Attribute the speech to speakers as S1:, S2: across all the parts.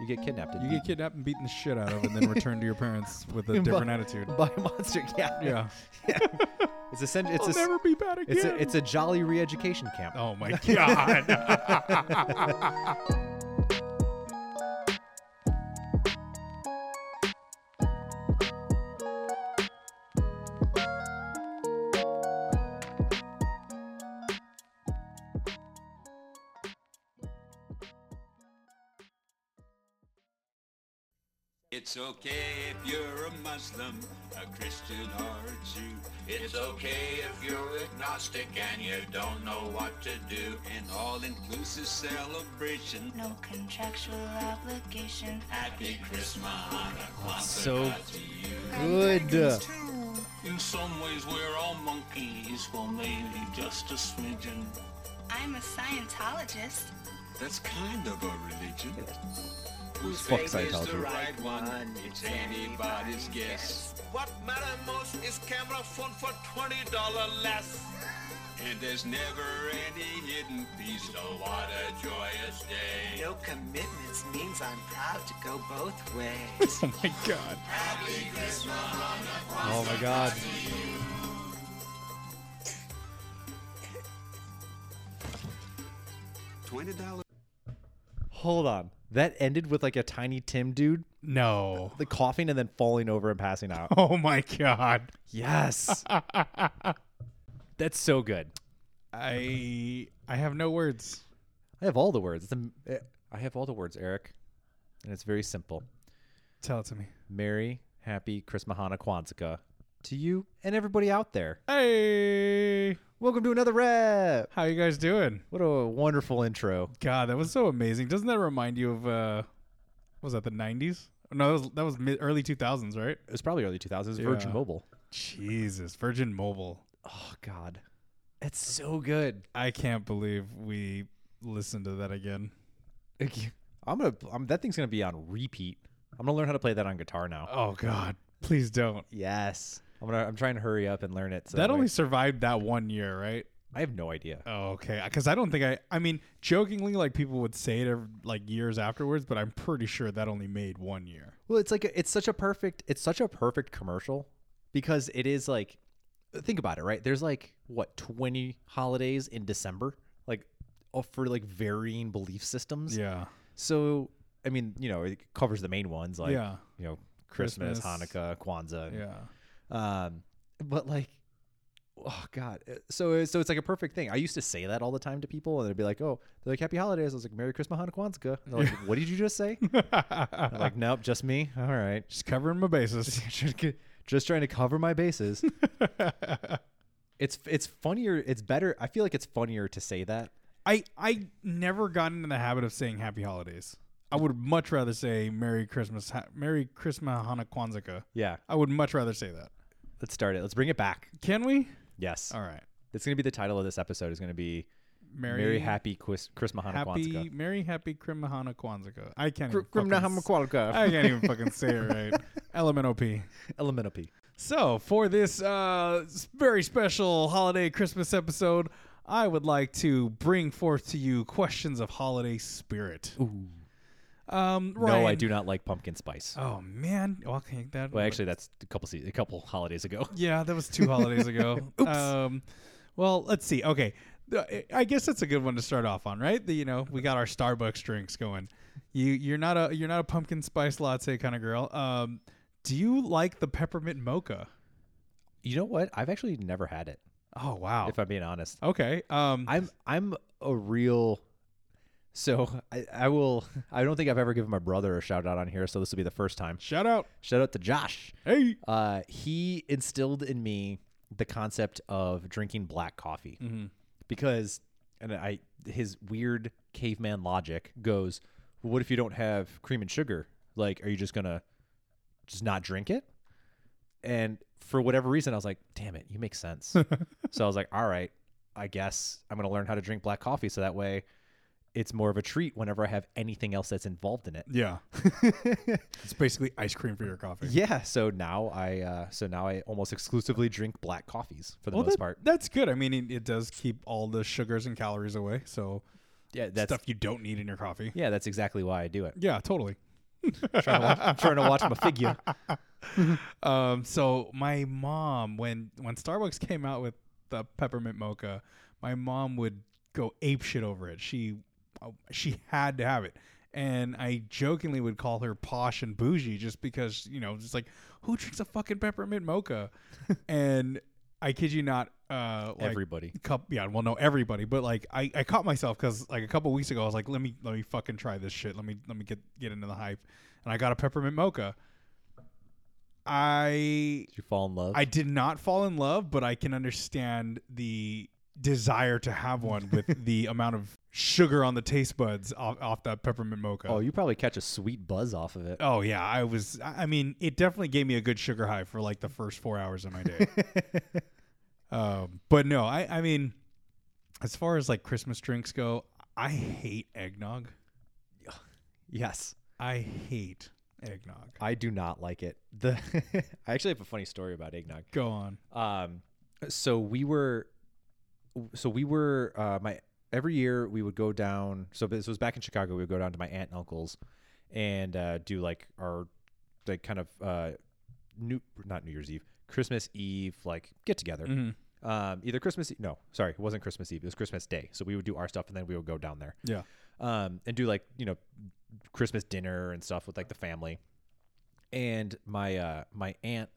S1: You get kidnapped. and
S2: You get
S1: beaten.
S2: kidnapped and beaten the shit out of, and then return to your parents with a
S1: But-
S2: different attitude.
S1: by a monster. Yeah.
S2: Yeah,
S1: It's essentially it's a
S2: I'll
S1: s-
S2: never be bad again.
S1: it's a, it's a jolly re-education camp.
S2: oh my god.
S3: It's okay if you're a Muslim, a Christian, or a Jew. It's okay if you're agnostic and you don't know what to do. An all-inclusive celebration.
S4: No contractual obligation.
S3: Happy Christmas, Kwanzaa
S1: So
S3: to you.
S1: good.
S3: In some ways, we're all monkeys, well, maybe just a smidgen.
S4: I'm a Scientologist.
S3: That's kind of a religion. Who's
S1: Fuck
S3: faith is the
S1: Scientology.
S3: right one? It's anybody's guess. What matter most is camera phone for twenty dollar less. And there's never any hidden fees. So what a joyous day!
S5: No commitments means I'm proud to go both ways.
S2: oh my god.
S1: Oh my god.
S3: Twenty dollar.
S1: Hold on. That ended with like a tiny Tim dude,
S2: No.
S1: the coughing and then falling over and passing out.
S2: Oh my god.
S1: Yes. That's so good.
S2: I I have no words.
S1: I have all the words. It's am- eh, I have all the words, Eric. And it's very simple.
S2: Tell it to me.
S1: Merry, happy Christmas Hana Kwanzaa to you and everybody out there.
S2: Hey,
S1: Welcome to another rep.
S2: how you guys doing?
S1: What a wonderful intro.
S2: God, that was so amazing. Doesn't that remind you of uh, what was that the '90s? No, that was that was mid early 2000s, right?
S1: It was probably early 2000s. It was Virgin
S2: Yeah.
S1: Mobile.
S2: Jesus, Virgin Mobile.
S1: Oh, God. It's so good.
S2: I can't believe we listened to that again.
S1: I'm going to, I'm that thing's going to be on repeat. I'm going to learn how to play that on guitar now.
S2: Oh God, please don't.
S1: Yes. I'm gonna. I'm trying to hurry up and learn it. So
S2: that
S1: I-
S2: only survived that one year, right?
S1: I have no idea.
S2: Oh, okay. Because I don't think I. I mean, jokingly, like people would say it ev- like years afterwards, but I'm pretty sure that only made one year.
S1: Well, it's like a, it's such a perfect. It's such a perfect commercial because it is like, think about it, right? There's like what 20 holidays in December, like all for like varying belief systems.
S2: Yeah.
S1: So I mean, you know, it covers the main ones like
S2: Yeah.
S1: you know Christmas,
S2: Christmas.
S1: Hanukkah, Kwanzaa, and
S2: Yeah.
S1: Um, but like, oh god, Uh, so so it's like a perfect thing. I used to say that all the time to people, and they'd be like, "Oh, they're like Happy Holidays." I was like, "Merry Christmas, Hanukkah, Kwanzaa." And they're like, "What did you just say?" I'm like, "Nope, just me." All right,
S2: Just covering my bases.
S1: just trying to cover my bases. it's it's funnier. It's better. I feel like it's funnier to say that.
S2: I I never got into the habit of saying Happy Holidays. I would much rather say Merry Christmas, ha- Merry Christmas, Hana Kwanzaa.
S1: Yeah,
S2: I would much rather say that.
S1: let's start it. Let's bring it back.
S2: Can we?
S1: Yes,
S2: All right.
S1: it's gonna be the title of this episode. Is gonna be
S2: Merry,
S1: Merry, Happy Quis- Christmas, Hanukkah,
S2: happy,
S1: Kwanzaa.
S2: Merry Happy Krimahana Kwanzaa. I can't. even
S1: Grim-
S2: fucking s- I can't even fucking say it right. LMNOP.
S1: Elemental P.
S2: So, for this uh, s- very special holiday Christmas episode, I would like to bring forth to you questions of holiday spirit. Ooh. Um, Ryan,
S1: No, I do not like pumpkin spice.
S2: Oh man, Well, okay, that.
S1: Well, actually, that's a couple se- a couple holidays ago.
S2: yeah, that was two holidays ago. Oops. Um, well, let's see. Okay, The- I guess that's a good one to start off on, right? The, you know, we got our Starbucks drinks going. You you're not a you're not a pumpkin spice latte kind of girl. Um, do you like the peppermint mocha?
S1: You know what? I've actually never had it.
S2: Oh wow.
S1: If I'm being honest,
S2: Okay. Um,
S1: I'm I'm a real. So I, I will. I don't think I've ever given my brother a shout out on here, so this will be the first time.
S2: shout out.
S1: Shout out to Josh.
S2: Hey.
S1: Uh, he instilled in me the concept of drinking black coffee because, and I his weird caveman logic goes, well, "What if you don't have cream and sugar? Like, are you just gonna just not drink it?" And for whatever reason, I was like, "Damn it, you make sense." so I was like, "All right, I guess I'm gonna learn how to drink black coffee so that way." It's more of a treat whenever I have anything else that's involved in it.
S2: Yeah. it's basically ice cream for your coffee.
S1: Yeah, so now I uh, so now I almost exclusively drink black coffees for the most
S2: that-
S1: part.
S2: that's good. I mean, it, it does keep all the sugars and calories away. So
S1: Yeah, that's
S2: stuff you don't need in your coffee.
S1: yeah, that's exactly why I do it.
S2: Yeah, totally.
S1: trying, to watch, trying to watch my figure.
S2: Um, so my mom, when when Starbucks came out with the peppermint mocha, my mom would go ape shit over it. She uh, she had to have it, and I jokingly would call her posh and bougie just because you know, just like who drinks a fucking peppermint mocha? and I kid you not, uh, like,
S1: Everybody.
S2: Cup, yeah, well, no, everybody, but like I, I caught myself because like a couple weeks ago, I was like, let me let me fucking try this shit. Let me let me get get into the hype, and I got a peppermint mocha. I
S1: Did you fall in love?
S2: I did not fall in love, but I can understand the desire to have one with the amount of sugar on the taste buds off, off that peppermint mocha.
S1: oh, you probably catch a sweet buzz off of it.
S2: Oh, yeah, I was. I I mean, it definitely gave me a good sugar high for like the first four hours of my day. um, but no, I I mean, as far as like Christmas drinks go, I hate eggnog.
S1: Yes.
S2: I hate eggnog.
S1: I do not like it. The I actually have a funny story about eggnog.
S2: Go on.
S1: Um, so we were, so we were, uh, my every year we would go down. So this was back in Chicago. We would go down to my aunt and uncle's, and uh, do like our, like kind of uh, new not New Year's Eve, Christmas Eve like get together. Um, either Christmas no, sorry, it wasn't Christmas Eve. It was Christmas Day. So we would do our stuff, and then we would go down there
S2: Yeah.
S1: um, and do like you know Christmas dinner and stuff with like the family. And my uh, my aunt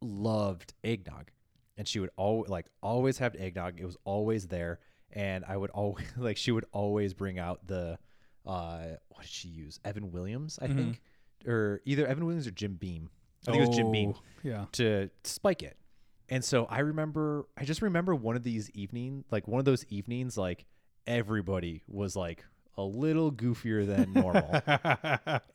S1: loved eggnog, and she would always like always have eggnog. It was always there, and I would always like she would always bring out the uh, what did she use? Evan Williams, I think, or either Evan Williams or Jim Beam. I think it was Jim Beam
S2: Oh, Yeah.
S1: to spike it. And so I remember, I just remember one of these evening, like one of those evenings, like everybody was like a little goofier than normal,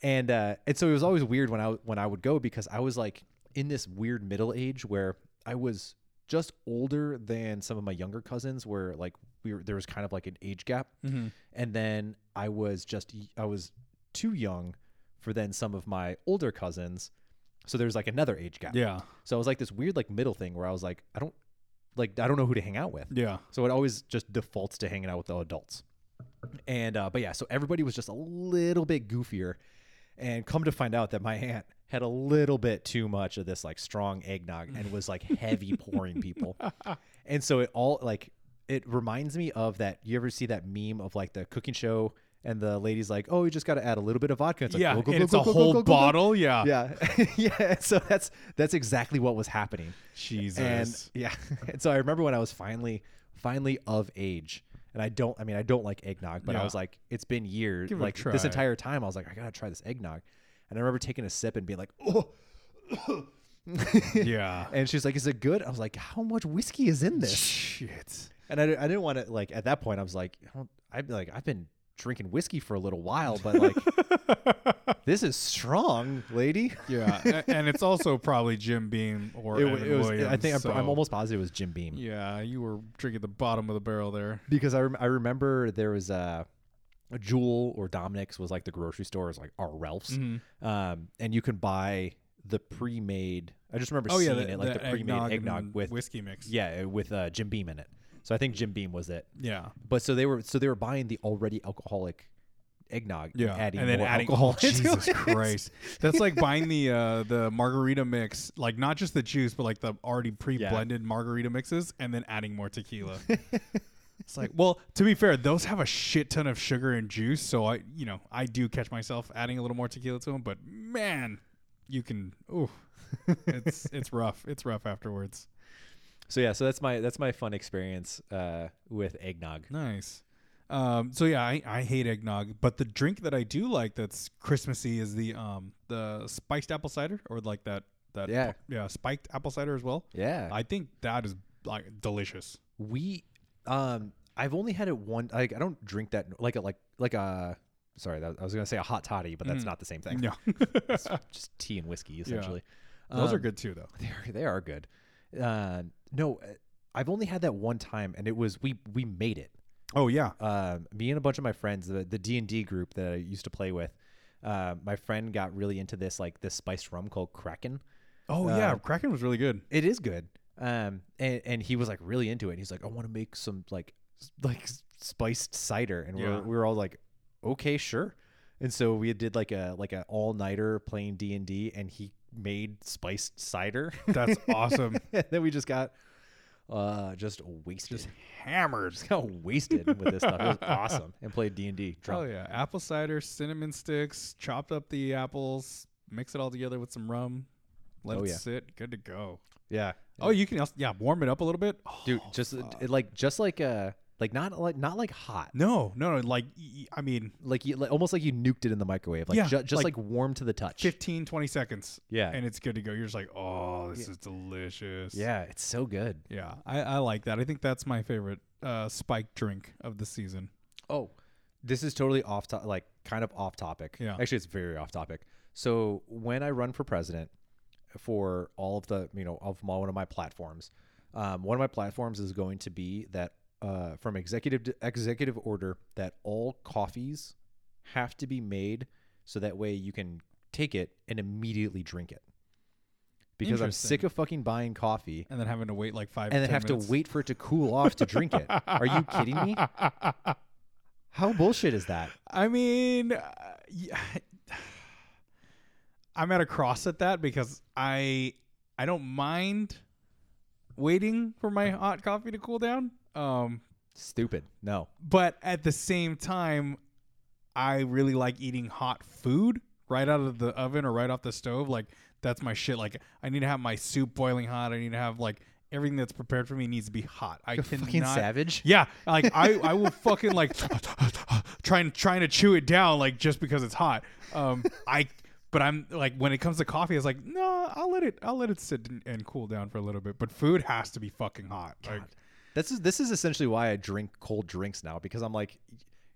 S1: and uh, and so it was always weird when I when I would go because I was like in this weird middle age where I was just older than some of my younger cousins, where like we were, there was kind of like an age gap,
S2: Mm-hmm.
S1: and then I was just I was too young for then some of my older cousins, so there was like another age gap.
S2: Yeah.
S1: So I was like this weird like middle thing where I was like, I don't like I don't know who to hang out with.
S2: Yeah.
S1: So it always just defaults to hanging out with the adults. And uh, but yeah, so everybody was just a little bit goofier, and come to find out that my aunt had a little bit too much of this like strong eggnog and was like heavy pouring people, and so it all like it reminds me of that. You ever see that meme of like the cooking show and the lady's like, oh, you just got to add a little bit of vodka. It's like,
S2: yeah.
S1: go, go,
S2: and
S1: go,
S2: it's
S1: go,
S2: a
S1: go, go,
S2: whole
S1: go, go, go.
S2: bottle. Yeah.
S1: Yeah, yeah. So that's that's exactly what was happening.
S2: Jesus.
S1: And yeah, and so I remember when I was finally finally of age, and I don't, I mean, I don't like eggnog, but
S2: Yeah.
S1: I was like, it's been years.
S2: Give it a
S1: like this
S2: try.
S1: entire time, I was like, I gotta try this eggnog, and I remember taking a sip and being like, oh.
S2: yeah.
S1: And she's like, "Is it good?" I was like, "How much whiskey is in this?"
S2: Shit.
S1: And I, I didn't want to like at that point. I was like, I don't, "I've like I've been drinking whiskey for a little while, but like this is strong, lady."
S2: Yeah, a- and it's also probably Jim Beam or
S1: It, wa-
S2: Evan
S1: it was. I
S2: Williams,
S1: think I'm, I'm
S2: so-
S1: almost positive it was Jim Beam.
S2: Yeah, you were drinking the bottom of the barrel there.
S1: because I, rem- I remember there was a, a Jewel or Dominic's was like the grocery store is like our Ralph's,
S2: Mm-hmm.
S1: um, and you can buy the pre-made. I just
S2: Oh,
S1: remember seeing it like the, pre-made eggnog,
S2: and
S1: with
S2: whiskey mix.
S1: yeah with uh, Jim Beam in it. So I think Jim Beam was it.
S2: yeah,
S1: But so they were so they were buying the already alcoholic eggnog,
S2: yeah,
S1: adding
S2: and then
S1: more
S2: adding
S1: alcohol. into
S2: Jesus
S1: it.
S2: Christ, that's like buying the uh, the margarita mix, like not just the juice, but like the already pre-blended margarita mixes, and then adding more tequila. it's like, well, to be fair, those have a shit ton of sugar and juice, so I, you know, I do catch myself adding a little more tequila to them, but man, you can, ooh, it's it's rough, it's rough afterwards.
S1: So yeah, so that's my that's my fun experience uh, with eggnog.
S2: Nice. Um, so yeah, I, I hate eggnog, but the drink that I do like that's Christmassy is the um the spiced apple cider or like that that
S1: Yeah.
S2: yeah spiked apple cider as well.
S1: Yeah,
S2: I think that is like delicious.
S1: We, um, I've only had it one. Like, I don't drink that. Like a like like a. Sorry, that, I was gonna say a hot toddy, but that's not the same thing.
S2: Yeah,
S1: It's just tea and whiskey essentially.
S2: those are
S1: Um,
S2: good too though.
S1: They are, they are good. Uh, no, uh, I've only had that one time, and it was we we made it.
S2: Oh yeah,
S1: Um, me and a bunch of my friends, the the D and D group that I used to play with. Uh, my friend got really into this like this spiced rum called Kraken.
S2: oh
S1: uh,
S2: yeah, Kraken was really good.
S1: It is good. Um, and, and he was like really into it. He's like, I want to make some like s- like s- spiced cider, and we
S2: Yeah.
S1: we're, we were all like, okay, sure. And so we did like a like an all nighter playing D and D, and he made spiced cider.
S2: That's awesome.
S1: and then we just got uh just wasted. Just,
S2: Hammered.
S1: got wasted with this stuff. It was awesome. And played D and D
S2: Oh
S1: drunk.
S2: yeah, apple cider, cinnamon sticks, chopped up the apples, mix it all together with some rum, let
S1: Oh,
S2: it
S1: yeah.
S2: sit, good to go.
S1: yeah.
S2: Oh, you can also yeah warm it up a little bit. Oh,
S1: dude just it, like just like uh like not like not like hot
S2: no, no, no, like y- y- I mean,
S1: like you like, almost like you nuked it in the microwave like
S2: Yeah,
S1: ju- just
S2: like-
S1: like, warm to the touch
S2: 15, 20 seconds.
S1: Yeah.
S2: and it's good to go. You're just like, oh, this is delicious.
S1: yeah it's so good
S2: yeah, I, I like that. I think that's my favorite uh, spike drink of the season.
S1: oh this is totally off to- like kind of off topic
S2: Yeah.
S1: actually it's very off topic so when i run for president for all of the you know of my, one of my platforms um, one of my platforms is going to be that uh, from executive to executive order that all coffees have to be made so that way you can take it and immediately drink it because i'm sick of fucking buying coffee
S2: And then having to wait like five
S1: and then
S2: 10
S1: have
S2: minutes.
S1: to wait for it to cool off to drink it are you kidding me how bullshit is that
S2: I mean, uh, yeah, I'm at a cross at that because I I don't mind waiting for my hot coffee to cool down. Um,
S1: stupid no
S2: but at the same time, I really like eating hot food right out of the oven or right off the stove. Like that's my shit. Like I need to have my soup boiling hot. I need to have like everything that's prepared for me needs to be hot. I cannot
S1: fucking savage
S2: yeah, like I, I will fucking like trying trying to chew it down like just because it's hot. Um, I but I'm like when it comes to coffee, it's like no, I'll let it I'll let it sit and, and cool down for a little bit. But food has to be fucking hot. Like,
S1: This is this is essentially why I drink cold drinks now because I'm like,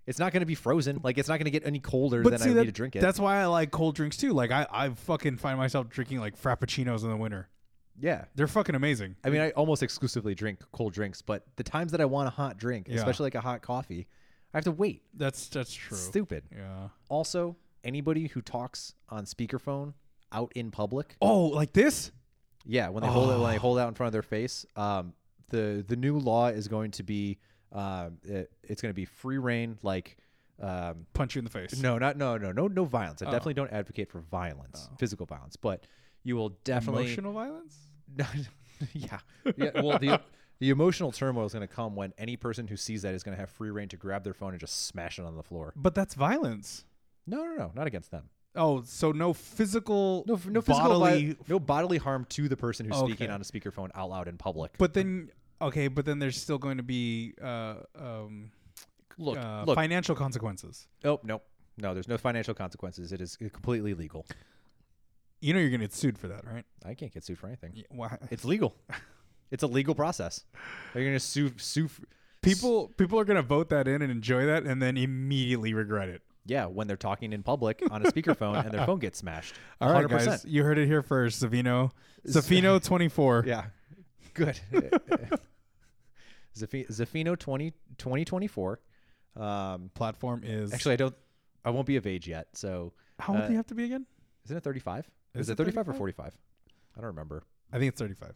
S1: it's not going to be frozen. Like it's not going to get any colder than I need to drink it.
S2: That's why I like cold drinks too. Like I I fucking find myself drinking like frappuccinos in the winter.
S1: yeah.
S2: They're fucking amazing.
S1: I mean, I almost exclusively drink cold drinks, but the times that I want a hot drink,
S2: Yeah.
S1: especially like a hot coffee, I have to wait.
S2: That's that's true.
S1: Stupid.
S2: Yeah.
S1: Also, anybody who talks on speakerphone out in public,
S2: Oh, like this?
S1: yeah, when they hold it,
S2: Oh.
S1: when they hold out in front of their face, um, the the new law is going to be, um, it, it's going to be free reign. Like, um,
S2: Punch you in the face.
S1: No, not no, no, no, no violence. I definitely
S2: Oh.
S1: don't advocate for violence, physical violence, but you will definitely
S2: Emotional violence?
S1: yeah, yeah. Well, the the emotional turmoil is going to come when any person who sees that is going to have free reign to grab their phone and just smash it on the floor.
S2: But that's violence.
S1: No, no, no, not against them.
S2: Oh, so no physical,
S1: No, f- no physical,
S2: bodily.
S1: vi- no bodily harm to the person who's speaking
S2: Okay.
S1: on a speakerphone out loud in public.
S2: But then, okay, but then there's still going to be uh, um,
S1: look,
S2: uh,
S1: look.
S2: financial consequences.
S1: oh no, no. There's no financial consequences. It is completely legal.
S2: You know you're gonna get sued for that, right?
S1: I can't get sued for anything.
S2: Why?
S1: It's legal. it's a legal process. Are you going to sue sue? For,
S2: People people are gonna vote that in and enjoy that, and then immediately regret it.
S1: Yeah, when they're talking in public on a speakerphone and their phone gets smashed.
S2: All right, guys, you heard it here first, Savino. Savino twenty four.
S1: Yeah. Good. Zafi- Zafino 20, 2024. Um,
S2: Platform is
S1: actually, I don't. I won't be of age yet. So
S2: How old
S1: uh,
S2: do you have to be again?
S1: isn't it 35?
S2: Is
S1: Is,
S2: it
S1: it 35 or
S2: 35?
S1: 45? I don't remember.
S2: I think it's thirty five.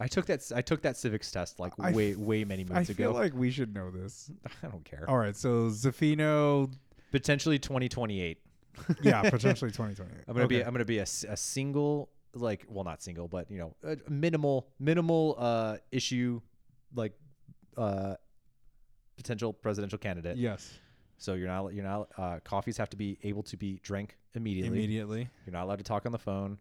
S1: I took that. I took that civics test like
S2: I
S1: way,
S2: f-
S1: way many
S2: I
S1: months
S2: feel
S1: ago.
S2: like we should know this.
S1: I don't care.
S2: All right, so Zafino,
S1: Potentially 2028.
S2: yeah, potentially twenty twenty.
S1: I'm gonna be I'm gonna be a, s- a single like well not single but you know a a minimal minimal uh issue like uh potential presidential candidate.
S2: yes,
S1: So you're not you're not uh, coffees have to be able to be drank immediately.
S2: immediately.
S1: You're not allowed to talk on the phone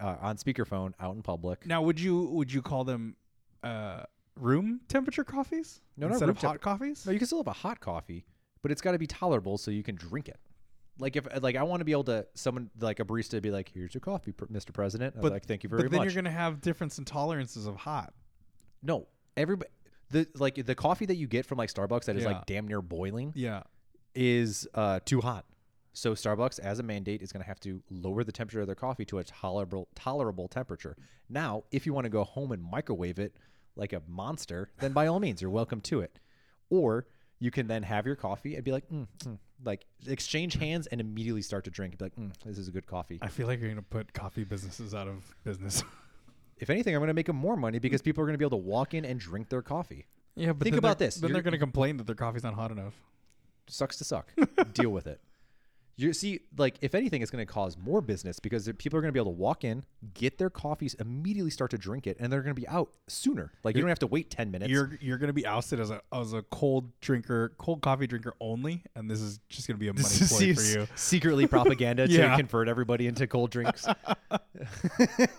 S1: uh, on speakerphone out in public.
S2: Now, would you would you call them uh, room temperature coffees
S1: No, not
S2: instead
S1: room
S2: of hot
S1: temp-
S2: coffees?
S1: No, you can still have a hot coffee, but it's got to be tolerable so you can drink it. Like if like I want to be able to someone like a barista be like, "Here's your coffee, pr- Mr. President." I'm
S2: but
S1: like, "Thank you very
S2: But then
S1: much."
S2: you're gonna have difference in tolerances of hot.
S1: No, everybody. The like the coffee that you get from like Starbucks that is
S2: Yeah.
S1: like damn near boiling
S2: Yeah.
S1: is uh, too hot. So Starbucks, as a mandate, is going to have to lower the temperature of their coffee to a tolerable tolerable temperature. Now, if you want to go home and microwave it like a monster, then by all means, you're welcome to it. Or you can then have your coffee and be like, mm, mm, like exchange hands and immediately start to drink. And be like, mm, this is a good coffee.
S2: I feel like you're gonna put coffee businesses out of business.
S1: If anything, I'm going to make them more money because people are going to be able to walk in and drink their coffee.
S2: yeah, but
S1: Think
S2: then
S1: about
S2: they're-
S1: this.
S2: Then
S1: You're-
S2: they're gonna complain that their coffee's not hot enough.
S1: sucks to suck. Deal with it. You see, like if anything, it's going to cause more business because the- people are going to be able to walk in, get their coffees, immediately start to drink it, and they're going to be out sooner. Like you don't have to wait ten minutes.
S2: You're you're gonna be ousted as a as a cold drinker, cold coffee drinker only, and this is just gonna be a money
S1: This
S2: ploy for
S1: is
S2: you.
S1: Secretly propaganda
S2: Yeah.
S1: to convert everybody into cold drinks.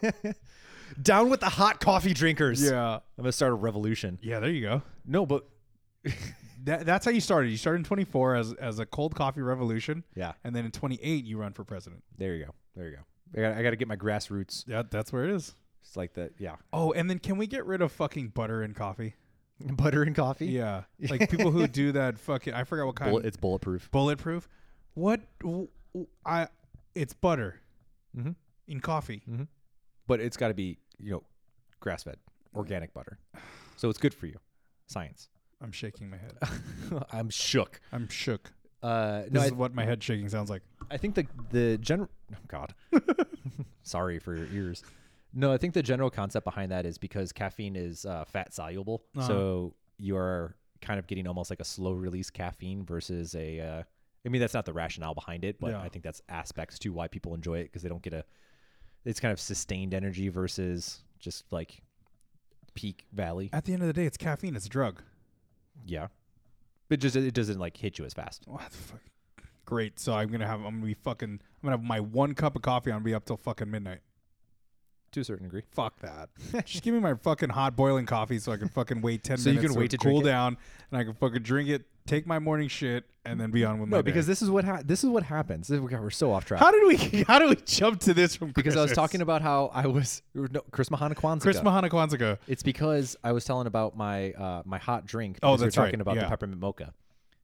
S1: Down with the hot coffee drinkers.
S2: Yeah,
S1: I'm gonna start a revolution.
S2: yeah. There you go.
S1: No, but
S2: That, that's how you started. You started in 24 as as a cold coffee revolution.
S1: Yeah.
S2: and then in 28 you run for president.
S1: there you go. There you go. I gotta, I gotta get my grassroots.
S2: Yeah, that's where it is.
S1: It's like that. Yeah,
S2: Oh, and then can we get rid of fucking butter and coffee?
S1: butter and coffee.
S2: Yeah, like people who do that fucking I forgot what kind.
S1: Bullet, it's bulletproof.
S2: bulletproof. What w- w- I? It's butter
S1: Mhm.
S2: in coffee.
S1: but it's got to be you know grass fed organic butter so it's good for you science
S2: I'm shaking my head.
S1: i'm shook
S2: I'm shook.
S1: uh
S2: This
S1: no I,
S2: is what my head shaking sounds like.
S1: I think the the general oh god sorry for your ears no i think the general concept behind that is because caffeine is uh, fat soluble
S2: Uh-huh.
S1: so you're kind of getting almost like a slow release caffeine versus a uh, i mean that's not the rationale behind it but
S2: Yeah.
S1: i think that's aspects to why people enjoy it because they don't get a it's kind of sustained energy versus just like peak valley
S2: At the end of the day, it's caffeine. It's a drug.
S1: Yeah. But just it doesn't like hit you as fast.
S2: What the fuck? Great. So I'm gonna have. I'm gonna be fucking. I'm gonna have my one cup of coffee. I'm gonna be up till fucking midnight.
S1: To a certain degree.
S2: Fuck that. Just give me my fucking hot boiling coffee so I can fucking wait ten
S1: So you
S2: minutes.
S1: can wait to
S2: it cool
S1: drink it?
S2: down, and I can fucking drink it, take my morning shit, and then be on with my.
S1: No, because
S2: day.
S1: this is what ha- this is what happens. This- We're so off track.
S2: how did we how did we jump to this from
S1: because I was
S2: Chris's?
S1: talking about how I was no, Chris Mahana Kwanzaa.
S2: Chris Mahana Kwanzaa.
S1: It's because I was telling about my uh, my hot drink.
S2: Oh,
S1: because we were
S2: that's right.
S1: talking about
S2: Yeah.
S1: the peppermint mocha.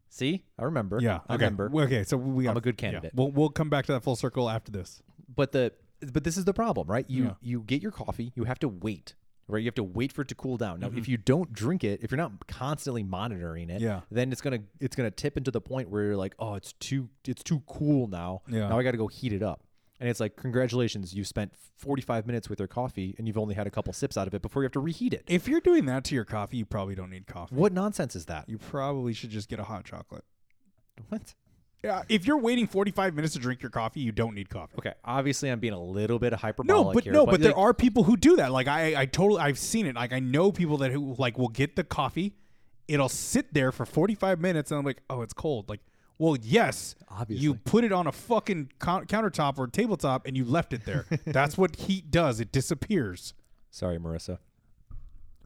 S1: See, I remember.
S2: Yeah, okay.
S1: I remember.
S2: Well, Okay, so we.
S1: I'm
S2: got-
S1: a good
S2: yeah.
S1: candidate.
S2: We'll we'll come back to that full circle after this.
S1: but the but this is the problem, right? You
S2: Yeah.
S1: you get your coffee, you have to wait, right? You have to wait for it to cool down. Now, if you don't drink it, if you're not constantly monitoring it,
S2: Yeah.
S1: then it's gonna it's gonna tip into the point where you're like, oh, it's too it's too cool now.
S2: Yeah.
S1: Now I got to go heat it up. And it's like, congratulations, you spent 45 minutes with your coffee and you've only had a couple sips out of it before you have to reheat it.
S2: If you're doing that to your coffee, you probably don't need coffee.
S1: What nonsense is that?
S2: You probably should just get a hot chocolate.
S1: What?
S2: Yeah, Uh, if you're waiting 45 minutes to drink your coffee, you don't need coffee.
S1: Okay, obviously I'm being a little bit hyperbolic
S2: No, but
S1: here,
S2: no, but, there
S1: like,
S2: are people who do that. Like I, I totally, I've seen it. Like I know people that who like will get the coffee, it'll sit there for 45 minutes, and I'm like, oh, it's cold. Like, well, yes, you
S1: Obviously.
S2: put it on a fucking coun countertop or tabletop, and you left it there. That's what heat does. It disappears.
S1: Sorry, Marissa.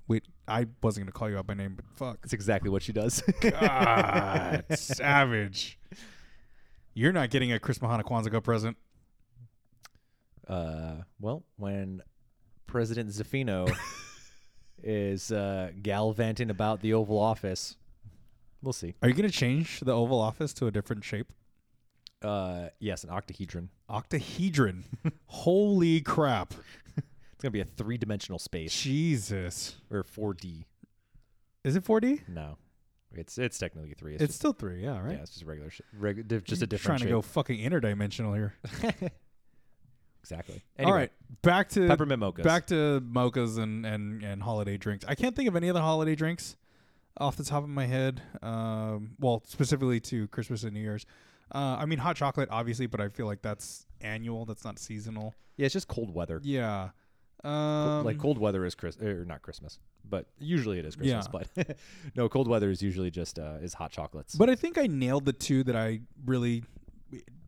S2: Wait, I wasn't gonna call you out by name, but fuck,
S1: That's exactly what she does. Ah,
S2: God, savage. You're not getting a Chris Mahana Kwanzaa Go present.
S1: uh, well, when President Zafino is uh, gallivanting about the Oval Office, we'll see.
S2: Are you gonna change the Oval Office to a different shape?
S1: Uh, yes, an octahedron.
S2: Octahedron. Holy crap.
S1: It's gonna be a three-dimensional space
S2: Jesus.
S1: or 4D.
S2: Is it 4D?
S1: No, it's it's technically three. It's,
S2: It's still 3, yeah,
S1: just,
S2: right?
S1: yeah, it's just regular, sh- reg- diff- just a
S2: Trying
S1: different
S2: to go fucking interdimensional here.
S1: shape. exactly. Anyway,
S2: All right, back to
S1: peppermint mochas.
S2: back to mochas and, and and holiday drinks. I can't think of any other holiday drinks off the top of my head. Um, well, specifically to Christmas and New Year's. Uh, I mean, hot chocolate, obviously, but I feel like that's annual. That's not seasonal.
S1: Yeah, it's just cold weather.
S2: Yeah. Um,
S1: like cold weather is Chris or not Christmas, but usually it is Christmas.
S2: Yeah.
S1: But no, cold weather is usually just uh, is hot chocolates.
S2: But I think I nailed the two that I really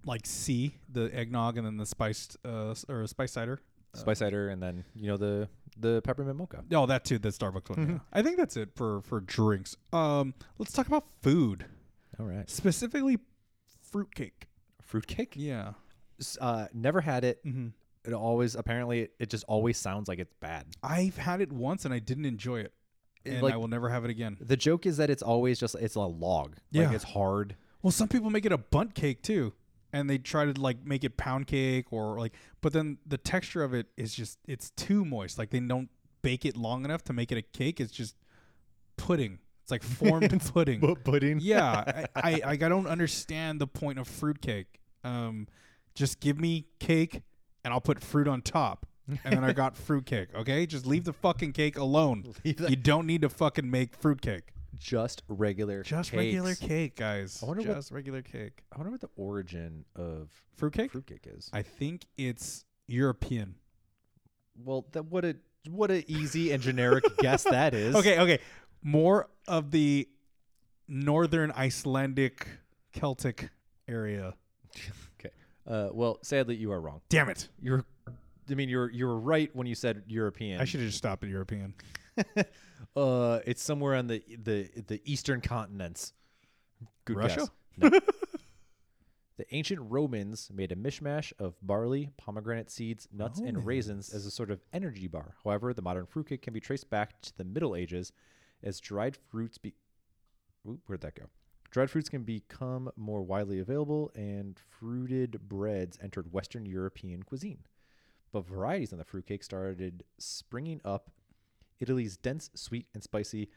S2: like. See the eggnog and then the spiced uh, s- or spice cider.
S1: spice cider and then you know the the peppermint mocha
S2: No, Oh, that too. The Starbucks one. yeah. I think that's it for for drinks. Um, let's talk about food
S1: all right
S2: specifically fruitcake.
S1: fruitcake
S2: Yeah.
S1: uh never had it
S2: Mm-hmm.
S1: it always apparently it, it just always sounds like it's bad
S2: I've had it once and I didn't enjoy it, and
S1: like-
S2: I will never have it again.
S1: the joke is that it's always just it's a log
S2: Yeah.
S1: like it's hard
S2: Well, some people make it a bunt cake too, and they try to like make it pound cake or like, but then the texture of it is just it's too moist. Like they don't bake it long enough to make it a cake. It's just pudding. It's like formed pudding.
S1: pudding
S2: yeah, I, I like I don't understand the point of fruitcake. Um, just give me cake and I'll put fruit on top. and then I got fruitcake. Okay, just leave the fucking cake alone.
S1: Leave that-
S2: You don't need to fucking make fruitcake.
S1: just regular
S2: Just
S1: cakes.
S2: regular cake, guys.
S1: I wonder what-
S2: just regular cake.
S1: I wonder what the origin of
S2: Fruitcake?
S1: fruitcake is.
S2: I think it's European.
S1: well, that what a what a easy and generic guess that is.
S2: Okay, okay. More of the northern Icelandic Celtic area.
S1: okay. Uh, well, sadly, you are wrong.
S2: Damn it.
S1: You're, I mean, you're you were right when you said European.
S2: I should have just stopped at European.
S1: Uh, it's somewhere on the the the eastern continents. Good
S2: Russia?
S1: guess. No. the ancient Romans made a mishmash of barley, pomegranate seeds, nuts, and raisins as a sort of energy bar. However, the modern fruitcake can be traced back to the Middle Ages, as dried fruits be. Ooh, where'd that go? Dried fruits can become more widely available, and fruited breads entered Western European cuisine. But varieties on the fruitcake started springing up Italy's dense, sweet, and spicy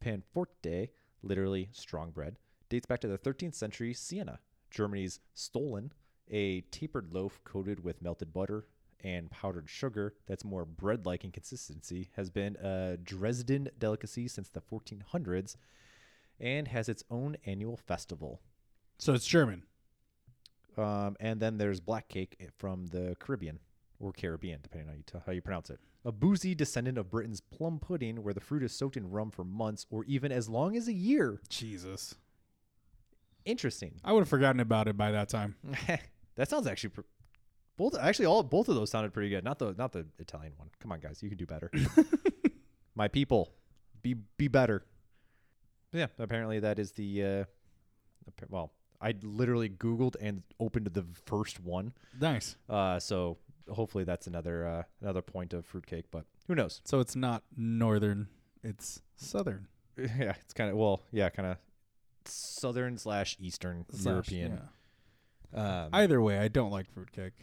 S1: panforte, literally strong bread, dates back to the 13th century Siena. Germany's Stollen, a tapered loaf coated with melted butter and powdered sugar that's more bread like in consistency, has been a Dresden delicacy since the 1400s and has its own annual festival.
S2: So it's German.
S1: Um, and then there's black cake i- from the Caribbean or Caribbean, depending on how you, t- how you pronounce it. A boozy descendant of Britain's plum pudding, where the fruit is soaked in rum for months or even as long as a year.
S2: Jesus.
S1: Interesting.
S2: I would have forgotten about it by that time.
S1: that sounds actually pr- both. Actually, all both of those sounded pretty good. Not the not the Italian one. Come on, guys, you can do better. My people, be be better. But yeah, apparently that is the. Uh, appa- well, I literally Googled and opened the first one.
S2: Nice.
S1: Uh, so hopefully that's another uh, another point of fruitcake, but who knows?
S2: So it's not northern, it's southern.
S1: yeah, it's kind of well, yeah, kind of southern slash eastern
S2: slash-
S1: European. Yeah. Um, I
S2: Either way, I don't like fruitcake.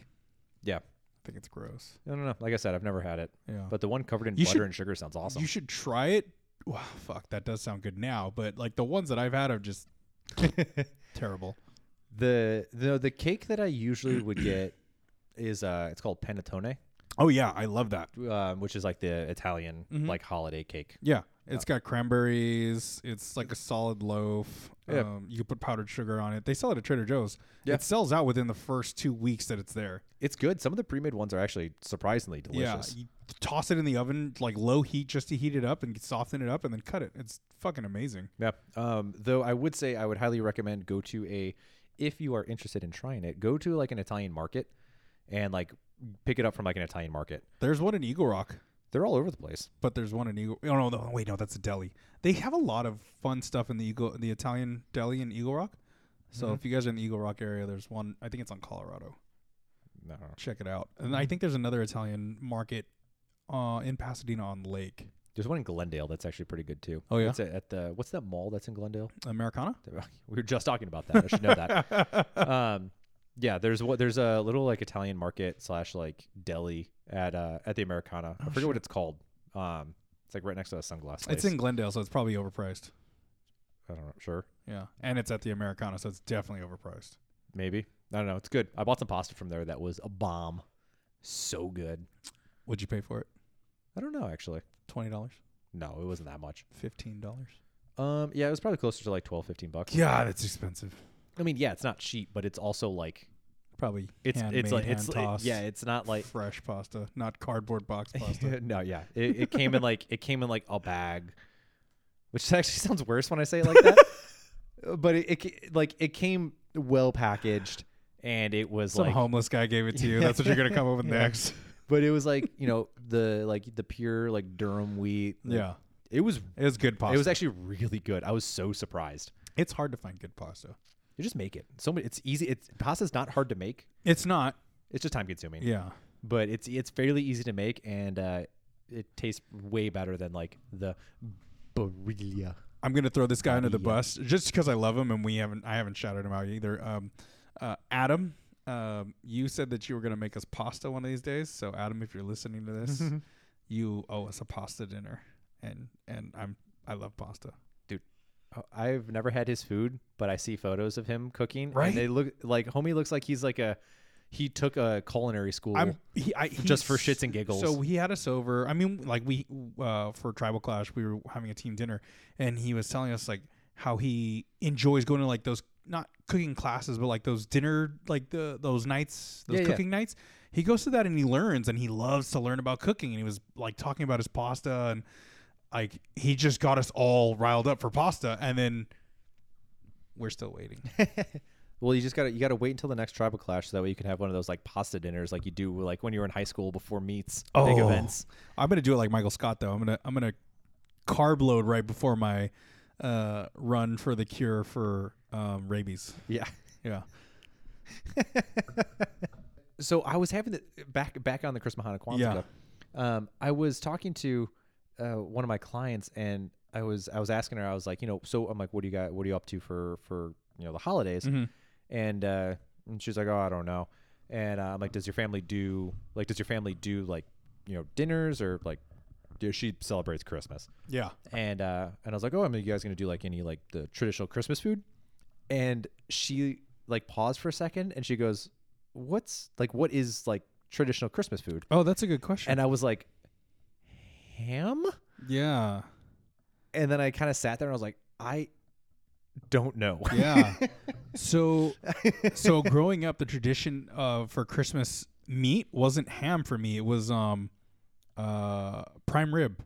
S1: yeah,
S2: I think it's gross.
S1: I don't know. Like I said, I've never had it,
S2: Yeah.
S1: but the one covered in
S2: Oh. You
S1: butter
S2: should-
S1: and sugar sounds awesome.
S2: You should try it. Wow, fuck, that does sound good now, but like the ones that I've had are just terrible.
S1: the the the cake that I usually would get is uh, it's called panettone,
S2: Oh yeah, I love that.
S1: um, which is like the Italian
S2: Mm-hmm.
S1: like holiday cake.
S2: Yeah. It's got cranberries. It's like a solid loaf.
S1: Yeah.
S2: Um, you can put powdered sugar on it. They sell it at Trader Joe's. It sells out within the first two weeks that it's there.
S1: It's good. Some of the pre made ones are actually surprisingly delicious.
S2: Yeah. You toss it in the oven, like low heat, just to heat it up and soften it up and then cut it. It's fucking amazing.
S1: Yeah. Um, though I would say I would highly recommend go to a if you are interested in trying it, go to like an Italian market and like pick it up from like an Italian market.
S2: There's one in Eagle Rock,
S1: They're all over the place.
S2: but there's one in Eagle. Oh no, no, wait, no, that's a deli. They have a lot of fun stuff in the Eagle, the Italian deli in Eagle Rock. So if you guys are in the Eagle Rock area, there's one. I think it's on Colorado.
S1: No.
S2: Check it out. And I think there's another Italian market uh, in Pasadena on Lake.
S1: There's one in Glendale that's actually pretty good too.
S2: Oh, yeah?
S1: It's at the what's that mall that's in Glendale?
S2: Americana?
S1: We were just talking about that. I should know that. um, yeah, there's what there's a little like Italian market slash like deli at uh at the Americana. I forget what it's called. Um, it's like right next to a sunglass.
S2: Oh, It's
S1: place.
S2: in Glendale, so it's probably overpriced.
S1: I don't know. Sure.
S2: Yeah. And it's at the Americana, so it's definitely overpriced.
S1: Maybe. I don't know. It's good. I bought some pasta from there that was a bomb. So good.
S2: Would you pay for it?
S1: I don't know actually.
S2: Twenty dollars?
S1: No, it wasn't that much.
S2: Fifteen dollars?
S1: Um yeah, it was probably closer to like 12 15 bucks.
S2: Yeah, that's expensive.
S1: I mean, yeah, it's not cheap, but it's also like
S2: Probably
S1: it's
S2: handmade,
S1: it's like it's
S2: hand
S1: it-
S2: tossed,
S1: yeah, it's not like
S2: fresh pasta, not cardboard box pasta.
S1: no, yeah. It, it came in like it came in like a bag. Which actually sounds worse when I say it like that. Uh, but it, it ca- like it came well packaged and it was
S2: Some
S1: like
S2: homeless guy gave it to you. That's what you're gonna come up with next.
S1: but it was like, you know, the like the pure like Durham wheat. like,
S2: Yeah.
S1: It was
S2: It was good pasta.
S1: It was actually really good. I was so surprised.
S2: it's hard to find good pasta.
S1: You just make it. So many, it's easy. It's pasta's not hard to make.
S2: It's not.
S1: It's just time consuming.
S2: Yeah.
S1: But it's it's fairly easy to make and uh, it tastes way better than like the Barilla.
S2: I'm gonna throw this guy under the bus just because I love him and we haven't I haven't shouted him out either. Um, uh, Adam, um, you said that you were gonna make us pasta one of these days. So Adam, if you're listening to this, you owe us a pasta dinner. And and I'm I love pasta.
S1: Uh, I've never had his food, but I see photos of him cooking
S2: Right?
S1: and they look like homie looks like he's like a He took a culinary school.
S2: I'm he, I, he
S1: Just for
S2: s-
S1: shits and giggles.
S2: So he had us over. I mean, like we uh, for Tribal Clash, we were having a team dinner, and he was telling us like how he enjoys going to like those not cooking classes, but like those dinner like the those nights, those
S1: Yeah, yeah.
S2: cooking nights. He goes to that and he learns, and he loves to learn about cooking. And he was like talking about his pasta, and like he just got us all riled up for pasta, and then we're still waiting.
S1: well, you just gotta you gotta wait until the next tribal clash, so that way you can have one of those like pasta dinners, like you do like when you were in high school before meets, big
S2: Oh.
S1: events.
S2: I'm gonna do it like Michael Scott though. I'm gonna I'm gonna carb load right before my uh, run for the cure for um, rabies.
S1: Yeah.
S2: Yeah.
S1: so I was having the back back on the Chris Mahana Kwanzaa.
S2: Yeah.
S1: stuff. Um, I was talking to uh, one of my clients, and I was I was asking her. I was like, you know, so I'm like, what do you got? What are you up to for for you know the holidays? And uh, and she's like, oh, I don't know. And uh, I'm like, does your family do like does your family do like you know dinners or like do she celebrates Christmas?
S2: Yeah.
S1: and uh, and I was like, oh, I mean, you guys gonna do like any like the traditional Christmas food? And she like paused for a second, and she goes, "What's like what is like traditional Christmas food?"
S2: Oh, that's a good question.
S1: And I was like, "Ham."
S2: yeah.
S1: And then I kind of sat there, and I was like, "I don't know."
S2: Yeah. so so growing up, the tradition uh, for Christmas meat wasn't ham for me. It was um uh prime rib.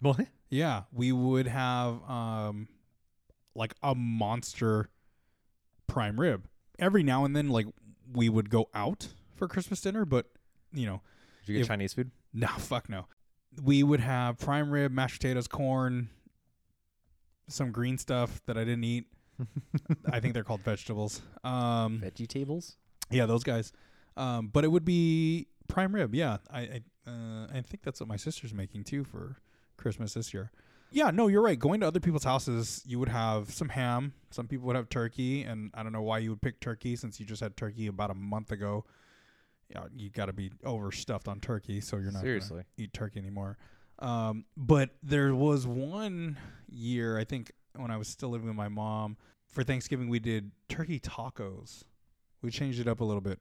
S1: what?
S2: Yeah, we would have um like a monster prime rib. Every now and then like we would go out for Christmas dinner, but you know,
S1: Did you get
S2: If-
S1: Chinese food?
S2: no, fuck no. We would have prime rib, mashed potatoes, corn, some green stuff that I didn't eat. I think they're called vegetables. Um
S1: Veggie tables.
S2: yeah, those guys. Um, but it would be prime rib. Yeah, I I, uh, I think that's what my sister's making too for Christmas this year. Yeah, no, you're right. Going to other people's houses, you would have some ham. Some people would have turkey, and I don't know why you would pick turkey since you just had turkey about a month ago. Yeah, you got to be overstuffed on turkey, so you're not gonna
S1: Seriously.
S2: eat turkey anymore. Um, but there was one year, I think, when I was still living with my mom for Thanksgiving, we did turkey tacos. We changed it up a little bit.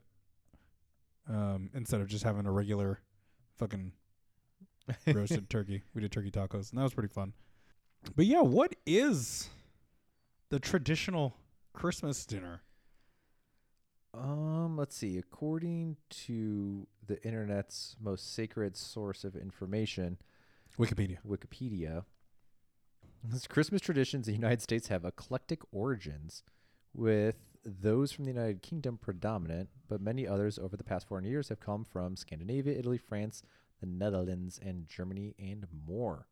S2: Um, instead of just having a regular fucking roasted turkey, we did turkey tacos, and that was pretty fun. But yeah, what is the traditional Christmas dinner?
S1: Um, let's see. According to the internet's most sacred source of information,
S2: Wikipedia.
S1: Wikipedia. This Christmas traditions in the United States have eclectic origins, with those from the United Kingdom predominant, but many others over the past 400 years have come from Scandinavia, Italy, France, the Netherlands, and Germany, and more.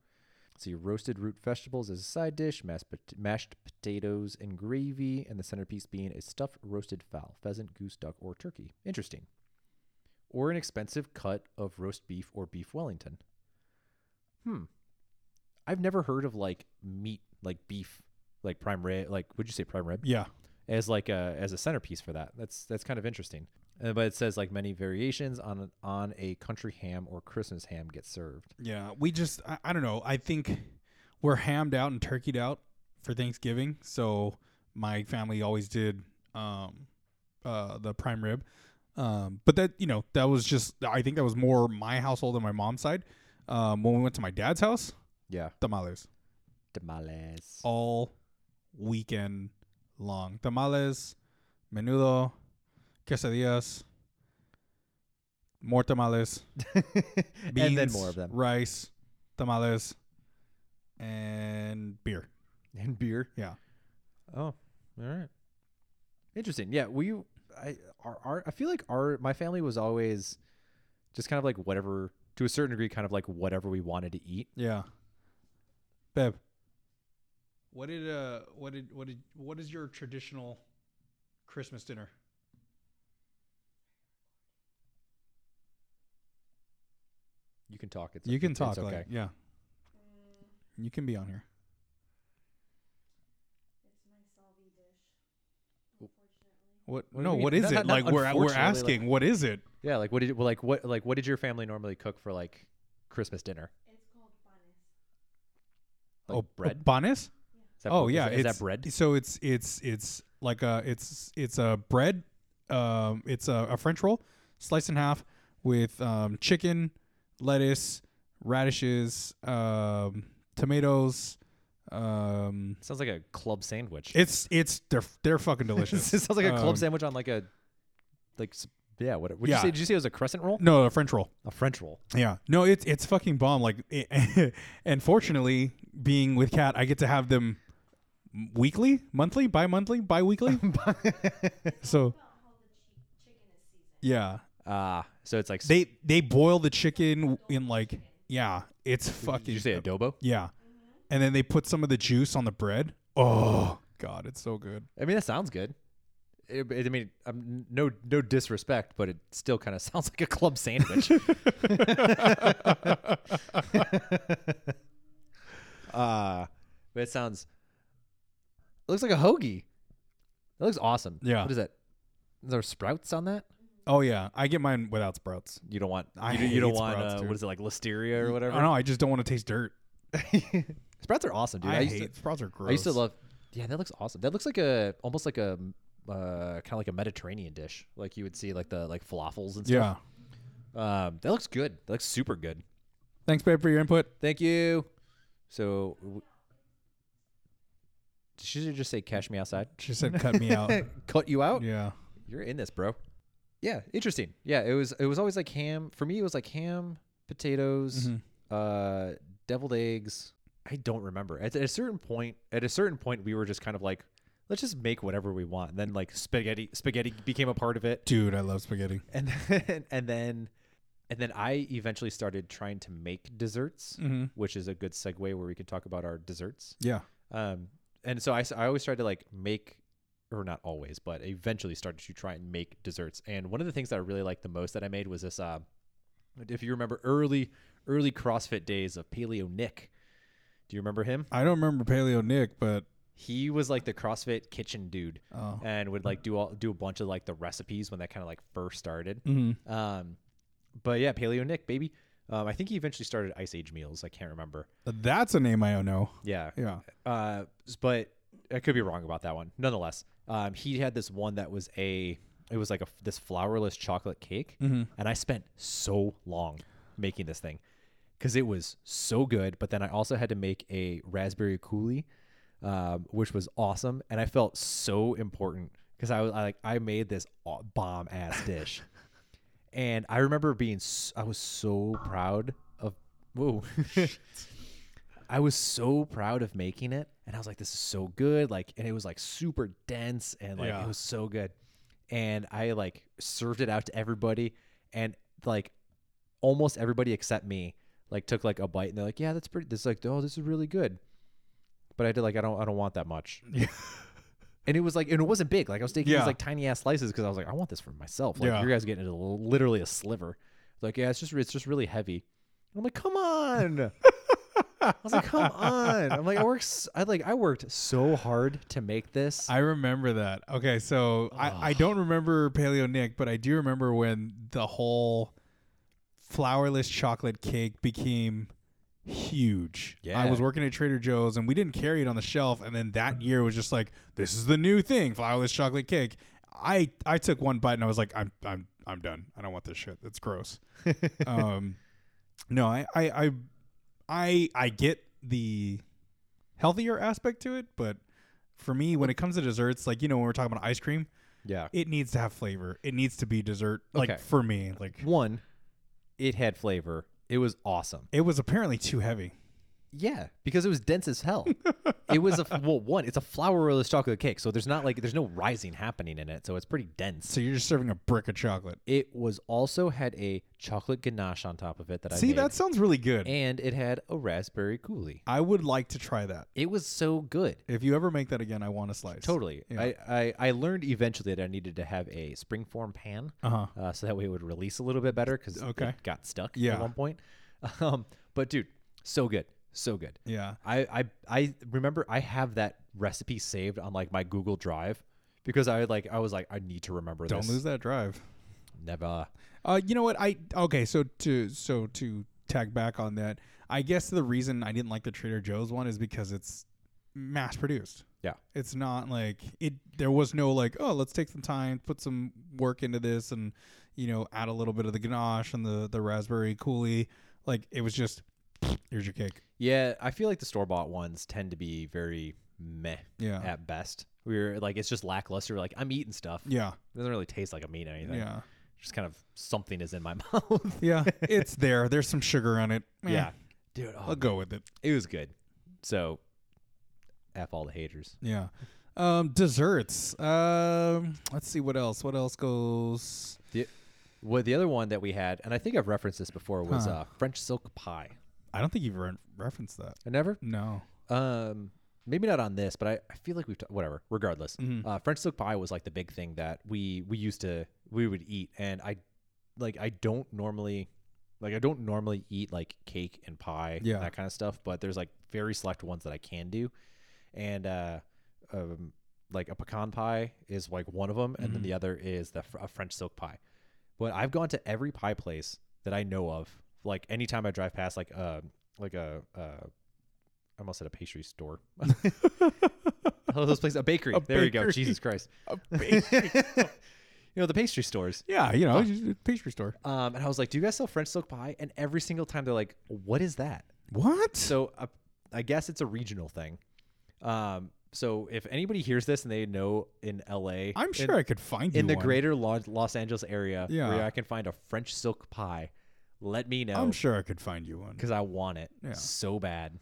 S1: See roasted root vegetables as a side dish, mashed, pot- mashed potatoes and gravy, and the centerpiece being a stuffed roasted fowl, pheasant, goose, duck, or turkey. Interesting. Or an expensive cut of roast beef or beef Wellington. Hmm. I've never heard of like meat, like beef, like prime rib, like would you say prime rib
S2: Yeah.
S1: as like a as a centerpiece for that? That's that's kind of interesting. Uh, but it says like many variations on on a country ham or Christmas ham get served.
S2: Yeah, we just I, I don't know. I think we're hammed out and turkeyed out for Thanksgiving. So my family always did um uh the prime rib. Um but that you know, that was just I think that was more my household than my mom's side. Um when we went to my dad's house,
S1: Yeah,
S2: tamales
S1: tamales.
S2: all weekend long. Tamales, menudo, quesadillas, more tamales, beans,
S1: and then more of them
S2: rice, tamales, and beer.
S1: and beer.
S2: Yeah.
S1: Oh, all right. Interesting. Yeah, we I our, our I feel like our my family was always just kind of like whatever to a certain degree, kind of like whatever we wanted to eat.
S2: Yeah. Beb. What did uh what did what did what is your traditional Christmas dinner?
S1: You can talk. It's
S2: You can
S1: it's
S2: talk
S1: okay.
S2: like yeah. You can be on here. What,
S1: What do
S2: no,
S1: we-
S2: what is
S1: not-
S2: it?
S1: not- not
S2: like we're we're
S1: unfortunately, like-
S2: asking, what is it?
S1: Yeah, like what did well, like what like what did your family normally cook for like Christmas dinner? Like bread.
S2: Oh, Panes?
S1: Is that,
S2: oh
S1: is
S2: yeah,
S1: that- is,
S2: it's-
S1: that bread?
S2: So it's it's it's like a it's it's a bread, um, it's a, a French roll, sliced in half with um, chicken, lettuce, radishes, um, tomatoes. Um,
S1: Sounds like a club sandwich.
S2: it's it's they're they're fucking
S1: it
S2: delicious.
S1: sounds like a club
S2: Um,
S1: sandwich on like a like s- yeah. What would
S2: Yeah.
S1: you say? Did you say it was a crescent roll?
S2: No, a French roll.
S1: A French roll.
S2: Yeah. No, it's it's fucking bomb. Like, it, and fortunately, being with Kat, I get to have them weekly, monthly, bi-monthly, bi-weekly. so. Yeah.
S1: Ah, so it's like s-
S2: They they boil the chicken in like yeah, it's fucking.
S1: Did you say adobo?
S2: Yeah, and then they put some of the juice on the bread. Oh God, it's so good.
S1: I mean, that sounds good. It- it- I mean, um, no, no disrespect, but it still kind of sounds like a club sandwich. uh, but it sounds. It looks like a hoagie. It looks awesome.
S2: Yeah.
S1: What is that? Is there sprouts on that?
S2: Oh yeah, I get mine without sprouts.
S1: You don't want.
S2: I
S1: you, don't- you don't
S2: hate
S1: want.
S2: sprouts,
S1: uh,
S2: dude.
S1: what is it like listeria or
S2: I
S1: whatever?
S2: don't know. I just don't want to taste dirt.
S1: Sprouts are awesome, dude.
S2: I,
S1: used to-
S2: hate sprouts. Are gross.
S1: I used to love. Yeah, that looks awesome. That looks like a almost like a uh, kind of like a Mediterranean dish, like you would see like the like falafels and
S2: Yeah.
S1: stuff. Yeah, um, that looks good. That looks super good.
S2: Thanks, babe, for your input.
S1: Thank you. So, w- should I just say "cash me outside"?
S2: She said, "Cut me out."
S1: Cut you out?
S2: yeah.
S1: You're in this, bro. Yeah, interesting. Yeah, it was it was always like ham. For me, it was like ham, potatoes, uh, deviled eggs. I don't remember. At, at a certain point, at a certain point, we were just kind of like, let's just make whatever we want. And then like spaghetti, spaghetti became a part of it,
S2: Dude, I love spaghetti.
S1: and then, and then, and then I eventually started trying to make desserts, which is a good segue where we could talk about our desserts.
S2: Yeah.
S1: Um, and so I, s- I always tried to like make, or not always, but eventually started to try and make desserts. And one of the things that I really liked the most that I made was this, uh, if you remember early, early CrossFit days of Paleo Nick. Do you remember him?
S2: I don't remember Paleo Nick, but
S1: He was like the CrossFit kitchen dude
S2: Oh.
S1: and would like do all, do a bunch of like the recipes when that kind of like first started. Um, but yeah, Paleo Nick, baby. Um, I think he eventually started Ice Age Meals. I can't remember.
S2: that's a name I don't know.
S1: Yeah.
S2: Yeah.
S1: Uh, s- but I could be wrong about that one. Nonetheless, um, he had this one that was a, it was like a f- this flourless chocolate cake, and I spent so long making this thing because it was so good. But then I also had to make a raspberry coulis, um, which was awesome, and I felt so important because I was I, like I made this bomb ass dish. And I remember being, s- I was so proud of, whoa, I was so proud of making it, and I was like, "This is so good!" Like, and it was like super dense, and like
S2: Yeah.
S1: it was so good. And I like served it out to everybody, and like almost everybody except me like took like a bite, and they're like, "Yeah, that's pretty." This like, oh, this is really good. But I did like, I don't, I don't want that much. and it was like, and it wasn't big. Like I was taking
S2: Yeah.
S1: these like tiny ass slices because I was like, I want this for myself. Like
S2: Yeah.
S1: you guys are getting it a little- literally a sliver. Like yeah, it's just it's just really heavy. I'm like, come on. I was like, come on. I'm like, I worked, s- I like, I worked so hard to make this.
S2: I remember that. Okay, so I, I don't remember Paleo Nick, but I do remember when the whole flourless chocolate cake became huge. I
S1: Yeah.
S2: was working at Trader Joe's and we didn't carry it on the shelf and then that year was just like this is the new thing, flourless chocolate cake. I I took one bite and I was like I'm I'm I'm done. I don't want this shit. It's gross. um no, I I I I, I get the healthier aspect to it, but for me, when it comes to desserts, like you know, when we're talking about ice cream,
S1: yeah.
S2: it needs to have flavor. It needs to be dessert. Like
S1: Okay.
S2: for me, like
S1: One, it had flavor. It was awesome.
S2: it was apparently too heavy.
S1: Yeah, because it was dense as hell. it was a well, one. It's a flourless chocolate cake, so there's not like there's no rising happening in it, so it's pretty dense.
S2: So you're just serving a brick of chocolate.
S1: It was also had a chocolate ganache on top of it that I
S2: See,
S1: made,
S2: that sounds really good.
S1: and it had a raspberry coulis.
S2: I would like to try that.
S1: It was so good.
S2: If you ever make that again, I want a slice.
S1: Totally.
S2: Yeah.
S1: I, I, I learned eventually that I needed to have a springform pan,
S2: Uh-huh.
S1: uh, so that way it would release a little bit better because
S2: Okay.
S1: it got stuck
S2: Yeah.
S1: at one point. Um, but dude, so good, so good.
S2: Yeah.
S1: I, I I remember I have that recipe saved on like my Google Drive because I like I was like I need to remember
S2: Don't
S1: this.
S2: lose that drive.
S1: Never.
S2: Uh, you know what? I okay. So to so to tag back on that, I guess the reason I didn't like the Trader Joe's one is because it's mass produced.
S1: Yeah.
S2: It's not like it. There was no like, oh, let's take some time, put some work into this, and you know, add a little bit of the ganache and the the raspberry coulis. Like it was just, here's your cake.
S1: Yeah, I feel like the store bought ones tend to be very meh
S2: Yeah.
S1: at best. We were like, it's just lackluster. Like, I'm eating stuff.
S2: Yeah,
S1: It doesn't really taste like I'm eating anything.
S2: yeah,
S1: Just kind of something is in my mouth.
S2: yeah. it's there. There's some sugar on it. Eh,
S1: yeah. Dude,
S2: I'll
S1: oh,
S2: go with it.
S1: it was good. So, F all the haters.
S2: Yeah. Um, desserts. Um, let's see what else. What else goes?
S1: The, well, the other one that we had, and I think I've referenced this before, was
S2: Huh.
S1: uh, French silk pie.
S2: I don't think you've re- referenced that.
S1: I never
S2: No.
S1: Um, maybe not on this, but I, I feel like we've t- whatever. Regardless, uh, French silk pie was like the big thing that we we used to we would eat, and I like I don't normally like I don't normally eat like cake and pie
S2: Yeah.
S1: and that kind of stuff, but there's like very select ones that I can do, and uh, um, like a pecan pie is like one of them, and then the other is the fr- a French silk pie. But I've gone to every pie place that I know of. Like anytime I drive past, like uh, like a uh, I almost said a pastry store. oh, those places, a bakery.
S2: A
S1: there you go.
S2: bakery.
S1: Jesus Christ. You know the pastry stores.
S2: yeah, you know, just a pastry store.
S1: Um, and I was like, "Do you guys sell French silk pie?" And every single time they're like, "What is that?"
S2: What?
S1: So uh, I guess it's a regional thing. Um, so if anybody hears this and they know in L.A.,
S2: I'm
S1: in-
S2: sure I could find you
S1: in the
S2: one.
S1: greater Los, Los Angeles area where
S2: Yeah.
S1: I can find a French silk pie, let me know
S2: I'm sure I could find you one.
S1: because I want it
S2: Yeah.
S1: so bad.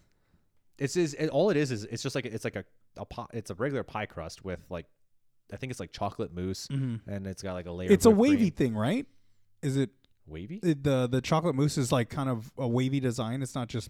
S1: It's is it, all it is is it's just like it's like a a pie, it's a regular pie crust with like I think it's like chocolate mousse and it's got like a layer.
S2: Mm-hmm. It's a
S1: of whipped cream.
S2: wavy thing, right? Is it,
S1: Wavy?
S2: it the the chocolate mousse is like kind of a wavy design? It's not just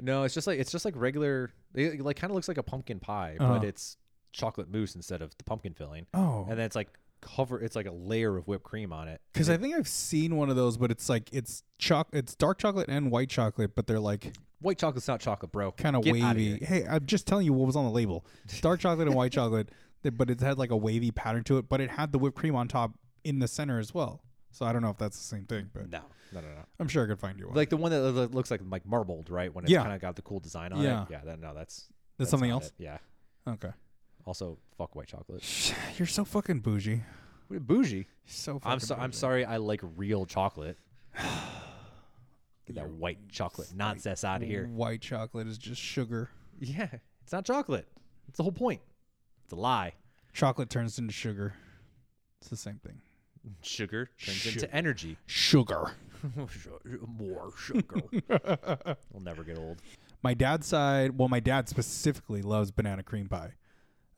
S1: No, it's just like it's just like regular. It like kind of looks like a pumpkin pie, but
S2: Uh-huh.
S1: it's chocolate mousse instead of the pumpkin filling.
S2: oh,
S1: And then it's like cover. It's like a layer of whipped cream on it.
S2: because I think I've seen one of those, but it's like it's choc it's dark chocolate and white chocolate, but they're like
S1: White chocolate's not chocolate, bro.
S2: kind of
S1: Get outta
S2: wavy.
S1: here.
S2: Hey, I'm just telling you what was on the label: It's dark chocolate and white chocolate, th- but it had like a wavy pattern to it, but it had the whipped cream on top in the center as well. So I don't know if that's the same thing, but
S1: No, no, no, no.
S2: I'm sure I could find you one.
S1: Like the one that lo- looks like like marbled, right? When it's
S2: Yeah.
S1: kind of got the cool design on
S2: Yeah.
S1: it. Yeah. That, no, that's
S2: That's something
S1: not
S2: else?
S1: it. Yeah.
S2: okay,
S1: Also, fuck white chocolate.
S2: you're so fucking bougie.
S1: What a bougie.
S2: So fucking
S1: I'm so, I'm
S2: bougie.
S1: sorry. I like real chocolate. Get that white chocolate nonsense out of here.
S2: White chocolate is just sugar.
S1: Yeah, it's not chocolate. It's the whole point. It's a lie.
S2: Chocolate turns into sugar. It's the same thing.
S1: Sugar turns
S2: Sugar.
S1: into energy.
S2: Sugar.
S1: More sugar. I'll never get old.
S2: My dad's side, well, my dad specifically loves banana cream pie.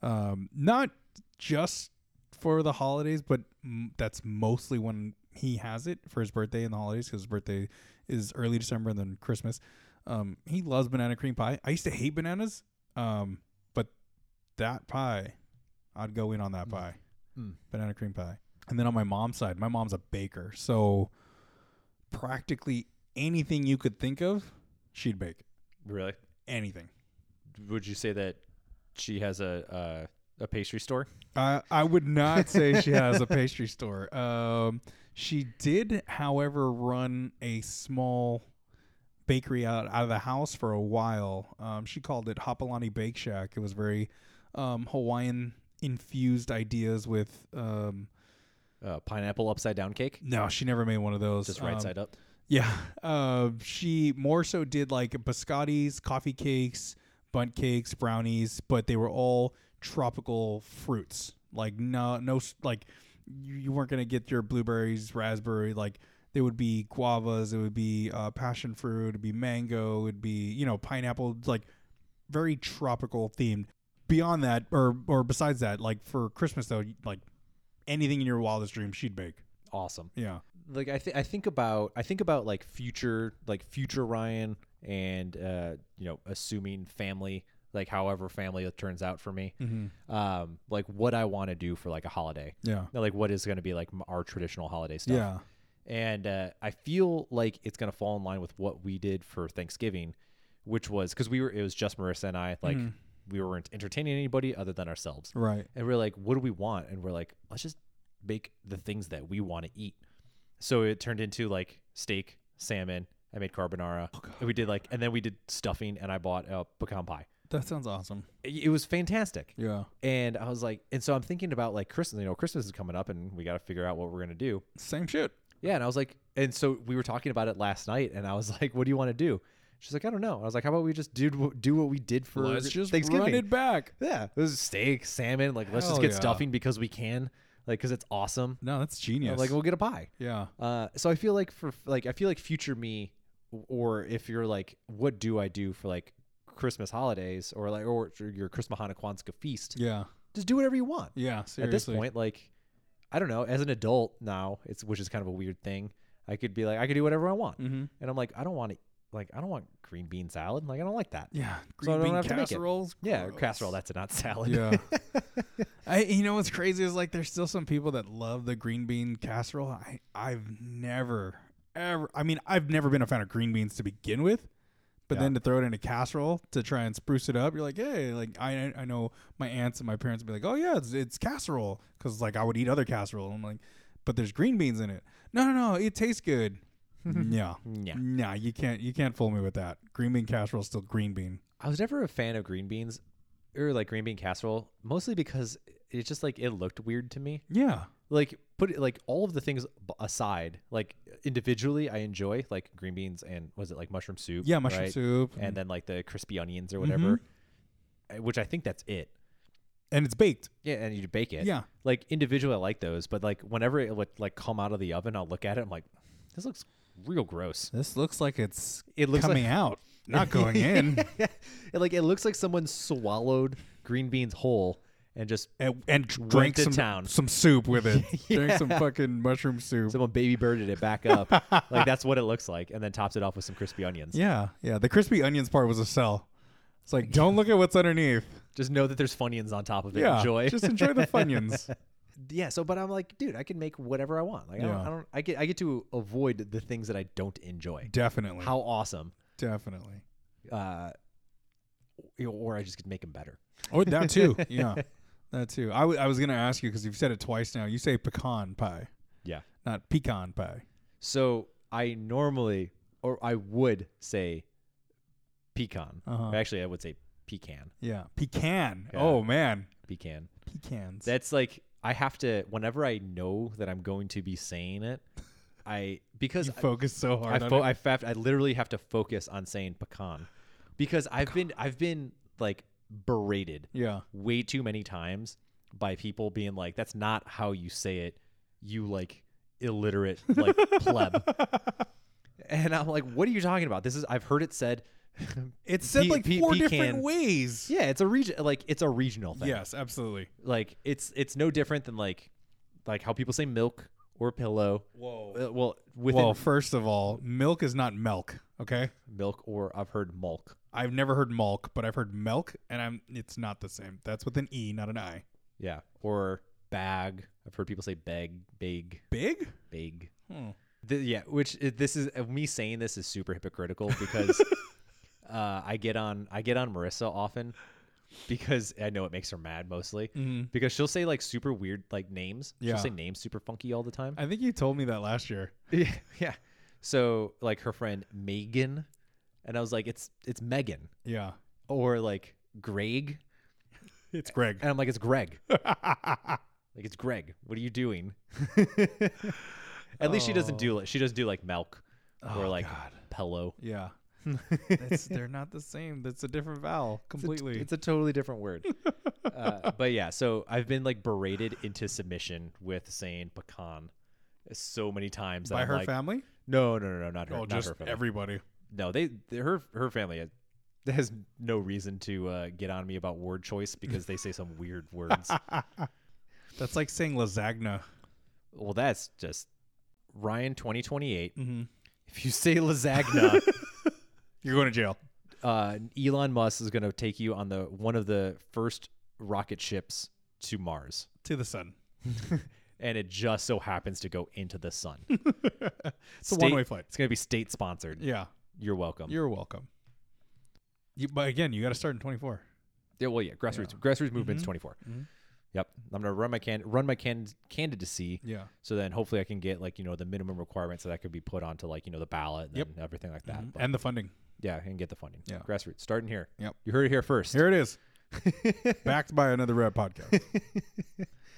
S2: Um, not just for the holidays, but m- that's mostly when he has it for his birthday and the holidays because his birthday is early December and then Christmas. Um, he loves banana cream pie. I used to hate bananas, um, but that pie, I'd go in on that pie. Banana cream pie. And then on my mom's side, my mom's a baker. So practically anything you could think of, she'd bake
S1: Really?
S2: anything.
S1: Would you say that she has a uh, a pastry store?
S2: I I would not say she has a pastry store. Um, she did, however, run a small bakery out, out of the house for a while. Um, she called it Hopalani Bake Shack. It was very um, Hawaiian infused ideas with. Um,
S1: Uh, pineapple upside down cake,
S2: no, she never made one of those.
S1: just right
S2: Um,
S1: side up.
S2: Yeah. Uh, she more so did like biscottis, coffee cakes, bunt cakes, brownies, but they were all tropical fruits. Like no, no, s- like you, you weren't gonna get your blueberries, raspberry. Like they would be guavas. It would be uh, passion fruit. It'd be mango. It'd be you know pineapple. Like very tropical themed. Beyond that, or or besides that, like for Christmas though, like anything in your wildest dreams, she'd bake.
S1: Awesome.
S2: Yeah.
S1: like I, th- I think about I think about like future like future Ryan and uh, you know assuming family like however family it turns out for me um, like what I want to do for like a holiday
S2: Mm-hmm. Yeah.
S1: like what is going to be like m- our traditional holiday stuff
S2: Yeah.
S1: and uh, I feel like it's gonna fall in line with what we did for Thanksgiving, which was because we were it was just Marissa and I like we weren't entertaining anybody other than ourselves,
S2: Right.
S1: And we're like, what do we want? And we're like, let's just make the things that we want to eat. So it turned into like
S2: Oh,
S1: steak, salmon. I made carbonara. and we did like, and then we did stuffing, and I bought a pecan pie.
S2: That sounds awesome.
S1: It was fantastic.
S2: Yeah.
S1: And I was like, and so I'm thinking about like Christmas. You know, Christmas is coming up, and we got to figure out what we're gonna do.
S2: Same shit.
S1: Yeah, and I was like, and so we were talking about it last night, and I was like, "What do you want to do?" She's like, "I don't know." I was like, "How about we just do what- do what we did for
S2: Let's just
S1: Thanksgiving?"
S2: run it back.
S1: Yeah, it was steak, salmon. Like, let's just
S2: Hell
S1: get
S2: yeah.
S1: stuffing because we can, like, because it's awesome. Uh,
S2: No, that's genius.
S1: Like, we'll get a pie.
S2: yeah.
S1: Uh, so I feel like for like I feel like future me, or if you're like, what do I do for like Christmas holidays or like or your Christmas Hanukkah Kwanzaa feast?
S2: Yeah.
S1: Just do whatever you want
S2: Yeah. Seriously.
S1: at this point, like, I don't know. As an adult now, it's which is kind of a weird thing. I could be like, I could do whatever I want,
S2: Mhm.
S1: and I'm like, I don't want to, like, I don't want green bean salad. Like, I don't like that.
S2: Yeah.
S1: So I
S2: Green
S1: don't
S2: bean
S1: have to make it.
S2: casseroles.
S1: Yeah, or
S2: Gross.
S1: casserole. That's not salad.
S2: Yeah. I, you know what's crazy is like there's still some people that love the green bean casserole. I I've never ever I mean I've never been a fan of green beans to begin with, but
S1: Yeah.
S2: then to throw it in a casserole to try and spruce it up, you're like, hey, like I I know my aunts and my parents would be like, oh yeah, it's it's casserole because like I would eat other casserole. I'm like, but there's green beans in it. No no no, it tastes good. yeah.
S1: Yeah.
S2: Nah, you can't you can't fool me with that. Green bean casserole is still green bean.
S1: I was never a fan of green beans or like green bean casserole, mostly because it's just like it looked weird to me.
S2: Yeah.
S1: Like, put it like all of the things b- aside, like individually, I enjoy like green beans and was it like mushroom soup?
S2: Yeah, mushroom
S1: right?
S2: soup. Mm-hmm.
S1: and then like the crispy onions or whatever, uh, which I think that's it.
S2: and it's baked.
S1: Yeah, and you bake it.
S2: Yeah.
S1: Like individually, I like those, but like whenever it would like come out of the oven, I'll look at it. I'm like, this looks real gross.
S2: This looks like it's
S1: It looks
S2: coming
S1: like-
S2: out, not going in,
S1: it, like it looks like someone swallowed green beans whole and just
S2: and, and drank
S1: to
S2: some
S1: town.
S2: some soup with it. Drank some fucking mushroom soup.
S1: someone baby birded it back up. like that's what it looks like, and then tops it off with some crispy onions.
S2: yeah, yeah. The crispy onions part was a sell. It's like don't look at what's underneath.
S1: Just know that there's funions on top of it.
S2: Yeah,
S1: Enjoy.
S2: just enjoy the funyuns.
S1: yeah. So, but I'm like, dude, I can make whatever I want. Like I,
S2: Yeah.
S1: don't, I don't. I get. I get to avoid the things that I don't enjoy.
S2: definitely,
S1: How awesome.
S2: definitely.
S1: uh, you know, or I just could make them better.
S2: Or Oh, that too. yeah, that too. I wa- I was gonna ask you because you've said it twice now. You say pecan pie,
S1: Yeah.
S2: not pecan pie.
S1: So I normally, or I would say pecan.
S2: Uh-huh.
S1: Actually, I would say pecan.
S2: Yeah, pecan.
S1: Yeah.
S2: Oh man,
S1: Pecan.
S2: pecans.
S1: That's like I have to whenever I know that I'm going to be saying it. I because
S2: you focus so
S1: I
S2: hard.
S1: I,
S2: on
S1: fo-
S2: it.
S1: I, fa- I literally have to focus on saying pecan because I've been I've been like berated
S2: yeah.
S1: way too many times by people being like, "That's not how you say it, you like illiterate like pleb." And I'm like, "What are you talking about? This is I've heard it said."
S2: It's said
S1: Pe-
S2: like
S1: pe-
S2: four
S1: pecan.
S2: different ways.
S1: Yeah, it's a region like it's a regional thing.
S2: Yes, absolutely.
S1: like it's it's no different than like like how people say milk or pillow.
S2: Whoa.
S1: Uh, well, within
S2: well, first of all, milk is not milk. Okay,
S1: milk or I've heard mulk.
S2: I've never heard milk, but I've heard milk, and I'm it's not the same. That's with an e, not an i.
S1: Yeah, or bag. I've heard people say bag, bag,
S2: Big.
S1: bag.
S2: Hmm.
S1: Th- yeah, which i- this is uh, me saying this is super hypocritical because uh, I get on I get on Marissa often because I know it makes her mad mostly because she'll say like super weird like names.
S2: Mm-hmm. Yeah.
S1: She'll say names super funky all the time.
S2: I think you told me that last year.
S1: yeah, yeah. So like her friend Megan, and I was like, it's it's Megan
S2: Yeah,
S1: or like Greg,
S2: it's Greg.
S1: and I'm like, it's Greg. like it's Greg. What are you doing? At least she doesn't do like she doesn't do like milk or like pillow.
S2: yeah, That's- they're not the same. That's a different vowel completely.
S1: It's a totally different word. uh, but yeah, so I've been like berated into submission with saying pecan so many times. that
S2: by
S1: I'm
S2: her
S1: like,
S2: family.
S1: No, no, no, no, not her.
S2: Oh,
S1: not
S2: just
S1: her family.
S2: everybody.
S1: no, they, they her her family has, has no reason to uh, get on me about word choice because they say some weird words.
S2: That's like saying lasagna.
S1: well, that's just Ryan twenty
S2: Mm-hmm.
S1: If you say lasagna,
S2: You're going to jail.
S1: uh, Elon Musk is going to take you on the one of the first rocket ships to Mars.
S2: To the sun.
S1: and it just so happens to go into the sun.
S2: It's a one-way flight.
S1: It's going to be state sponsored.
S2: Yeah,
S1: You're welcome.
S2: you're welcome. You, but again, you got to start in 24. Mm-hmm.
S1: yeah, well, yeah, grassroots grassroots movement's 24. Yep. I'm gonna run my can run my can- candidacy.
S2: Yeah.
S1: So then hopefully I can get like you know the minimum requirements that I could be put onto like you know the ballot and then everything like that. But,
S2: Mm-hmm. and the funding.
S1: yeah, and get the funding.
S2: Yeah.
S1: Grassroots starting here.
S2: Yep.
S1: You heard it here first.
S2: Here it is. Backed by another red podcast.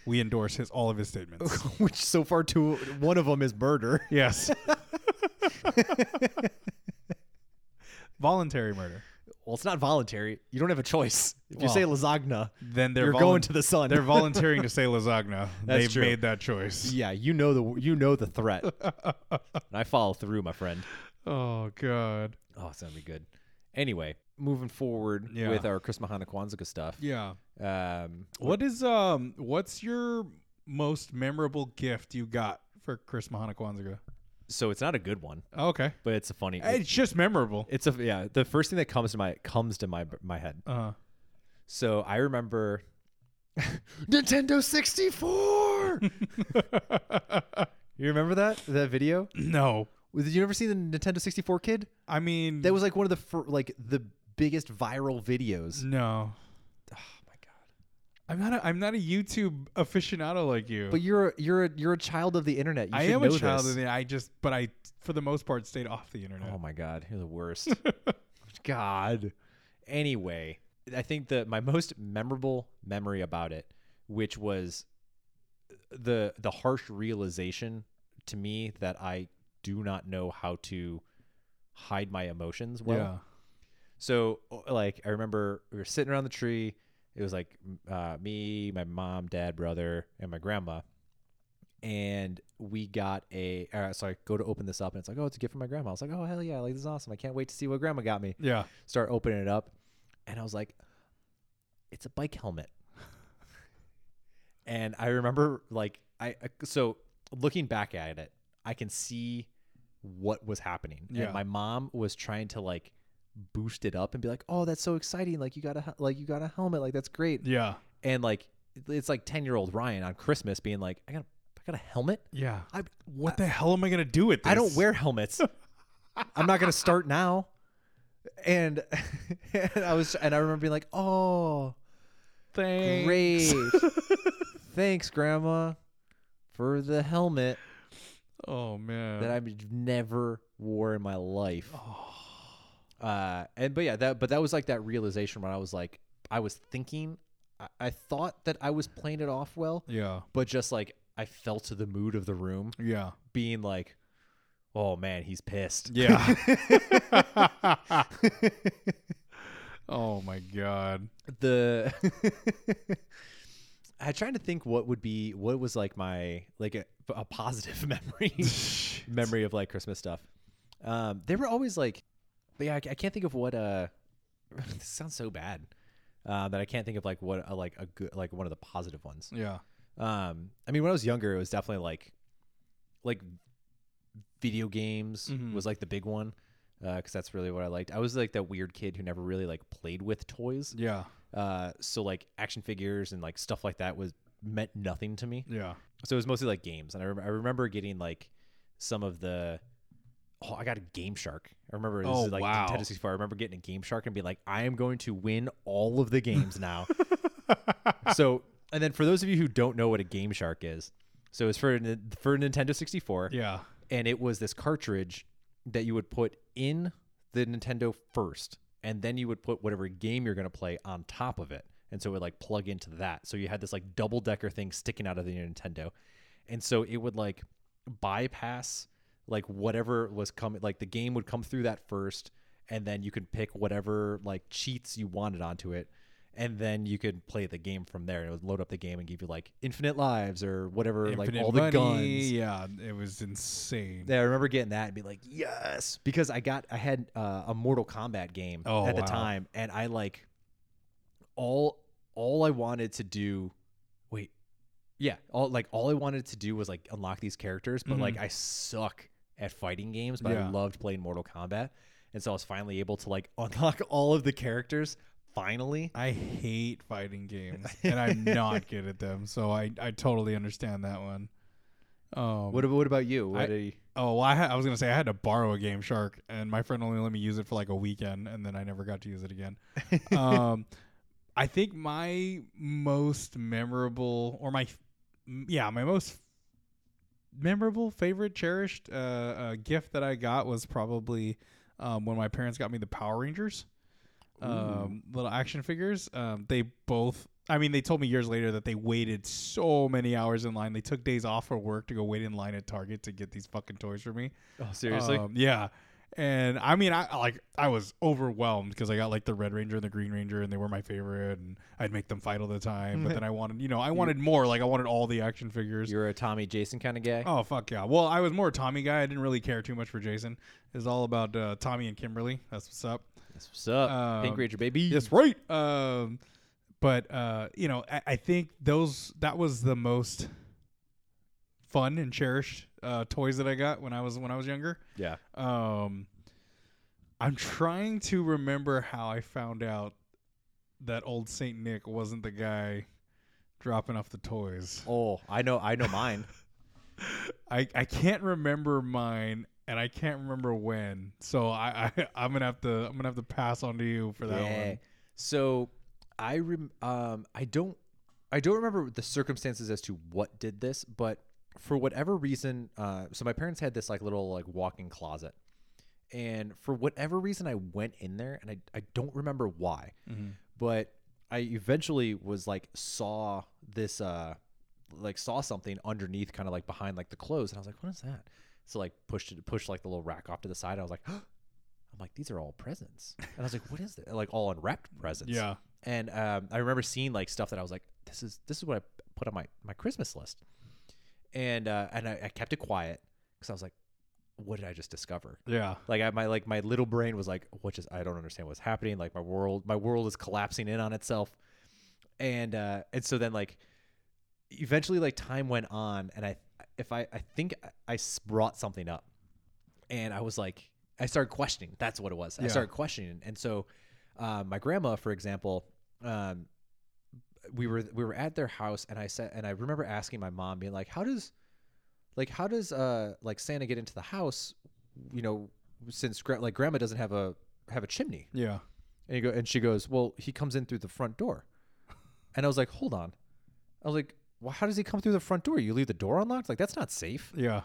S2: we endorse his all of his statements.
S1: Which so far two one of them is murder.
S2: yes. Voluntary murder.
S1: Well, it's not voluntary. You don't have a choice. If you
S2: Well,
S1: say lasagna,
S2: Then they're
S1: you're
S2: volun-
S1: going to the sun.
S2: They're volunteering to say lasagna.
S1: That's
S2: They've
S1: true.
S2: made that choice.
S1: yeah, you know the you know the threat, and I follow through, my friend.
S2: Oh god.
S1: Oh, it's gonna be good. Anyway, moving forward
S2: Yeah.
S1: with our Chris Mahana Kwanzaa stuff.
S2: Yeah.
S1: Um,
S2: What is um what's your most memorable gift you got for Chris Mahana Kwanzaa?
S1: so it's not a good one,
S2: Oh, okay.
S1: but it's a funny.
S2: It's just memorable.
S1: It's a yeah. The first thing that comes to my comes to my my head.
S2: Uh
S1: So I remember Nintendo sixty four. you remember that that video?
S2: no.
S1: Did you ever see the Nintendo sixty four kid?
S2: I mean
S1: That was like one of the fir- like the biggest viral videos.
S2: No. Oh my god. I'm not a, I'm not a YouTube aficionado like you.
S1: But you're a, you're a, you're a child of the internet. You
S2: I
S1: should
S2: am a
S1: know
S2: child
S1: this.
S2: and I just but I for the most part stayed off the internet.
S1: Oh my god, you're the worst. god. Anyway, I think that my most memorable memory about it, which was the the harsh realization to me that I do not know how to hide my emotions well.
S2: yeah.
S1: So o- like I remember we were sitting around the tree. It was like m- uh, me, my mom, dad, brother, and my grandma. And we got a uh, so I go to open this up and it's like oh it's a gift from my grandma. I was like oh hell yeah like this is awesome. I can't wait to see what grandma got me.
S2: Yeah.
S1: Start opening it up, and I was like, it's a bike helmet. and I remember like I I- so looking back at it, I can see what was happening.
S2: Yeah.
S1: And my mom was trying to like boost it up and be like, "Oh, that's so exciting! Like you got a hel- like you got a helmet! Like that's great!"
S2: Yeah.
S1: And like it's like ten year old Ryan on Christmas being like, "I got a, I got a helmet.
S2: Yeah.
S1: I
S2: what the hell am I gonna do with this?
S1: I don't wear helmets. I'm not gonna start now." And, and I was and I remember being like, "Oh,
S2: things.
S1: great! Thanks, Grandma, for the helmet
S2: Oh man.
S1: that I've never wore in my life." Uh, and but yeah, that but that was like that realization when I was like, I was thinking, I, I thought that I was playing it off well,
S2: yeah.
S1: but just like I fell to the mood of the room,
S2: Yeah.
S1: being like, "Oh man, he's pissed."
S2: Yeah. oh my god.
S1: the I trying to think what would be what was like my like a, a positive memory memory of like Christmas stuff. Um, they were always like, but yeah, I, ca- I can't think of what. Uh, this sounds so bad uh, that I can't think of like what uh, like a good like one of the positive ones.
S2: Yeah.
S1: Um, I mean, when I was younger, it was definitely like, like, video games was like the big one, because that's really what I liked. I was like that weird kid who never really like played with toys.
S2: Yeah.
S1: Uh, so like action figures and like stuff like that was meant nothing to me.
S2: Yeah.
S1: So it was mostly like games, and I, rem- I remember getting like some of the. Oh, I got a Game Shark. I remember this
S2: Oh,
S1: is like
S2: wow.
S1: Nintendo 64. I remember getting a Game Shark and being like, I am going to win all of the games now. so, and then for those of you who don't know what a Game Shark is, so it's for a- for a Nintendo 64
S2: Yeah.
S1: and it was this cartridge that you would put in the Nintendo first, and then you would put whatever game you're going to play on top of it, and so it would like plug into that. So you had this like double decker thing sticking out of the Nintendo, and so it would like bypass like whatever was coming. Like the game would come through that first, and then you could pick whatever like cheats you wanted onto it. And then you could play the game from there. It would load up the game and give you like infinite lives or whatever, like
S2: Infinite
S1: all the
S2: money.
S1: guns.
S2: Yeah. It was insane.
S1: Yeah, I remember getting that and be like, yes, because I got I had uh, a Mortal Kombat game
S2: Oh,
S1: at the
S2: wow.
S1: time, and I like all all I wanted to do. Wait, yeah, all like all I wanted to do was like unlock these characters, but like I suck at fighting games, but
S2: Mm-hmm. Yeah.
S1: I loved playing Mortal Kombat, and so I was finally able to like unlock all of the characters. Finally,
S2: I hate fighting games, and I'm not good at them, so I, I totally understand that one. Um,
S1: what ab- what about you? What
S2: I-
S1: do you-
S2: oh, well, I, ha- I was gonna say I had to borrow a Game Shark, and my friend only let me use it for like a weekend, and then I never got to use it again. um, I think my most memorable, or my, f- m- yeah, my most memorable, favorite, cherished uh, uh, gift that I got was probably um, when my parents got me the Power Rangers um, little action figures. Um, they both, I mean, they told me years later that they waited so many hours in line. They took days off for work to go wait in line at Target to get these fucking toys for me.
S1: Oh, seriously?
S2: Um, yeah. And I mean, I I, like I was overwhelmed because I got like the Red Ranger and the Green Ranger, and they were my favorite, and I'd make them fight all the time. But then I wanted, you know, I wanted more. Like I wanted all the action figures.
S1: You're a Tommy Jason kind of guy.
S2: Oh fuck yeah! Well, I was more a Tommy guy. I didn't really care too much for Jason. It was all about uh, Tommy and Kimberly. That's what's up.
S1: That's what's up, Pink
S2: um,
S1: Ranger baby?
S2: Yes, right. Um, but uh, you know, I, I think those that was the most fun and cherished uh, toys that I got when I was when I was younger.
S1: Yeah.
S2: Um, I'm trying to remember how I found out that old Saint Nick wasn't the guy dropping off the toys.
S1: Oh, I know. I know mine.
S2: I, I can't remember mine and I can't remember when. So I, I I'm gonna have to I'm gonna have to pass on to you for that
S1: yeah.
S2: one.
S1: So I rem- um I don't I don't remember the circumstances as to what did this, but for whatever reason, uh, so my parents had this like little like walk-in closet, and for whatever reason, I went in there, and I I don't remember why, but I eventually was like saw this uh like saw something underneath, kind of like behind like the clothes, and I was like, what is that? So like pushed it pushed like the little rack off to the side. I was like. I'm like, these are all presents. And I was like, what is that? Like all unwrapped presents.
S2: Yeah.
S1: And um, I remember seeing like stuff that I was like, this is this is what I put on my my Christmas list. And uh, and I, I kept it quiet because I was like, what did I just discover?
S2: Yeah.
S1: Like I, my like my little brain was like, what just I don't understand what's happening. Like my world my world is collapsing in on itself. And uh, and so then like eventually like time went on and I if I I think I s- brought something up and I was like, I started questioning. That's what it was. I
S2: Yeah.
S1: started questioning, and so uh, my grandma, for example, um, we were we were at their house, and I said, and I remember asking my mom, being like, "How does, like, how does uh like Santa get into the house? You know, since gra- like grandma doesn't have a have a chimney."
S2: Yeah.
S1: And you go, and she goes, "Well, he comes in through the front door." And I was like, "Hold on," I was like, well, "How does he come through the front door? You leave the door unlocked? Like that's not safe."
S2: Yeah.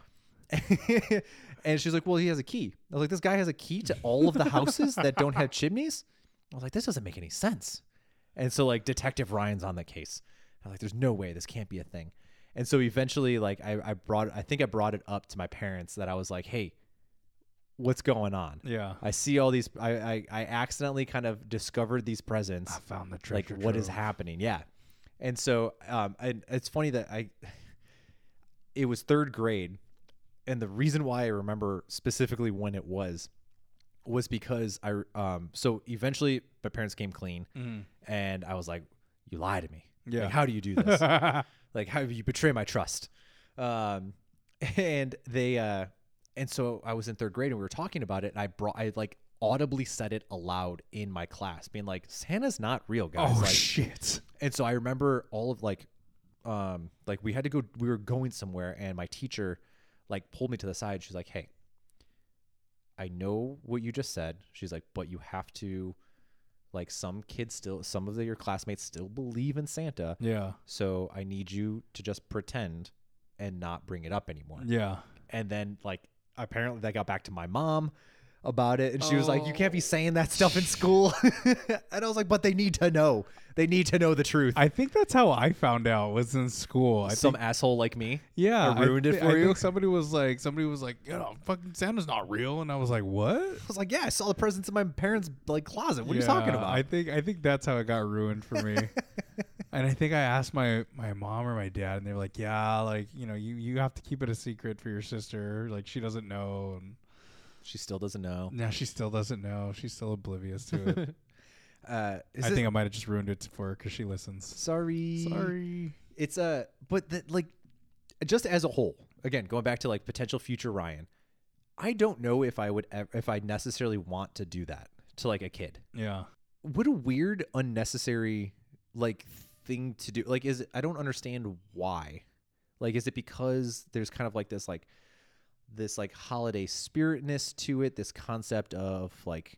S1: and she's like, "Well, he has a key." I was like, "This guy has a key to all of the houses that don't have chimneys." I was like, "This doesn't make any sense." And so, like, Detective Ryan's on the case. I'm like, "There's no way this can't be a thing." And so, eventually, like, I, I brought, I think I brought it up to my parents that I was like, "Hey, what's going on?"
S2: Yeah.
S1: I see all these. I, I, I accidentally kind of discovered these presents
S2: found the
S1: like
S2: treasure
S1: what is
S2: trove.
S1: happening yeah and so um and it's funny that i it was third grade and the reason why i remember specifically when it was was because i um so eventually my parents came clean and i was like you lie to me Like,
S2: Mm. Yeah.
S1: how do you do this like how you betray my trust um and they uh and so i was in third grade and we were talking about it and i brought i like audibly said it aloud in my class being like santa's not real guys
S2: Oh
S1: like
S2: shit.
S1: and so I remember all of like, um, like we had to go, we were going somewhere, and my teacher, like, pulled me to the side. She's like, "Hey, I know what you just said." She's like, "But you have to, like, some kids still, some of the, your classmates still believe in Santa,
S2: Yeah.
S1: so I need you to just pretend and not bring it up anymore."
S2: Yeah.
S1: And then, like, apparently, that got back to my mom about it and she was like you can't be saying that stuff in school and i was like but they need to know they need to know the truth
S2: I think that's how I found out was in school. I
S1: some
S2: think,
S1: asshole like me.
S2: yeah,
S1: I ruined
S2: thi-
S1: it for
S2: I
S1: you.
S2: think somebody was like, somebody was like, you know, fucking Santa's not real, and I was like, what?
S1: I was like, yeah, I saw the presents in my parents' like closet. What are you talking
S2: Yeah,
S1: about?
S2: I think I think that's how it got ruined for me. and I think I asked my my mom or my dad, and they were like, "Yeah, like you know, you you have to keep it a secret for your sister. Like she doesn't know, and
S1: she still doesn't know.
S2: now she still doesn't know. She's still oblivious to it.
S1: Uh, is
S2: I
S1: it-
S2: think I might have just ruined it for her because she listens.
S1: sorry,
S2: Sorry.
S1: It's a but the, like just as a whole. Again, going back to like potential future Ryan, I don't know if I would ever, if I necessarily want to do that to like a kid.
S2: Yeah.
S1: What a weird, unnecessary like thing to do. Like, is it, I don't understand why. Like, is it because there's kind of like this like this like holiday spiritness to it this concept of like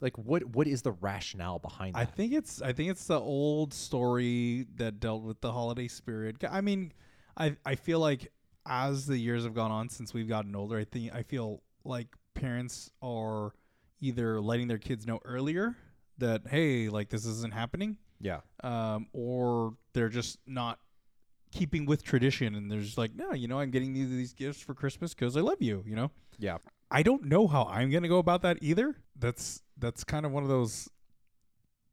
S1: Like what what is the rationale behind that?
S2: I think it's I think it's the old story that dealt with the holiday spirit. I mean, I I feel like as the years have gone on since we've gotten older, I think I feel like parents are either letting their kids know earlier that hey, like this isn't happening,
S1: yeah.
S2: um, or they're just not keeping with tradition and they're just like, no, you know, I'm getting you these gifts for Christmas because I love you, you know.
S1: Yeah.
S2: I don't know how I'm gonna go about that either. That's that's kind of one of those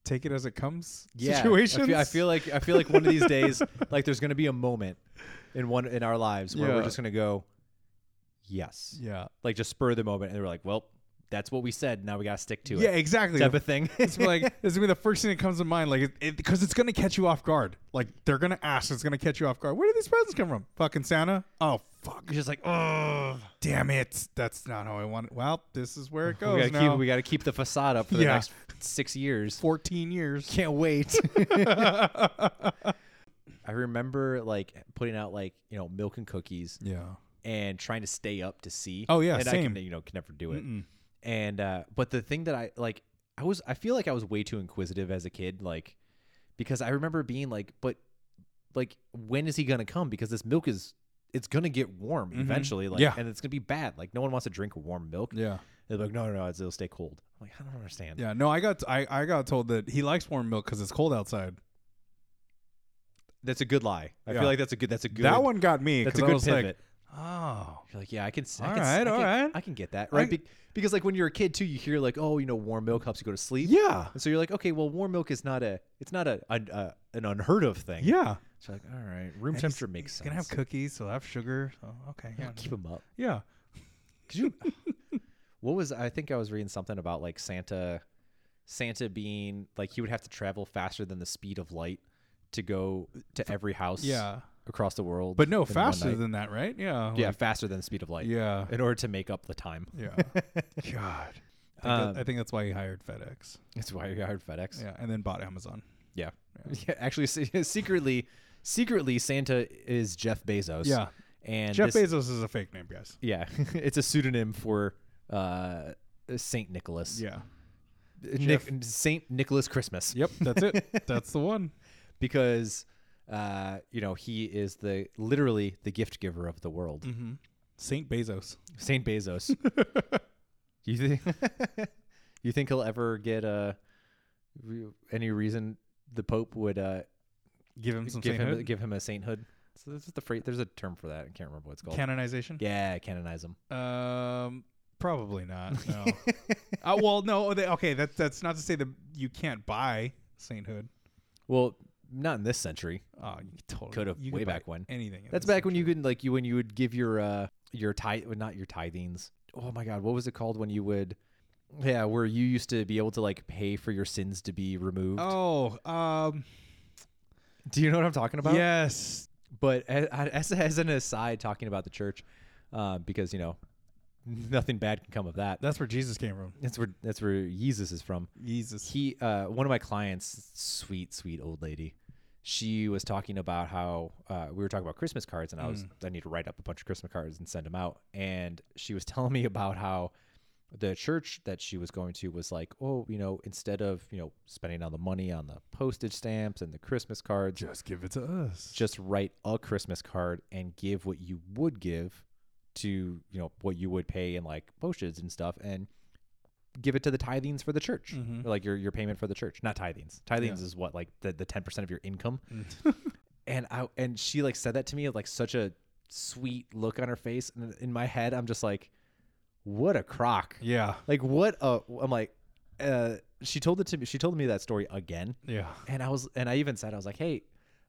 S2: take it as it comes situations.
S1: I feel, I feel like I feel like one of these days, like there's gonna be a moment in one in our lives where we're
S2: Yeah.
S1: just gonna go, yes,
S2: yeah,
S1: like just spur of the moment, and we're like, well, that's what we said. Now we gotta stick to
S2: yeah,
S1: it,
S2: exactly.
S1: type of thing.
S2: It's like this is gonna be the first thing that comes to mind, like because it, because it's gonna catch you off guard. Like they're gonna ask, it's gonna catch you off guard. Where did these presents come from? Fucking Santa? Oh fuck! You're just like, oh damn it, that's not how I want it. Well, this is where it goes
S1: we gotta
S2: now.
S1: keep we gotta keep the facade up for the
S2: Yeah.
S1: next six years.
S2: Fourteen years.
S1: Can't wait. I remember like putting out like you know milk and cookies
S2: Yeah.
S1: and trying to stay up to see.
S2: Oh, yeah,
S1: and I
S2: same.
S1: can, you know can never do it. And uh, but the thing that I like, I was I feel like I was way too inquisitive as a kid, like because I remember being like, but like when is he gonna come? Because this milk is it's gonna get warm eventually, like
S2: Mm-hmm. Yeah.
S1: and it's gonna be bad. Like no one wants to drink warm milk.
S2: Yeah.
S1: They're like, no, no, no, it's- it'll stay cold. I'm like, I don't understand.
S2: Yeah, no, I got I, I got told that he likes warm milk because it's cold outside.
S1: That's a good lie. I
S2: Yeah.
S1: feel like that's a good. That's a good.
S2: That one got me.
S1: That's
S2: 'cause
S1: a
S2: I
S1: good
S2: was
S1: pivot.
S2: Like, oh,
S1: You're like, yeah, I can. s- I
S2: All
S1: can, s-
S2: right,
S1: I
S2: all
S1: can,
S2: right.
S1: I can get that, right?
S2: I-
S1: Be- because like when you're a kid too, you hear like, oh, you know, warm milk helps you go to sleep.
S2: yeah,
S1: And so you're like, okay, well, warm milk is not a, it's not a, an uh, an unheard of thing.
S2: yeah.
S1: So like, all right, room
S2: And
S1: temperature
S2: he's-
S1: makes
S2: he's
S1: sense.
S2: Gonna have cookies, so have sugar. So okay, yeah,
S1: Keep them up.
S2: yeah.
S1: Could you? what was I think I was reading something about like Santa, Santa being like he would have to travel faster than the speed of light to go to every house.
S2: Yeah.
S1: Across the world,
S2: But no,
S1: in one
S2: faster
S1: night.
S2: than that, right? Yeah,
S1: yeah,
S2: like-
S1: faster than the speed of light.
S2: yeah,
S1: In order to make up the time.
S2: yeah. God, I think,
S1: Um,
S2: that, I think that's why he hired FedEx.
S1: That's why you hired FedEx.
S2: Yeah, and then bought Amazon.
S1: Yeah. yeah actually, se- secretly, secretly, Santa is Jeff Bezos.
S2: Yeah.
S1: And
S2: Jeff
S1: this-
S2: Bezos is a fake name, guys.
S1: Yeah. it's a pseudonym for uh, Saint Nicholas.
S2: Yeah.
S1: Nic- Saint Nicholas Christmas.
S2: Yep, that's it. that's the one.
S1: Because, uh, you know, he is the literally the gift giver of the world.
S2: Mm-hmm. Saint Bezos.
S1: Saint Bezos. you think? you think he'll ever get uh, re- any reason the Pope would uh,
S2: Give him some
S1: give him
S2: sainthood.
S1: give him a sainthood? So this is the phrase. There's a term for that. I can't remember what it's called.
S2: Canonization.
S1: Yeah, canonize him.
S2: Um, probably not. No. uh, well, no. They, okay, that's that's not to say that you can't buy sainthood.
S1: Well, not in this century.
S2: Oh, you totally
S1: Could've
S2: you
S1: way
S2: buy
S1: back when.
S2: Anything. in
S1: That's
S2: this
S1: back when you
S2: century.
S1: could like you when you would give your uh your tithe well, not your tithings. Oh my god, what was it called when you would yeah, where you used to be able to like pay for your sins to be removed.
S2: Oh, um,
S1: Do you know what I'm talking about?
S2: yes.
S1: But as, as, as an aside, talking about the church, uh, because you know nothing bad can come of that.
S2: That's where Jesus came from.
S1: That's where that's where Jesus is from.
S2: Jesus.
S1: he uh one of my clients sweet sweet old lady she was talking about how uh, we were talking about christmas cards and i was i need to write up a bunch of christmas cards and send them out and she was telling me about how the church that she was going to was like oh you know instead of you know spending all the money on the postage stamps and the christmas cards
S2: Just give it to us.
S1: just write a Christmas card and give what you would give to you know what you would pay in like postage and stuff and give it to the tithings for the church Or, like your your payment for the church not tithings tithings is what like the, the 10% of your income and I and she like said that to me with like such a sweet look on her face and in my head I'm just like what a crock
S2: Yeah.
S1: like what a I'm like uh she told it to me she told me that story again
S2: Yeah.
S1: and I was, and I even said, I was like, hey,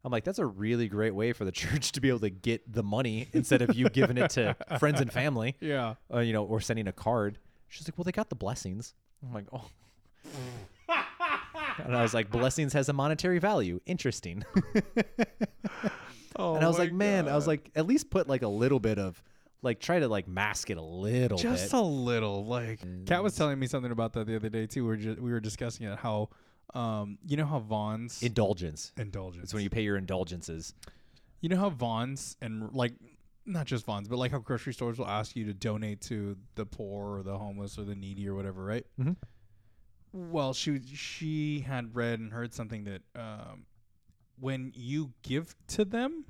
S1: I'm like, that's a really great way for the church to be able to get the money instead of you giving it to friends and family,
S2: Yeah.
S1: uh, you know, or sending a card. She's like, well, they got the blessings. I'm like, oh. and I was like, blessings has a monetary value. Interesting.
S2: Oh,
S1: and I was
S2: my
S1: like, man, I was
S2: God.
S1: like, at least put like a little bit of, like, try to like mask it a little
S2: just
S1: bit. Mm.
S2: a little. Like Kat was telling me something about that the other day too. We were just, we were discussing it. How, um, you know how Vaughn's
S1: Indulgence.
S2: indulgence.
S1: It's when you pay your indulgences.
S2: You know how Vaughn's and like not just Vaughn's, but like how grocery stores will ask you to donate to the poor or the homeless or the needy or whatever, right? Mm-hmm. well, she she had read and heard something that um, when you give to them,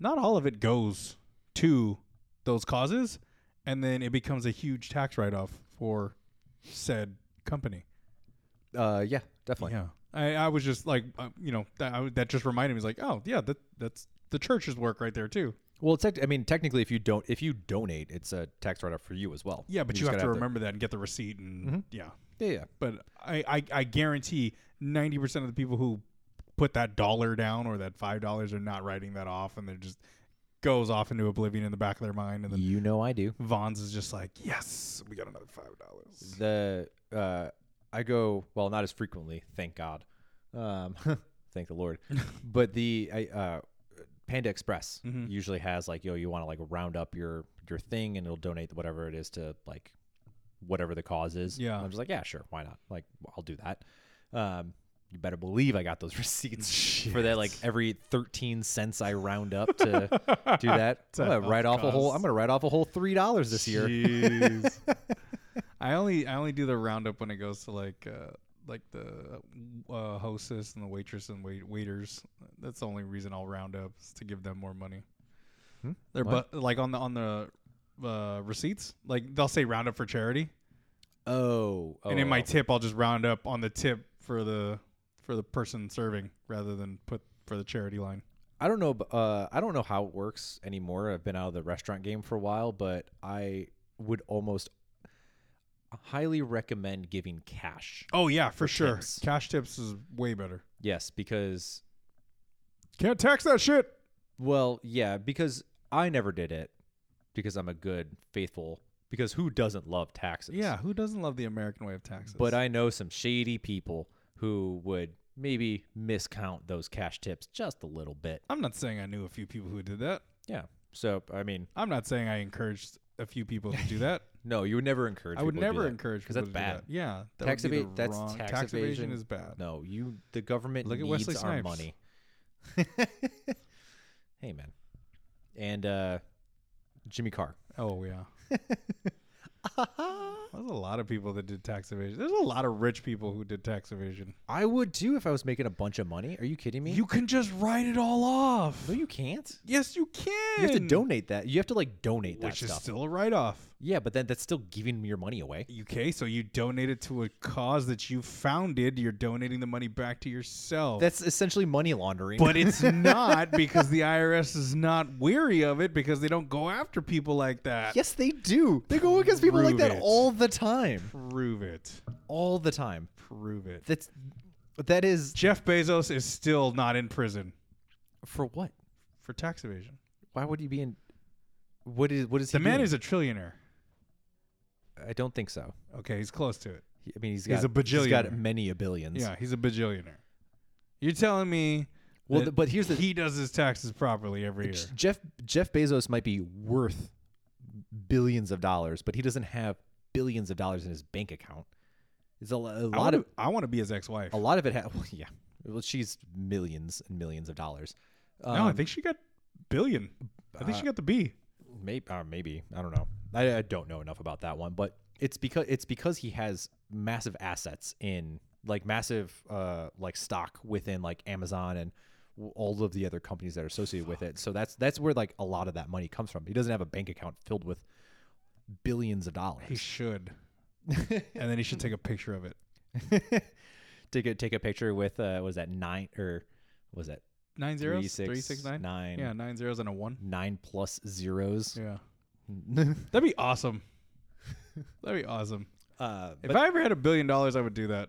S2: not all of it goes to those causes, and then it becomes a huge tax write off for said company.
S1: Uh, yeah, definitely.
S2: Yeah, I, I was just like, uh, you know, that I, w- that just reminded me. It's like, oh yeah, that that's the church's work right there too.
S1: Well, it's act- I mean, technically, if you don't, if you donate, it's a tax write-off for you as well.
S2: Yeah, but you,
S1: just
S2: have to
S1: gotta
S2: remember that and get the receipt and yeah.
S1: the- yeah, yeah.
S2: But I, I, I guarantee ninety percent of the people who put that dollar down or that five dollars are not writing that off and they're just goes off into oblivion in the back of their mind and then
S1: You know, I do.
S2: Vaughn's is just like, Yes, we got another five dollars.
S1: The uh, I go well, not as frequently, thank God, um, thank the Lord. but the I, uh, Panda Express
S2: Mm-hmm.
S1: usually has like, yo, you want to like round up your your thing, and it'll donate whatever it is to like whatever the cause is.
S2: Yeah.
S1: I'm just like, yeah, sure, why not? Like, I'll do that. Um, you better believe I got those receipts for that. Like every 13 cents I round up to do that. I'm gonna
S2: help
S1: write off a whole.
S2: cause.
S1: I'm gonna write off a whole three dollars this year.
S2: Jeez. I only I only do the roundup when it goes to like uh like the uh, hostess and the waitress and wait- waiters. That's the only reason I'll round up is to give them more money. They're but like on the on the uh, receipts, like they'll say round up for charity,
S1: Oh, oh,
S2: and in
S1: oh,
S2: my
S1: oh.
S2: tip, I'll just round up on the tip for the for the person serving rather than put for the charity line.
S1: I don't know. ab- Uh, I don't know how it works anymore. I've been out of the restaurant game for a while, but I would almost highly recommend giving cash.
S2: Oh yeah, for, sure.
S1: tips.
S2: Cash tips is way better.
S1: Yes, because
S2: Can't tax that shit.
S1: well, yeah, because I never did it because I'm a good faithful. Because who doesn't love taxes?
S2: Yeah, who doesn't love the American way of taxes?
S1: but I know some shady people who would maybe miscount those cash tips just a little bit.
S2: I'm not saying I knew a few people who did that.
S1: Yeah. So I mean,
S2: I'm not saying I encouraged a few people to do that.
S1: no, you would never encourage.
S2: I would
S1: people to do
S2: never
S1: that,
S2: encourage
S1: because
S2: people
S1: that's
S2: to
S1: bad.
S2: do that. Yeah, that
S1: tax
S2: would be the
S1: evasion. That's
S2: wrong-
S1: tax,
S2: evasion is bad.
S1: No, you. The government
S2: Look at
S1: needs
S2: Wesley
S1: our
S2: Snipes.
S1: money. hey man, and uh, Jimmy Carr.
S2: Oh yeah. There's a lot of people that did tax evasion. There's a lot of rich people who did tax evasion.
S1: I would too if I was making a bunch of money. Are you kidding me?
S2: can just write it all off.
S1: no, you can't.
S2: Yes, you can.
S1: You have to donate that. You have to like donate that
S2: which is
S1: stuff.
S2: still a write-off.
S1: yeah, but then that's still giving your money away.
S2: Okay, so you donate it to a cause that you founded. You're donating the money back to yourself.
S1: That's essentially money laundering.
S2: But it's not because the IRS is not weary of it because they don't go after people like that.
S1: yes, they do. They go against people like
S2: Prove
S1: that
S2: it.
S1: all the time.
S2: Prove it.
S1: All the time.
S2: Prove it.
S1: That's that is
S2: Jeff Bezos is still not in prison
S1: for what?
S2: for tax evasion.
S1: Why would you be in? What is what is
S2: The
S1: he
S2: man
S1: doing?
S2: is a trillionaire.
S1: I don't think so.
S2: Okay, he's close to it.
S1: He- I mean, he's got
S2: He's a
S1: He's got
S2: bajillionaire.
S1: many a billions.
S2: Yeah, he's a bajillionaire. You're telling me
S1: Well,
S2: that
S1: th- but here's the
S2: he does his taxes properly every year.
S1: Jeff Jeff Bezos might be worth billions of dollars, but he doesn't have billions of dollars in his bank account. It's a, lo- a
S2: I
S1: lot
S2: wanna-
S1: of
S2: I want to be his ex-wife.
S1: a lot of it. Ha- well, yeah. Well, she's millions and millions of dollars. Um,
S2: no, I think she got billion. I
S1: Uh,
S2: think she got the B.
S1: maybe or uh, maybe I don't know. I, I don't know enough about that one, but it's because it's because he has massive assets in like massive uh like stock within like Amazon and w- all of the other companies that are associated with it. So that's that's where like a lot of that money comes from. He doesn't have a bank account filled with billions of
S2: He
S1: dollars.
S2: should. and then he should take a picture of it.
S1: take a take a picture with uh was that nine or was that
S2: Nine
S1: Three,
S2: zeros?
S1: six,
S2: Three, six, nine?
S1: nine.
S2: Yeah, nine zeros and a one.
S1: nine plus zeros?
S2: Yeah. That'd be awesome. That'd be awesome.
S1: Uh,
S2: if I ever had a billion dollars, I would do that.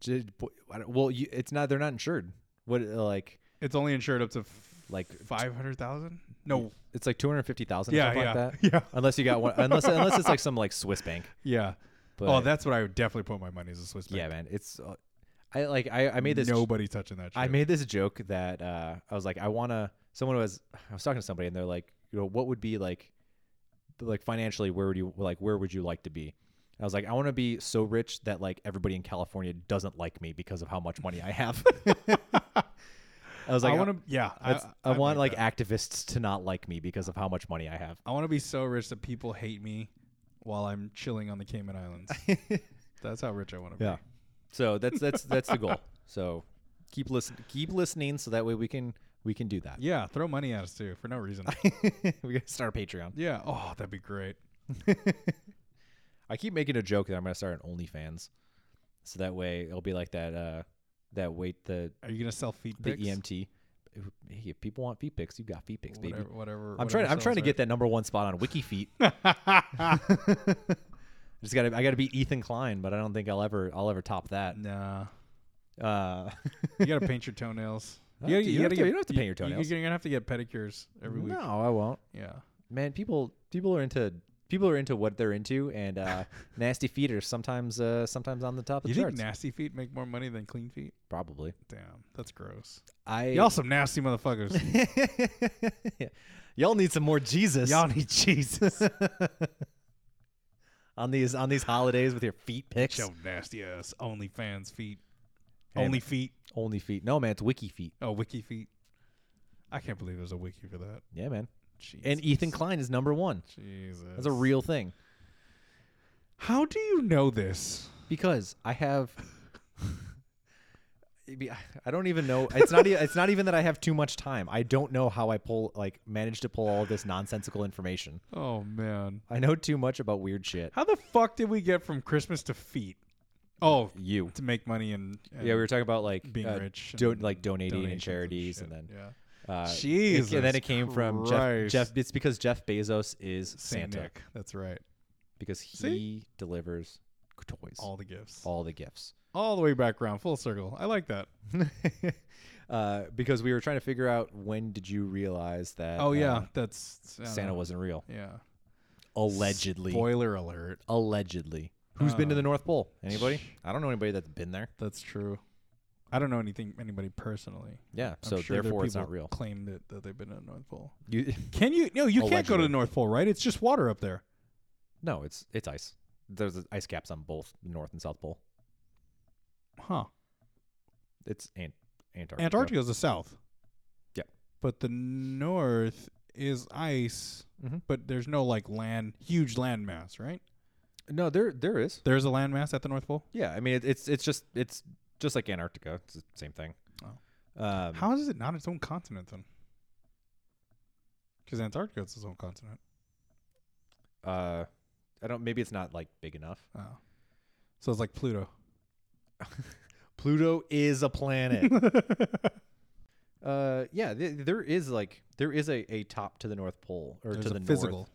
S1: j- bo- I don't- well, you, it's not they're not insured. What uh, like
S2: It's only insured up to f-
S1: like Mm.
S2: five hundred thousand. No.
S1: It's like two hundred fifty thousand.
S2: Yeah,
S1: Yeah, something
S2: yeah,
S1: like that.
S2: yeah.
S1: Unless you got one. Unless unless it's like some like Swiss bank.
S2: Yeah.
S1: But
S2: oh, that's what I would definitely put my money as a Swiss bank.
S1: yeah, man. It's uh, I like I I made this.
S2: Nobody touching that. Shit.
S1: I made this joke that uh, I was like I wanna. Someone was I was talking to somebody and they're like, you know, what would be like, like financially, where would you like where would you like to be? I was like, I want to be so rich that like everybody in California doesn't like me because of how much money I have. I was
S2: I
S1: like, I,
S2: want to. Yeah. I,
S1: that's- I
S2: I
S1: want
S2: made
S1: like
S2: that.
S1: activists to not like me because of how much money I have.
S2: I want to be so rich that people hate me while I'm chilling on the Cayman Islands. That's how rich I want to
S1: Yeah. So that's that's that's the goal. So keep listen keep listening so that way we can we can do that.
S2: be. Yeah. Throw money at us too for no reason.
S1: we gotta start a Patreon.
S2: yeah. Oh, that'd be great.
S1: I keep making a joke that I'm gonna start an OnlyFans. So that way it'll be like that uh that wait the
S2: Are you gonna sell feet
S1: the E
S2: pics?
S1: EMT. If- Hey, if people want feet pics, you got feet pics, baby.
S2: Whatever. Whatever.
S1: I'm trying. I'm trying to get that number one spot on WikiFeet. Just gotta. I gotta beat Ethan Klein, but I don't think I'll ever. I'll ever top that.
S2: Nah.
S1: Uh,
S2: You gotta paint your toenails.
S1: don't have to- Oh, you don't have to- you don't have to paint your toenails.
S2: You're gonna have to get pedicures every week.
S1: no, I won't.
S2: Yeah.
S1: Man, people. People are into. People are into what they're into, and uh, nasty feet are sometimes. Uh, sometimes on the top of
S2: You
S1: the
S2: think
S1: charts.
S2: nasty feet make more money than clean feet?
S1: Probably.
S2: Damn, that's gross.
S1: I.
S2: Y'all some nasty motherfuckers.
S1: y'all need some more Jesus.
S2: Y'all need Jesus.
S1: on these on these holidays with your feet pics.
S2: Show nasty ass OnlyFans feet.
S1: Hey,
S2: Only feet.
S1: Only feet. No man, it's Wiki feet.
S2: Oh, wiki feet. I can't believe there's a wiki for that.
S1: Yeah, man.
S2: Jesus.
S1: And Ethan Klein is number one.
S2: Jesus.
S1: That's a real thing.
S2: How do you know this?
S1: Because I have. Maybe- I don't even know. It's not. e- It's not even that I have too much time. I don't know how I pull, like, manage to pull all this nonsensical information.
S2: Oh man.
S1: I know too much about weird shit.
S2: How the fuck did we get from Christmas to feet? Oh,
S1: You.
S2: to make money and, and
S1: Yeah, we were talking about like
S2: being
S1: uh,
S2: rich,
S1: do-
S2: and
S1: like donating
S2: donations
S1: and charities, and,
S2: shit.
S1: then
S2: yeah.
S1: uh, it-
S2: Jesus
S1: and then it came from Jeff,
S2: Christ.
S1: Jeff. It's because Jeff Bezos is
S2: Saint
S1: Santa
S2: Nick. That's right.
S1: because he
S2: See?
S1: delivers toys,
S2: All the gifts.
S1: all the gifts.
S2: all the way back around, full circle. I like that.
S1: uh, because we were trying to figure out when did you realize that?
S2: Oh
S1: uh,
S2: yeah, that's Santa.
S1: Santa wasn't real.
S2: Yeah.
S1: Allegedly,
S2: Spoiler alert.
S1: allegedly. Who's been to the North Pole? Anybody? I don't know anybody that's been there.
S2: That's true. I don't know anything anybody personally.
S1: Yeah,
S2: I'm
S1: so
S2: sure there are
S1: therefore it's
S2: people
S1: not real.
S2: Claim that, that they've been to the North Pole.
S1: You,
S2: Can you? No, you can't go to
S1: Allegedly.
S2: the North Pole, right? It's just water up there.
S1: no, it's it's ice. There's ice caps on both the North and South Pole.
S2: Huh?
S1: It's Ant- Antarctica.
S2: Antarctica's the South.
S1: Yeah.
S2: But the North is ice,
S1: Mm-hmm.
S2: but there's no like land, huge land mass, right?
S1: No, there there is.
S2: There's a land mass at the North Pole.
S1: Yeah, I mean it, it's it's just it's just like Antarctica. It's the same thing. Oh. Um,
S2: How is it not its own continent then? Because Antarctica is its own continent.
S1: Uh, I don't. Maybe it's not like big enough.
S2: Oh. So it's like Pluto.
S1: Pluto is a planet. uh, yeah, th- there is like there is a, a top to the North Pole or
S2: There's
S1: to
S2: a
S1: the
S2: physical.
S1: north.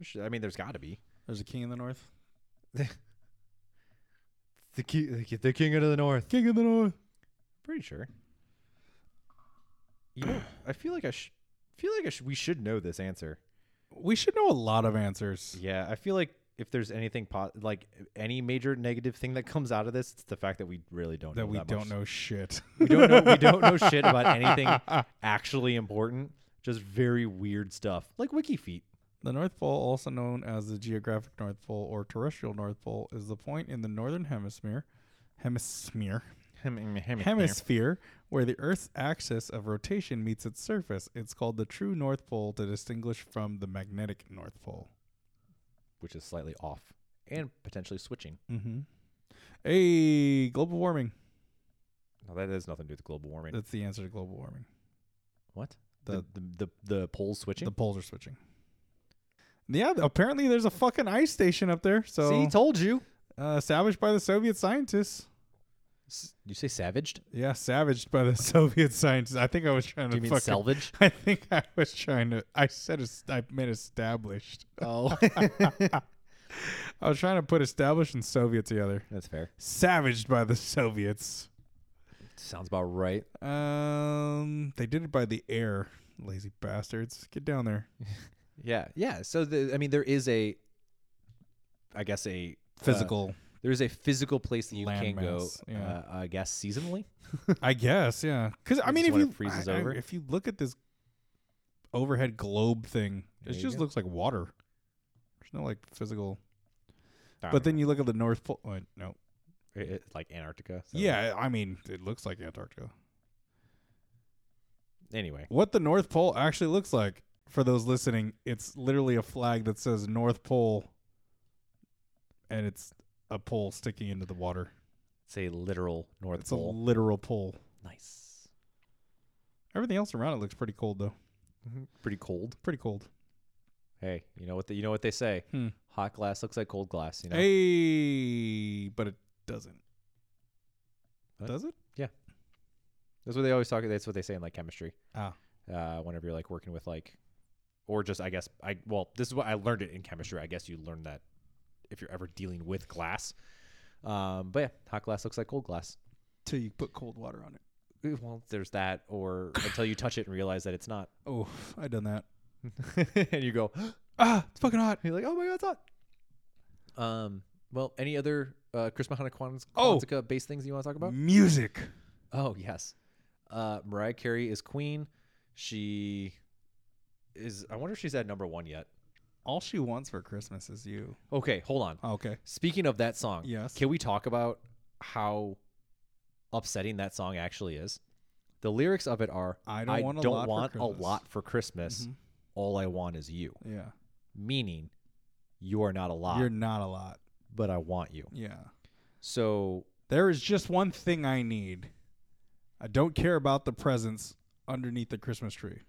S1: Sh- I mean, there's got to be
S2: There's a king in the North.
S1: the king, the king of the North.
S2: King in the North.
S1: Pretty sure. You know, I feel like I sh- feel like I sh- we should know this answer.
S2: We should know a lot of answers.
S1: Yeah, I feel like if there's anything po- like any major negative thing that comes out of this, it's the fact that we really don't
S2: That
S1: know
S2: we
S1: that
S2: don't
S1: much.
S2: know shit.
S1: We don't know. We don't know shit about anything actually important. Just very weird stuff like wiki feet.
S2: The North Pole, also known as the geographic North Pole or terrestrial North Pole, is the point in the northern hemisphere, hemisphere, hemisphere where the Earth's axis of rotation meets its surface. It's called the true North Pole to distinguish from the magnetic North Pole.
S1: which is slightly off and potentially switching.
S2: Mm-hmm. Hey, global warming.
S1: No, that has nothing to do with global warming.
S2: That's the answer to global warming.
S1: what? The
S2: the-
S1: the the, the pole switching.
S2: The poles are switching. Yeah, apparently there's a fucking ice station up there. So
S1: See, told you.
S2: uh, established by the Soviet scientists.
S1: S- You say savaged?
S2: Yeah, savaged by the Soviet scientists. I think I was trying
S1: Do
S2: to
S1: you mean
S2: fucking-
S1: salvage?
S2: I think I was trying to. I said es- I meant established.
S1: Oh,
S2: I was trying to put established and Soviet together.
S1: that's fair.
S2: Savaged by the Soviets.
S1: Sounds about right.
S2: Um, they did it by the air. Lazy bastards, get down there.
S1: Yeah, yeah. So the, I mean, there is a, I guess a uh,
S2: Physical,
S1: there is a physical place that you
S2: Land
S1: can go.
S2: mass, yeah.
S1: Uh, I guess seasonally.
S2: I guess, yeah. Because I
S1: It's
S2: mean, if
S1: when it
S2: you
S1: freezes
S2: I- I-
S1: over.
S2: if you look at this overhead globe thing,
S1: There
S2: it
S1: you
S2: just
S1: go.
S2: looks like water. There's no like physical.
S1: I
S2: But
S1: don't
S2: then you look at the North Pole. uh, no,
S1: know. It- it- like Antarctica. so-
S2: Yeah, I mean, it looks like Antarctica.
S1: Anyway,
S2: What the North Pole actually looks like, for those listening, it's literally a flag that says North Pole, and it's a pole sticking into the water.
S1: It's a literal North
S2: It's a
S1: Pole.
S2: literal pole.
S1: nice.
S2: Everything else around it looks pretty cold though. mm-hmm.
S1: Pretty cold.
S2: Pretty cold.
S1: Hey, you know what the, you know what they say?
S2: Hmm.
S1: Hot glass looks like cold glass. You know.
S2: Hey, but it doesn't.
S1: What?
S2: Does it?
S1: That's what they always talk. That's what they say in like chemistry.
S2: Ah.
S1: Uh, whenever you're like working with like, or just I guess I well this is what I learned it in chemistry. I guess you learn that if you're ever dealing with glass. Um, but yeah, hot glass looks like cold glass.
S2: Till you put cold water on it.
S1: Eh, Well, there's that, or until you touch it and realize that it's not,
S2: Oh, I done that.
S1: and you go,
S2: Ah, it's fucking hot.
S1: you're like, oh my god, it's hot. Um. Well, any other uh, Chris Mahana Quantica
S2: Oh. Mm.
S1: based things you want to talk about?
S2: Music.
S1: Oh yes, uh, Mariah Carey is queen. She is. I wonder if she's at number one yet.
S2: All she wants for Christmas is you.
S1: Okay, hold on.
S2: Oh, okay.
S1: Speaking of that song,
S2: Yes.
S1: can we talk about how upsetting that song actually is? The lyrics of it are,
S2: I don't want a lot
S1: want a
S2: for Christmas." Mm-hmm.
S1: lot for Christmas. All I want is you."
S2: Yeah.
S1: Meaning, you are not a lot,
S2: You're not a lot.
S1: but I want you.
S2: Yeah.
S1: So
S2: There is just one thing I need. I don't care about the presents underneath the Christmas tree.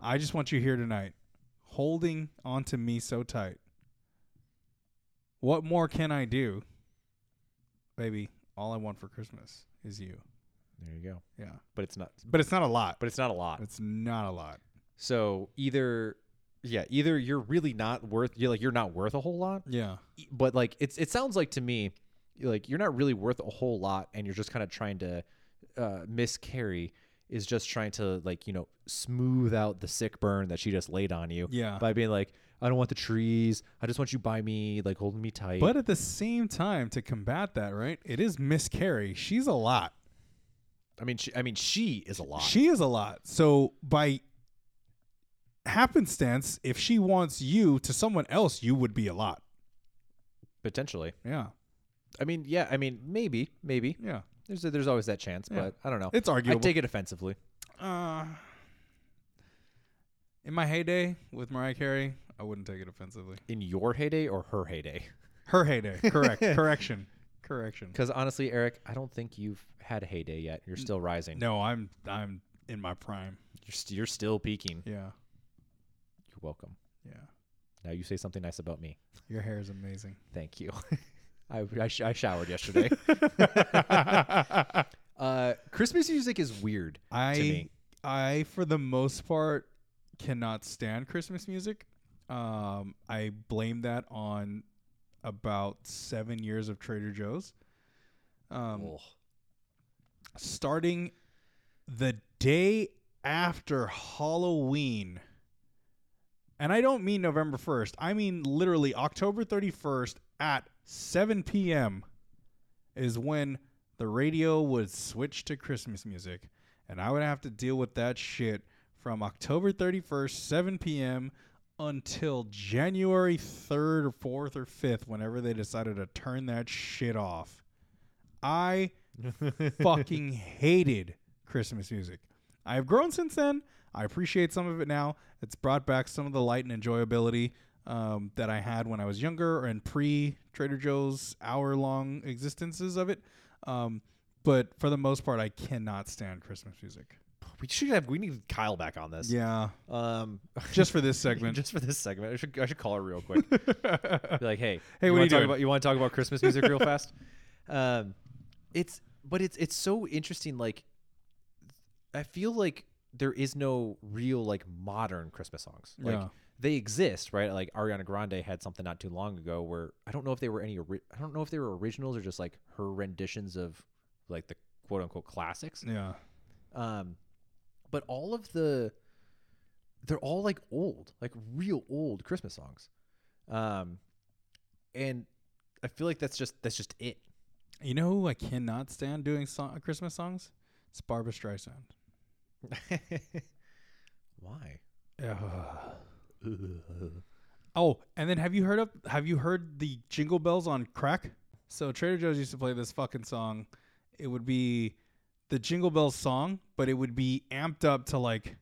S2: I just want you here tonight, holding onto me so tight. What more can I do? Baby, all I want for Christmas is you.
S1: there you go.
S2: Yeah.
S1: But it's not.
S2: But it's not a lot.
S1: But it's not a lot.
S2: It's not a lot.
S1: So either, yeah, either you're really not worth, you're like you're not worth a whole lot,
S2: Yeah.
S1: but like it's it sounds like to me, like you're not really worth a whole lot, and you're just kind of trying to uh, miscarry is just trying to like you know smooth out the sick burn that she just laid on you.
S2: Yeah.
S1: By being like, I don't want the trees. I just want you by me, like holding me tight.
S2: But at the same time, to combat that, right? It is Miss Carrie. She's a lot.
S1: I mean, she, I mean, she is a lot.
S2: She is a lot. So by happenstance, if she wants you to someone else, you would be a lot.
S1: potentially.
S2: Yeah.
S1: I mean, yeah. I mean, maybe, maybe.
S2: Yeah.
S1: There's there's always that chance,
S2: Yeah.
S1: but I don't know.
S2: It's arguable.
S1: I take it offensively.
S2: Uh, in my heyday with Mariah Carey, I wouldn't take it offensively.
S1: in your heyday or her heyday?
S2: Her heyday. Correct. Correction. Correction.
S1: Because honestly, Eric, I don't think you've had a heyday yet. You're still rising.
S2: No, I'm I'm in my prime.
S1: you're, st- you're still peaking.
S2: Yeah.
S1: You're welcome.
S2: Yeah.
S1: Now you say something nice about me.
S2: Your hair is amazing.
S1: Thank you. I, I, sh- I showered yesterday. uh, Christmas music is weird to
S2: I
S1: me.
S2: I for the most part cannot stand Christmas music. Um, I blame that on about seven years of Trader Joe's. Um,
S1: Ugh.
S2: starting the day after Halloween. And I don't mean November 1st. I mean literally October 31st at 7 p.m. is when the radio would switch to Christmas music. And I would have to deal with that shit from October 31st, 7 p.m. until January 3rd or 4th or 5th, whenever they decided to turn that shit off. I fucking hated Christmas music. I have grown since then. I appreciate some of it now. It's brought back some of the light and enjoyability um, that I had when I was younger and pre Trader Joe's hour long existences of it. Um, but for the most part, I cannot stand Christmas music.
S1: We should have. We need Kyle back on this.
S2: Yeah.
S1: Um,
S2: Just for this segment.
S1: just for this segment, I should I should call her real quick. Be like, hey,
S2: Hey,
S1: you
S2: what are
S1: wanna
S2: you
S1: talk
S2: doing?
S1: About, you want to talk about Christmas music real fast? Um, it's but it's it's so interesting. Like, I feel like there is no real like modern Christmas songs. Like
S2: Yeah.
S1: they exist, right? Like Ariana Grande had something not too long ago where I don't know if they were any. ori- I don't know if they were originals or just like her renditions of like the quote unquote classics.
S2: yeah.
S1: Um, but all of the they're all like old, like real old Christmas songs. Um, and I feel like that's just that's just it.
S2: You know who I cannot stand doing so- Christmas songs? It's Barbara Streisand.
S1: Why?
S2: Oh, and then have you heard of have you heard the jingle bells on crack? So Trader Joe's used to play this fucking song. It would be the jingle bells song, but it would be amped up to like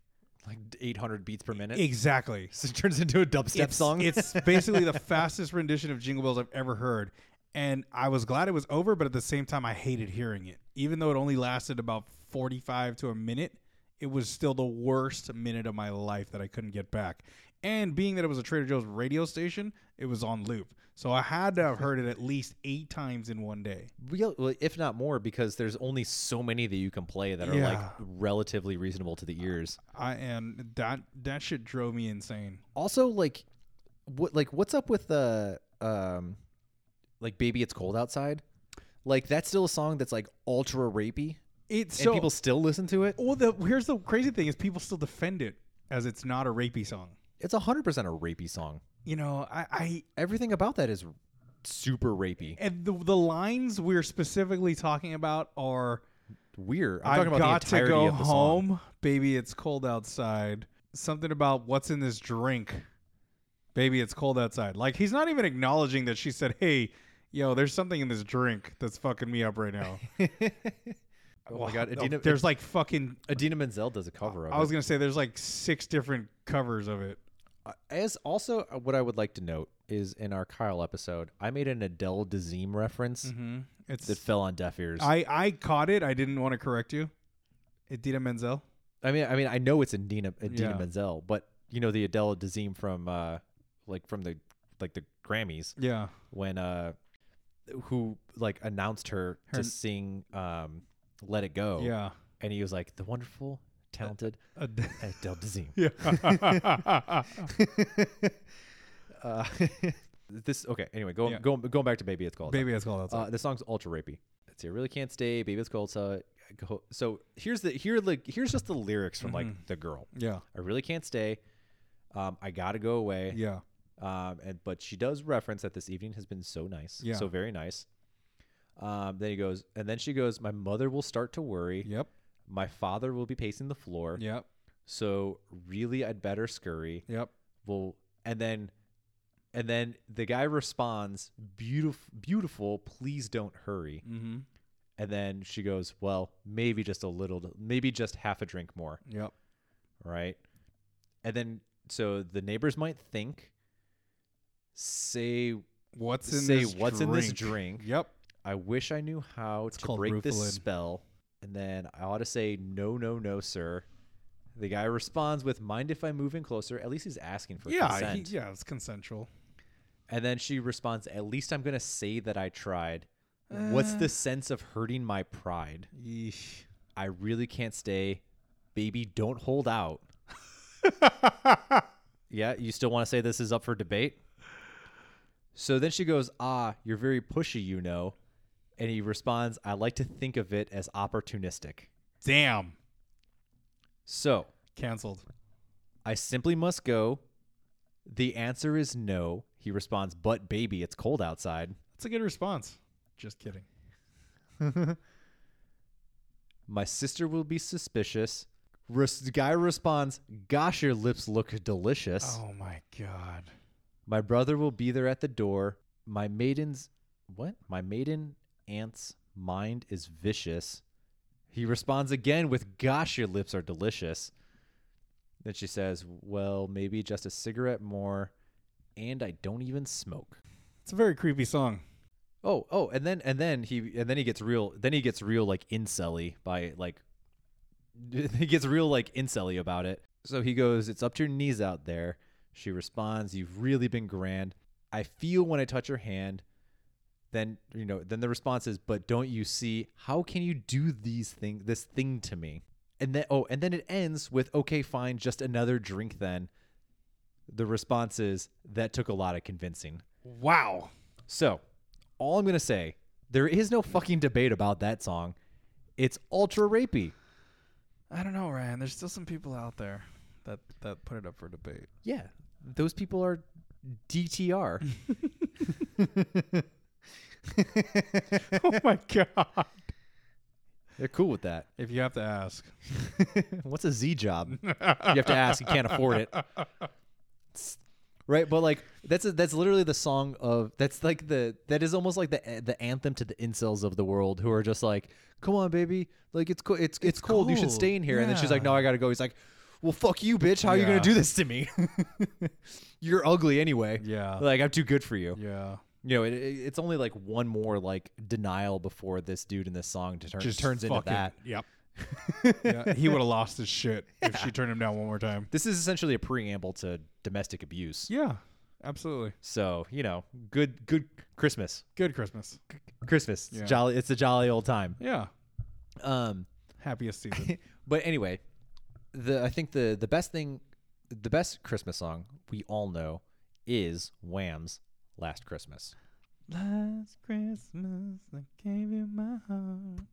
S1: like 800 beats per minute.
S2: Exactly.
S1: So it turns into a dubstep
S2: it's,
S1: song.
S2: it's basically the fastest rendition of Jingle Bells I've ever heard. And I was glad it was over, but at the same time, I hated hearing it. Even though it only lasted about 45 to a minute, it was still the worst minute of my life that I couldn't get back. And being that it was a Trader Joe's radio station, it was on loop. So I had to have heard it at least eight times in one day.
S1: Real- well, if not more, because there's only so many that you can play that are like
S2: Yeah.
S1: relatively reasonable to the ears.
S2: I and that that shit drove me insane.
S1: Also, like, what, like, what's up with the, um, like, baby, it's cold outside? Like, that's still a song that's like ultra rapey,
S2: It's
S1: and
S2: so
S1: people still listen to it.
S2: well. The here's the crazy thing is people still defend it as it's not a rapey song.
S1: It's hundred percent a rapey song.
S2: You know, I, I
S1: Everything about that is super rapey.
S2: and the, the lines we're specifically talking about are
S1: Weird. I'm
S2: i
S1: talking
S2: have
S1: about
S2: got
S1: the entirety
S2: to go
S1: of the song.
S2: home, baby. It's cold outside. Something about what's in this drink, baby. It's cold outside. Like he's not even acknowledging that she said, "Hey, yo, there's something in this drink that's fucking me up right now."
S1: Oh my god,
S2: No,
S1: Adina,
S2: there's like fucking.
S1: Adina Menzel does a cover of
S2: I was
S1: it.
S2: gonna say there's like six different covers of it.
S1: As also uh, what I would like to note is in our Kyle episode, I made an Adele Dazeem reference
S2: It's
S1: that fell on deaf ears. I,
S2: I I caught it. I didn't want to correct you. Adina Menzel.
S1: mean, I mean, I know it's Adina Adina
S2: Yeah.
S1: Menzel, but you know the Adele Dazeem from uh, like from the like the Grammys
S2: Yeah.
S1: when uh, who like announced her,
S2: Her-
S1: to sing um, "Let It Go."
S2: Yeah.
S1: and he was like the wonderful, talented
S2: Ad-
S1: Adele Dazeem.
S2: yeah.
S1: Uh, this okay. Anyway, going
S2: Yeah.
S1: going going back to "Baby It's Called."
S2: Baby, it's called outside.
S1: Uh, the song's ultra rapey. Let's see. I really can't stay. Baby, it's cold. So, go- so here's the here like here's just the lyrics from
S2: Mm-hmm.
S1: like the girl.
S2: yeah.
S1: I really can't stay. Um, I gotta go away.
S2: Yeah.
S1: Um, and but she does reference that this evening has been so nice.
S2: Yeah.
S1: So very nice. Um, then he goes, and then she goes. My mother will start to worry.
S2: Yep.
S1: My father will be pacing the floor.
S2: Yep.
S1: So really, I'd better scurry.
S2: Yep.
S1: Well, and then, and then the guy responds, "Beautiful, beautiful. Please don't hurry."
S2: Mm-hmm.
S1: And then she goes, "Well, maybe just a little, maybe just half a drink more,
S2: Yep.
S1: right?" And then so the neighbors might think, "Say,
S2: What's in
S1: Say
S2: this
S1: what's in
S2: drink?
S1: this drink.
S2: Yep.
S1: I wish I knew how to
S2: called
S1: break
S2: Rufalin.
S1: this spell." And then I ought to say, "No, no, no, sir." The guy responds with, "Mind if I move in closer?" At least he's asking for
S2: Yeah. He,
S1: consent.
S2: yeah. It's consensual.
S1: And then she responds, "At least I'm gonna say that I tried." What's
S2: Uh.
S1: the sense of hurting my pride?
S2: Yeesh.
S1: I really can't stay. Baby, don't hold out. yeah, you still want to say this is up for debate? So then she goes, Ah, you're very pushy, you know. And he responds, I like to think of it as opportunistic.
S2: Damn.
S1: So
S2: Cancelled.
S1: I simply must go. The answer is no. He responds, But baby, it's cold outside.
S2: That's a good response. Just kidding.
S1: My sister will be suspicious. Res- guy responds, Gosh, your lips look delicious.
S2: Oh my god.
S1: My brother will be there at the door. My maiden's what? My maiden aunt's mind is vicious. He responds again with gosh your lips are delicious. Then she says, "Well, maybe just a cigarette more and I don't even smoke."
S2: It's a very creepy song.
S1: Oh, oh, and then and then he and then he gets real then he gets real like incelly by like he gets real like incelly about it. So he goes, "It's up to your knees out there." She responds, "You've really been grand. I feel when I touch your hand." Then you know. Then the response is, "But don't you see? How can you do these thing, this thing to me?" And then oh, and then it ends with, "Okay, fine, just another drink then." The response is, "That took a lot of convincing."
S2: Wow.
S1: So, all I'm gonna say, there is no fucking debate about that song. It's ultra rapey.
S2: I don't know, Ryan. There's still some people out there that that put it up for debate.
S1: Yeah, those people are DTR.
S2: oh my god.
S1: They're cool with that.
S2: If you have to ask.
S1: What's a Z job? you have to ask. You can't afford it. Right, but like that's a, that's literally the song of that's like the that is almost like the the anthem to the incels of the world who are just like, come on, baby, like it's cool, it's it's, cold. you should
S2: cold.
S1: stay in here. And then she's like, no, I gotta go. He's like, well, fuck you, bitch. How are you going
S2: Yeah.
S1: to do this to me? You're ugly anyway.
S2: Yeah.
S1: Like, I'm too good for you.
S2: yeah.
S1: You know, it, it- it's only like one more like denial before this dude in this song to turn, turns into
S2: fucking-
S1: that.
S2: Yep. yeah, he would have lost his shit if she turned him down one more time.
S1: This is essentially a preamble to domestic abuse.
S2: Yeah, absolutely.
S1: So, you know, good good Christmas.
S2: Good Christmas.
S1: Christmas.
S2: Yeah.
S1: Jolly it's a jolly old time.
S2: Yeah,
S1: Um
S2: happiest season.
S1: but anyway, the I think the the best thing, the best Christmas song we all know is Wham's "Last Christmas."
S2: Last Christmas, I gave you my heart.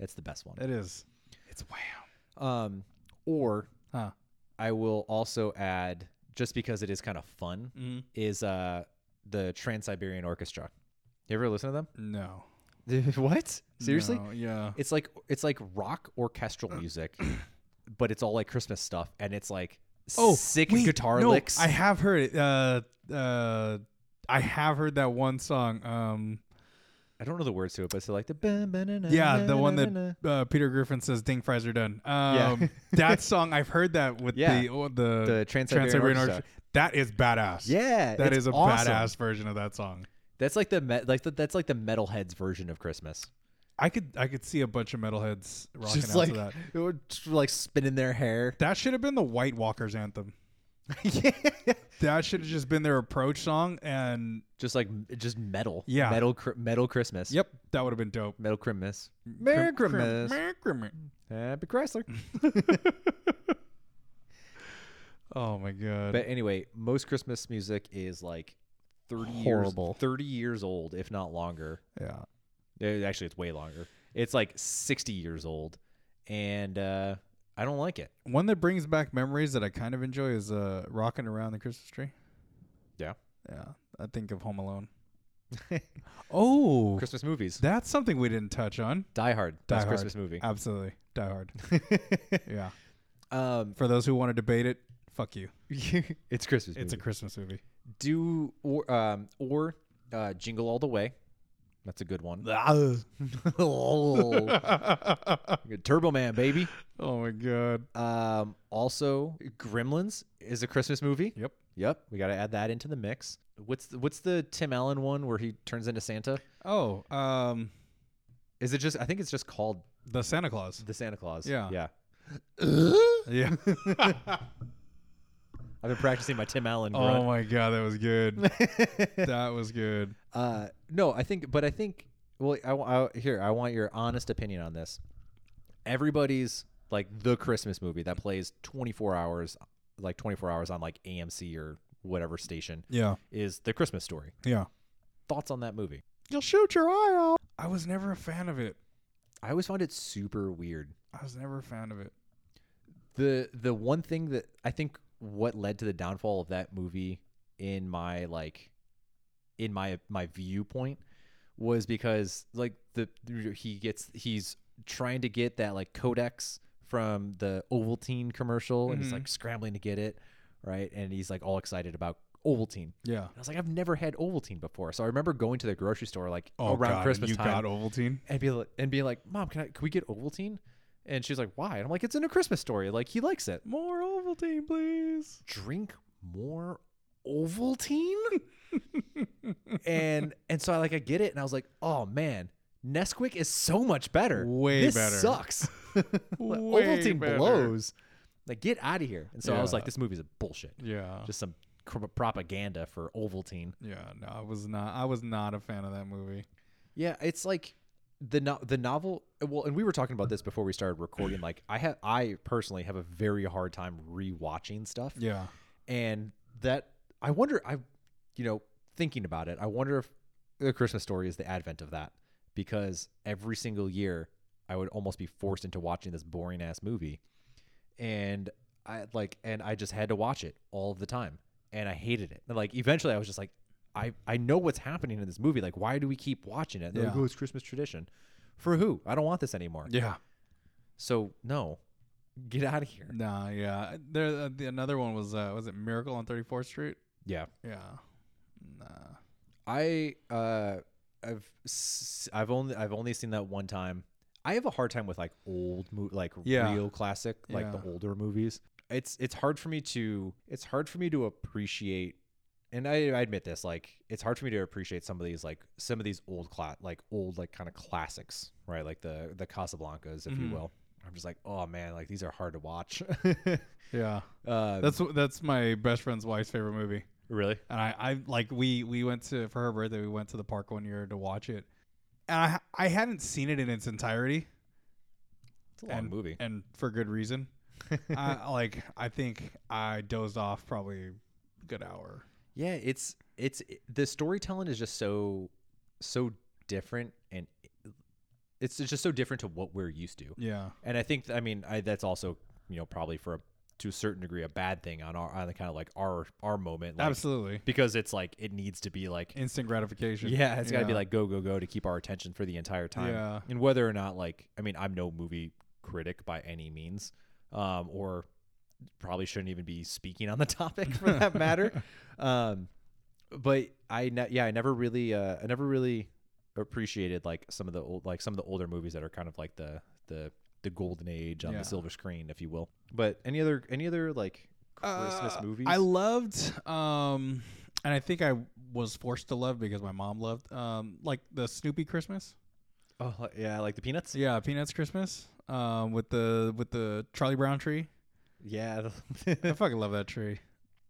S1: That's the best one.
S2: It is. It's wham.
S1: Um, or
S2: Huh.
S1: I will also add, just because it is kind of fun,
S2: Mm-hmm.
S1: is uh the Trans Siberian Orchestra. You ever listen to
S2: No.
S1: them? what? Seriously?
S2: No, yeah.
S1: It's like it's like rock orchestral music, but it's all like Christmas stuff, and it's like sick
S2: Oh, wait,
S1: guitar
S2: no,
S1: licks.
S2: I have heard it. Uh, uh, I have heard that one song. Um,
S1: I don't know the words to it, but it's like the
S2: yeah, the one that uh, Peter Griffin says "Ding fries are done." Um, that song I've heard that with
S1: Yeah.
S2: the oh, the,
S1: The Trans-Siberian Orchestra.
S2: That is badass.
S1: Yeah,
S2: that
S1: it's
S2: is a
S1: awesome.
S2: badass version of that song.
S1: That's like the me- like the, that's like the metalheads version of Christmas.
S2: I could I could see a bunch of metalheads rocking out to that.
S1: it would just, like spinning their hair.
S2: That should have been the White Walkers anthem. That should have just been their approach song, and
S1: Just like just metal.
S2: Yeah.
S1: metal cr- metal Christmas.
S2: yep, that would have been dope.
S1: metal Christmas. Merry
S2: Crim- crim-
S1: Christmas.
S2: Merry Christmas.
S1: Happy Chrysler.
S2: Oh my god.
S1: but anyway, most Christmas music is like thirty
S2: Horrible.
S1: years, thirty years old, if not longer.
S2: yeah.
S1: Uh, Actually, it's way longer. It's like sixty years old, and uh, I don't like it.
S2: One that brings back memories that I kind of enjoy is uh rocking around the Christmas tree.
S1: Yeah,
S2: Yeah. I think of Home Alone. oh,
S1: Christmas movies.
S2: that's something we didn't touch on.
S1: Die Hard. Best
S2: Hard.
S1: Christmas movie.
S2: Absolutely. Die Hard. yeah.
S1: Um,
S2: For those who want to debate it, fuck you.
S1: it's Christmas.
S2: It's
S1: movie.
S2: a Christmas movie.
S1: do or um or uh, jingle all the way. That's a good one.
S2: oh
S1: Turbo Man, baby.
S2: Oh my god.
S1: Um, also, Gremlins is a Christmas movie.
S2: Yep.
S1: Yep, we got to add that into the mix. What's the, what's the Tim Allen one where he turns into Santa?
S2: Oh, um
S1: Is it just? I think it's just called
S2: the Santa Claus.
S1: the Santa Claus.
S2: Yeah.
S1: yeah.
S2: Yeah.
S1: I've been practicing my Tim Allen.
S2: oh
S1: grunt.
S2: my god, that was good. that was good.
S1: Uh, no, I think, but I think. Well, I, wa- I here I want your honest opinion on this. Everybody's like the Christmas movie that plays 24 hours, like 24 hours on like AMC or whatever station
S2: Yeah.
S1: is the Christmas story.
S2: Yeah.
S1: Thoughts on that movie?
S2: You'll shoot your eye out. I was never a fan of it.
S1: I always found it super weird.
S2: I was never a fan of it.
S1: the the one thing that I think what led to the downfall of that movie in my like in my my viewpoint was because like the he gets he's trying to get that like codex from the Ovaltine commercial and he's
S2: Mm-hmm.
S1: like scrambling to get it right and he's like all excited about Ovaltine.
S2: Yeah.
S1: And I was like I've never had Ovaltine before. So I remember going to the grocery store like around Christmas
S2: Oh, you
S1: time
S2: got Ovaltine.
S1: and be like, and being like, "Mom, can I can we get Ovaltine?" And she's like, "Why?" And I'm like, "It's in a Christmas story. Like he likes it.
S2: More Ovaltine, please.
S1: Drink more Ovaltine." and and so I like I get it, and I was like, "Oh man, Nesquik is so much better.
S2: Way
S1: this
S2: better.
S1: Sucks. Like,
S2: Way
S1: Ovaltine
S2: better.
S1: blows. Like get out of here." And so I was
S2: Yeah.
S1: like, "This movie's a bullshit.
S2: Yeah.
S1: Just some." cr- propaganda for Ovaltine.
S2: yeah, no, I was not I was not a fan of that movie.
S1: Yeah, it's like the no- the novel. Well, and we were talking about this before we started recording. Like, I have I personally have a very hard time rewatching stuff.
S2: Yeah.
S1: and that I wonder. I, you know, thinking about it, I wonder if the Christmas story is the advent of that because every single year I would almost be forced into watching this boring ass movie, and I like, and I just had to watch it all the time, and I hated it. And like, eventually, I was just like. I, I know what's happening in this movie. Like, why do we keep watching it? They're like,
S2: Yeah.
S1: oh, it's Christmas tradition. For who? I don't want this anymore.
S2: Yeah.
S1: So, no, get out of here.
S2: Nah, yeah. There uh, the, another one was uh was it Miracle on 34th Street?
S1: Yeah.
S2: Yeah. Nah.
S1: I uh I've s- I've only I've only seen that one time. I have a hard time with like old mo- like
S2: Yeah.
S1: real classic like the
S2: Yeah.
S1: older movies. it's it's hard for me to it's hard for me to appreciate and I, I admit this like it's hard for me to appreciate some of these like some of these old cla- like old like kind of classics right like the the casablancas if
S2: Mm-hmm.
S1: you will i'm just like oh man like these are hard to watch Um,
S2: Yeah,
S1: uh
S2: that's wh- that's my best friend's wife's favorite movie.
S1: really
S2: And I, I like we we went to for her birthday we went to the park one year to watch it, and I I hadn't seen it in its entirety.
S1: it's a long
S2: and,
S1: movie
S2: and for good reason. I, like I think I dozed off probably a good hour.
S1: yeah it's it's the storytelling is just so so different and it's it's just so different to what we're used to
S2: Yeah,
S1: And I think I mean I, that's also you know probably for a, to a certain degree a bad thing on our on the kind of like our our moment like,
S2: absolutely.
S1: because it's like it needs to be like
S2: Instant gratification.
S1: yeah it's got to be like go go go to keep our attention for the entire time
S2: Yeah.
S1: and whether or not like I mean I'm no movie critic by any means um or probably shouldn't even be speaking on the topic for that matter um but I ne- yeah I never really uh I never really appreciated like some of the old like some of the older movies that are kind of like the the the golden age on
S2: Yeah.
S1: the silver screen if you will but any other any other like Christmas
S2: Uh,
S1: movies
S2: I loved, um, and I think I was forced to love because my mom loved, um, like the Snoopy Christmas.
S1: oh like- yeah like the peanuts
S2: Yeah, Peanuts Christmas. Um, with the with the Charlie Brown tree.
S1: yeah
S2: I fucking love that tree.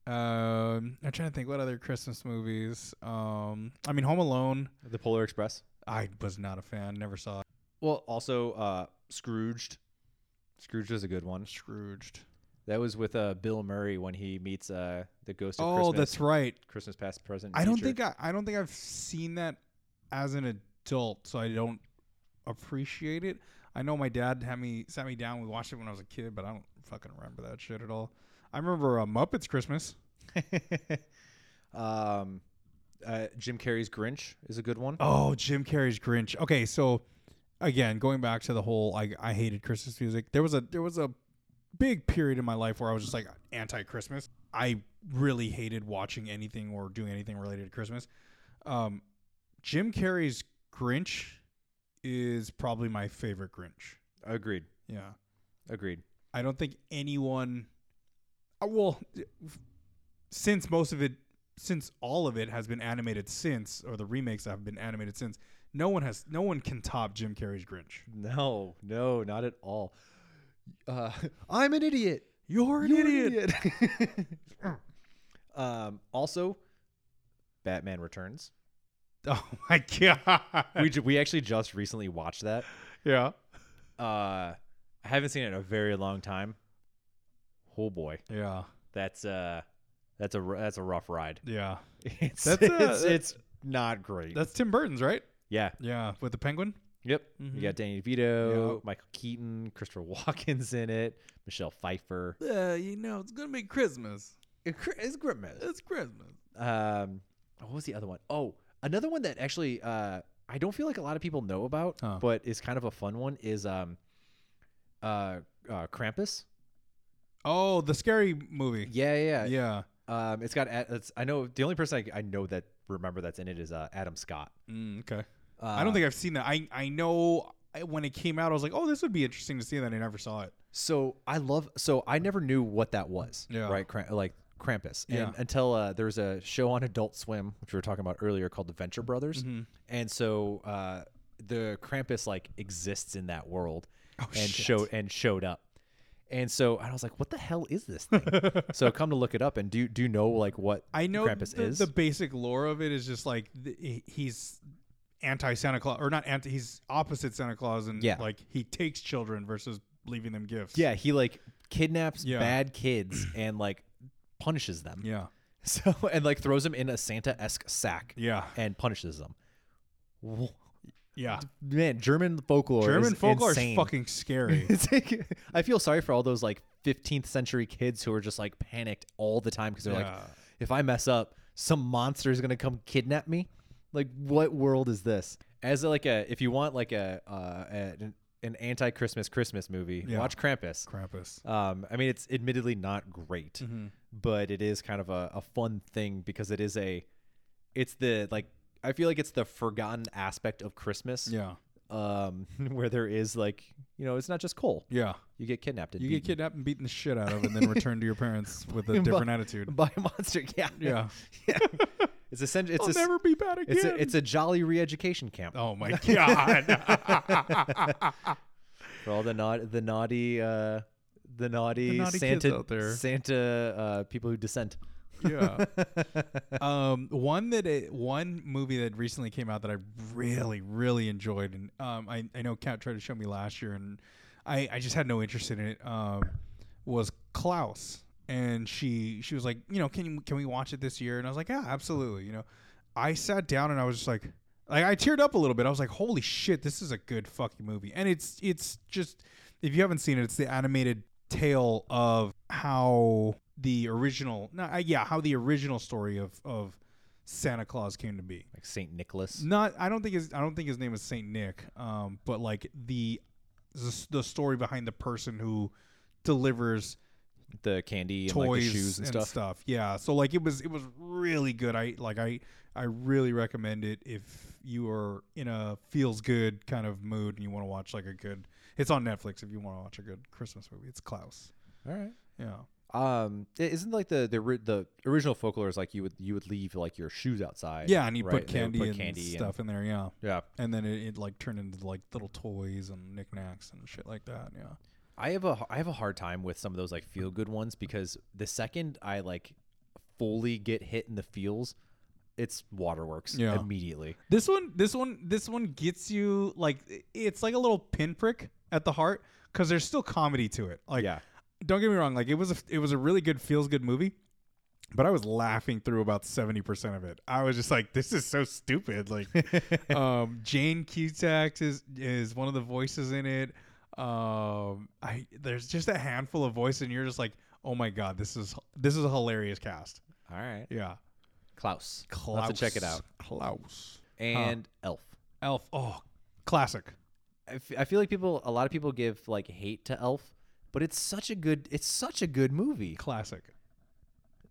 S2: Um, I'm trying to think what other Christmas movies. Um, I mean Home Alone.
S1: the Polar Express
S2: I was not a fan. Never saw it.
S1: well also uh Scrooged Scrooge was a good one
S2: Scrooged.
S1: that was with uh Bill Murray when he meets uh the ghost of
S2: Oh,
S1: Christmas
S2: that's right.
S1: Christmas past present
S2: I don't
S1: future.
S2: think I, I don't think I've seen that as an adult, so I don't appreciate it. I know my dad had me sat me down. We watched it when I was a kid, but I don't fucking remember that shit at all. I remember uh, Muppets Christmas.
S1: um, uh, Jim Carrey's Grinch is a good one.
S2: Oh, Jim Carrey's Grinch. Okay, so again, going back to the whole I, I hated Christmas music. There was a there was a big period in my life where I was just like anti Christmas. I really hated watching anything or doing anything related to Christmas. Um, Jim Carrey's Grinch is probably my favorite Grinch.
S1: Agreed.
S2: Yeah.
S1: Agreed.
S2: I don't think anyone. uh, Well, since most of it, since all of it has been animated since, or the remakes have been animated since, no one has, no one can top Jim Carrey's Grinch.
S1: No, no, not at all. Uh, I'm an idiot.
S2: You're an
S1: idiot. um, also, Batman Returns.
S2: Oh my god.
S1: We ju- we actually just recently watched that.
S2: yeah.
S1: Uh, I haven't seen it in a very long time. Oh boy,
S2: Yeah.
S1: that's uh, that's a r- that's a rough ride.
S2: Yeah.
S1: It's
S2: That's a-
S1: it's,
S2: that-
S1: it's not great.
S2: That's Tim Burton's, right?
S1: Yeah,
S2: Yeah, with the penguin.
S1: Yep.
S2: Mhm.
S1: You got Danny DeVito,
S2: Yep.
S1: Michael Keaton, Christopher Walken's in it, Michelle Pfeiffer.
S2: Uh, you know, it's gonna be Christmas.
S1: It's Grimace.
S2: Uh, It's Christmas.
S1: Um, what was the other one? Oh, another one that actually uh, I don't feel like a lot of people know about,
S2: Huh.
S1: but is kind of a fun one is um, uh, uh, Krampus.
S2: Oh, the scary movie.
S1: Yeah, yeah. yeah.
S2: Yeah.
S1: Um, it's got a- it's, I know the only person I, I know that remember that's in it is uh, Adam Scott.
S2: Mm, okay.
S1: Uh,
S2: I don't think I've seen that. I I know I, when it came out, I was like, oh, this would be interesting to see, and then I never saw it.
S1: So I love. So I never knew what that was.
S2: Yeah.
S1: Right. Kramp, like Krampus. And
S2: Yeah.
S1: Until uh, there was a show on Adult Swim, which we were talking about earlier, called The Venture Brothers.
S2: Mm-hmm.
S1: And so uh, the Krampus like exists in that world, and
S2: Oh, shit.
S1: showed and showed up. And so I was like, "What the hell is this thing?" so come to look it up, and do do you know like what
S2: I know
S1: Krampus
S2: the,
S1: is?
S2: the basic lore of it is just like th- he- he's anti Santa Claus, or not anti. He's opposite Santa Claus, and
S1: Yeah.
S2: like he takes children versus leaving them gifts.
S1: yeah, he like kidnaps
S2: Yeah.
S1: bad kids and like punishes them.
S2: yeah,
S1: So and like throws them in a Santa esque sack.
S2: yeah,
S1: and punishes them. Wha-
S2: yeah.
S1: Man, German folklore.
S2: German
S1: is
S2: folklore
S1: insane.
S2: is fucking scary.
S1: It's like, I feel sorry for all those like 15th century kids who are just like panicked all the time because they're like,
S2: Yeah.
S1: if I mess up, some monster is gonna come kidnap me. Like, what world is this? As like a, if you want like a, uh, an, an anti-Christmas Christmas movie,
S2: Yeah.
S1: watch Krampus.
S2: Krampus.
S1: Um, I mean, it's admittedly not great,
S2: Mm-hmm.
S1: but it is kind of a, a fun thing because it is a, it's the like I feel like it's the forgotten aspect of Christmas
S2: Yeah,
S1: um, where there is like you know it's not just coal.
S2: Yeah.
S1: You get kidnapped. And
S2: You get
S1: beaten
S2: kidnapped and beaten the shit out of, and then return to your parents with a
S1: by-
S2: different attitude.
S1: by a monster. Yeah,
S2: Yeah.
S1: yeah. It's essentially it's
S2: I'll
S1: a,
S2: never be bad again.
S1: it's a it's a jolly re-education camp
S2: oh my god.
S1: for all the naughty the naughty uh, the naughty,
S2: naughty kids
S1: Santa
S2: out there.
S1: Santa uh, people who dissent.
S2: yeah. Um, one that it, one movie that recently came out that I really really enjoyed, and um, I I know Kat tried to show me last year, and I I just had no interest in it. Um, was Klaus, and she she was like, you know, can you, can we watch it this year? And I was like, yeah, absolutely. You know, I sat down and I was just like. Like I teared up a little bit. I was like, "Holy shit, this is a good fucking movie!" And it's it's just if you haven't seen it, it's the animated tale of how the original, no, uh, yeah, how the original story of of Santa Claus came to be.
S1: like Saint Nicholas.
S2: Not, I don't think his, I don't think his name is Saint Nick, um, but like the the, the story behind the person who delivers
S1: The candy and
S2: toys
S1: like the shoes and, stuff.
S2: Yeah, so like it was it was really good. I like I I really recommend it if you are in a feels good kind of mood and you want to watch like a good. It's on Netflix if you want to watch a good Christmas movie. It's Klaus.
S1: All right.
S2: Yeah.
S1: Um, i- isn't like the the ri- the original folklore is like you would you would leave like your shoes outside.
S2: Yeah, and he
S1: right?
S2: put
S1: They would
S2: candy
S1: put
S2: and
S1: candy
S2: stuff in there. Yeah,
S1: yeah,
S2: and then it, it like turned into like little toys and knickknacks and shit like that. Yeah.
S1: I have a I have a hard time with some of those like feel good ones because the second I like fully get hit in the feels, it's waterworks
S2: Yeah.
S1: immediately.
S2: This one, this one, this one gets you like i- it's like a little pinprick at the heart because there's still comedy to it. Like,
S1: Yeah.
S2: don't get me wrong, like it was a it was a really good feels good movie, but I was laughing through about seventy percent of it. I was just like, this is so stupid. Like, um, Jane Cusack is is one of the voices in it. Um, I there's just a handful of voices, and you're just like, oh my god, this is this is a hilarious cast.
S1: All right,
S2: Yeah,
S1: Klaus. Klaus. Have to check it out.
S2: Klaus.
S1: And Elf.
S2: Elf. Oh, classic.
S1: I f- I feel like people a lot of people give like hate to Elf, but it's such a good it's such a good movie.
S2: Classic.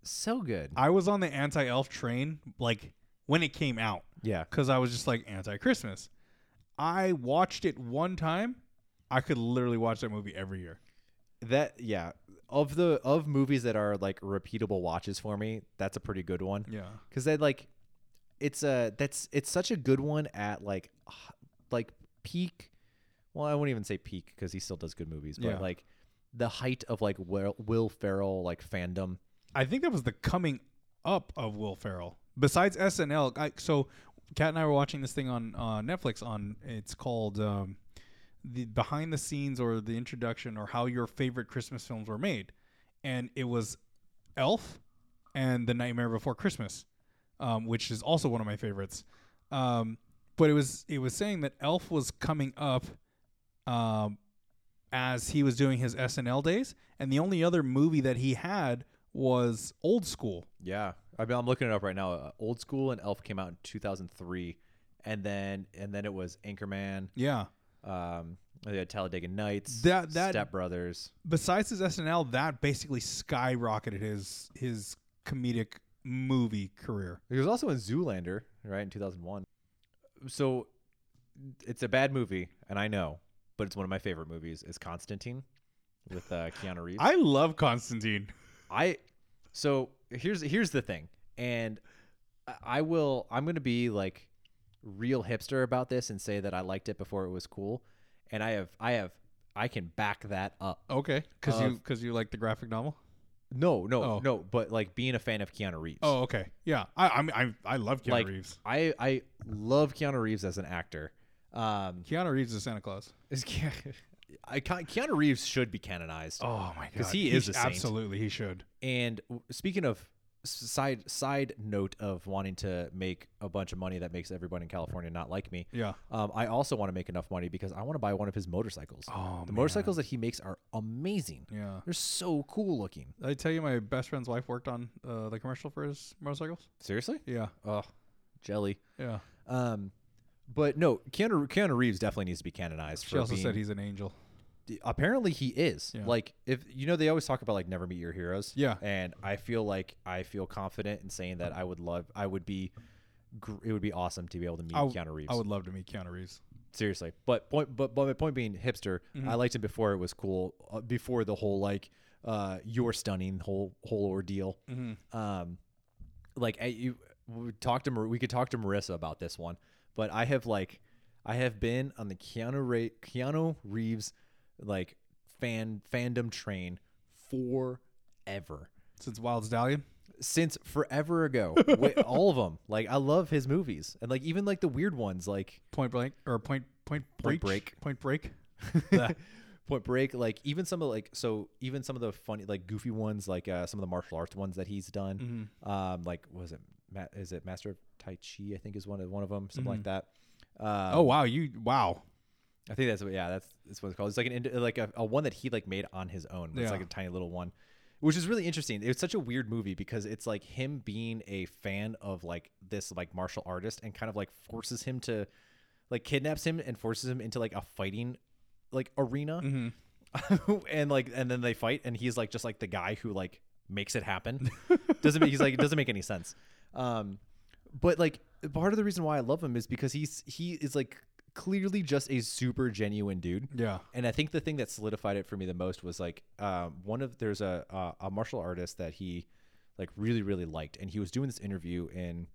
S1: So good.
S2: I was on the anti elf train like when it came out
S1: yeah.
S2: because I was just like anti Christmas. I watched it one time. I could literally watch that movie every year.
S1: that yeah of the of movies that are like repeatable watches for me that's a pretty good one
S2: Yeah.
S1: because they like it's a that's it's such a good one at like h- like peak well i won't even say peak because he still does good movies but
S2: Yeah.
S1: like the height of like will, will ferrell like fandom
S2: I think that was the coming up of Will Ferrell. Besides SNL, I, so Kat and I were watching this thing on uh, Netflix. On it's called um, the behind the scenes or the introduction or how your favorite Christmas films were made, and it was Elf and The Nightmare Before Christmas, um, which is also one of my favorites. Um, but it was it was saying that Elf was coming up um, as he was doing his SNL days, and the only other movie that he had was Old School.
S1: yeah i mean i'm looking it up right now uh, old school and elf came out in 2003 and then and then it was anchorman
S2: Yeah.
S1: um they had talladega nights
S2: That- that-
S1: step brothers
S2: Besides his SNL, that basically skyrocketed his his comedic movie career.
S1: He was also in Zoolander, right, in 2001. So it's a bad movie, and I know, but it's one of my favorite movies is Constantine with uh, Keanu Reeves.
S2: I love Constantine.
S1: I so here's here's the thing, and I- I will I'm gonna be like real hipster about this and say that I liked it before it was cool, and I have I have I can back that up.
S2: Okay, because you
S1: Of-
S2: because you like the graphic novel.
S1: No, no,
S2: Oh.
S1: no, but like being a fan of Keanu Reeves.
S2: Oh, okay, yeah. I I mean, I, I love Keanu
S1: like
S2: Reeves.
S1: I I love Keanu Reeves as an actor. Um,
S2: Keanu Reeves is Santa Claus.
S1: Is Keanu, I, Ke- Keanu Reeves should be canonized.
S2: Oh my god,
S1: 'Cause he is
S2: sh-
S1: a saint.
S2: absolutely he should.
S1: And w- speaking of s- side side note of wanting to make a bunch of money that makes everyone in California not like me.
S2: Yeah.
S1: Um, I also want to make enough money because I want to buy one of his motorcycles.
S2: Oh,
S1: the motorcycles that he makes are amazing.
S2: Yeah.
S1: They're so cool looking.
S2: Did I tell you my best friend's wife worked on uh, the commercial for his motorcycles.
S1: Seriously?
S2: Yeah,
S1: Oh, jelly.
S2: yeah.
S1: Um, but no, Keanu, Keanu Reeves definitely needs to be canonized.
S2: She
S1: for
S2: also
S1: being,
S2: said he's an angel.
S1: apparently he is
S2: Yeah.
S1: like if you know they always talk about like never meet your heroes
S2: Yeah.
S1: and i feel like i feel confident in saying that i would love i would be gr- it would be awesome to be able to meet
S2: I w-
S1: keanu reeves
S2: I would love to meet Keanu Reeves.
S1: seriously. But point, but but my point being, hipster. I liked him before it was cool. Uh, before the whole like, uh, you're stunning whole whole ordeal. Um, like I, you, we talked to Mar- we could talk to Marissa about this one, but I have like, I have been on the Keanu Ray Keanu Reeves, like fan fandom train forever
S2: Since Wild Stallion.
S1: since forever ago. Wi- all of them. Like I love his movies, and like even like the weird ones, like
S2: Point Blank or Point Point
S1: Point
S2: Breach?
S1: Break.
S2: Point Break.
S1: Point Break. Like even some of like so even some of the funny like goofy ones, like uh, some of the martial arts ones that he's done.
S2: Mm.
S1: Um, like was it Ma- is it Master of Tai Chi? I think is one of one of them, something like that. Uh,
S2: Mm. oh wow, you wow.
S1: I think that's what yeah that's that's what it's called. It's like an ind- like a, a one that he like made on his own. but It's
S2: Yeah.
S1: like a tiny little one, which is really interesting. It's such a weird movie because it's like him being a fan of like this like martial artist and kind of like forces him to like kidnaps him and forces him into like a fighting like arena. and like and then they fight and he's like just like the guy who like makes it happen. doesn't make he's like it doesn't make any sense. Um but like part of the reason why I love him is because he's he is like clearly just a super genuine dude.
S2: Yeah.
S1: And I think the thing that solidified it for me the most was like um, one of there's a uh, a martial artist that he like really really liked, and he was doing this interview in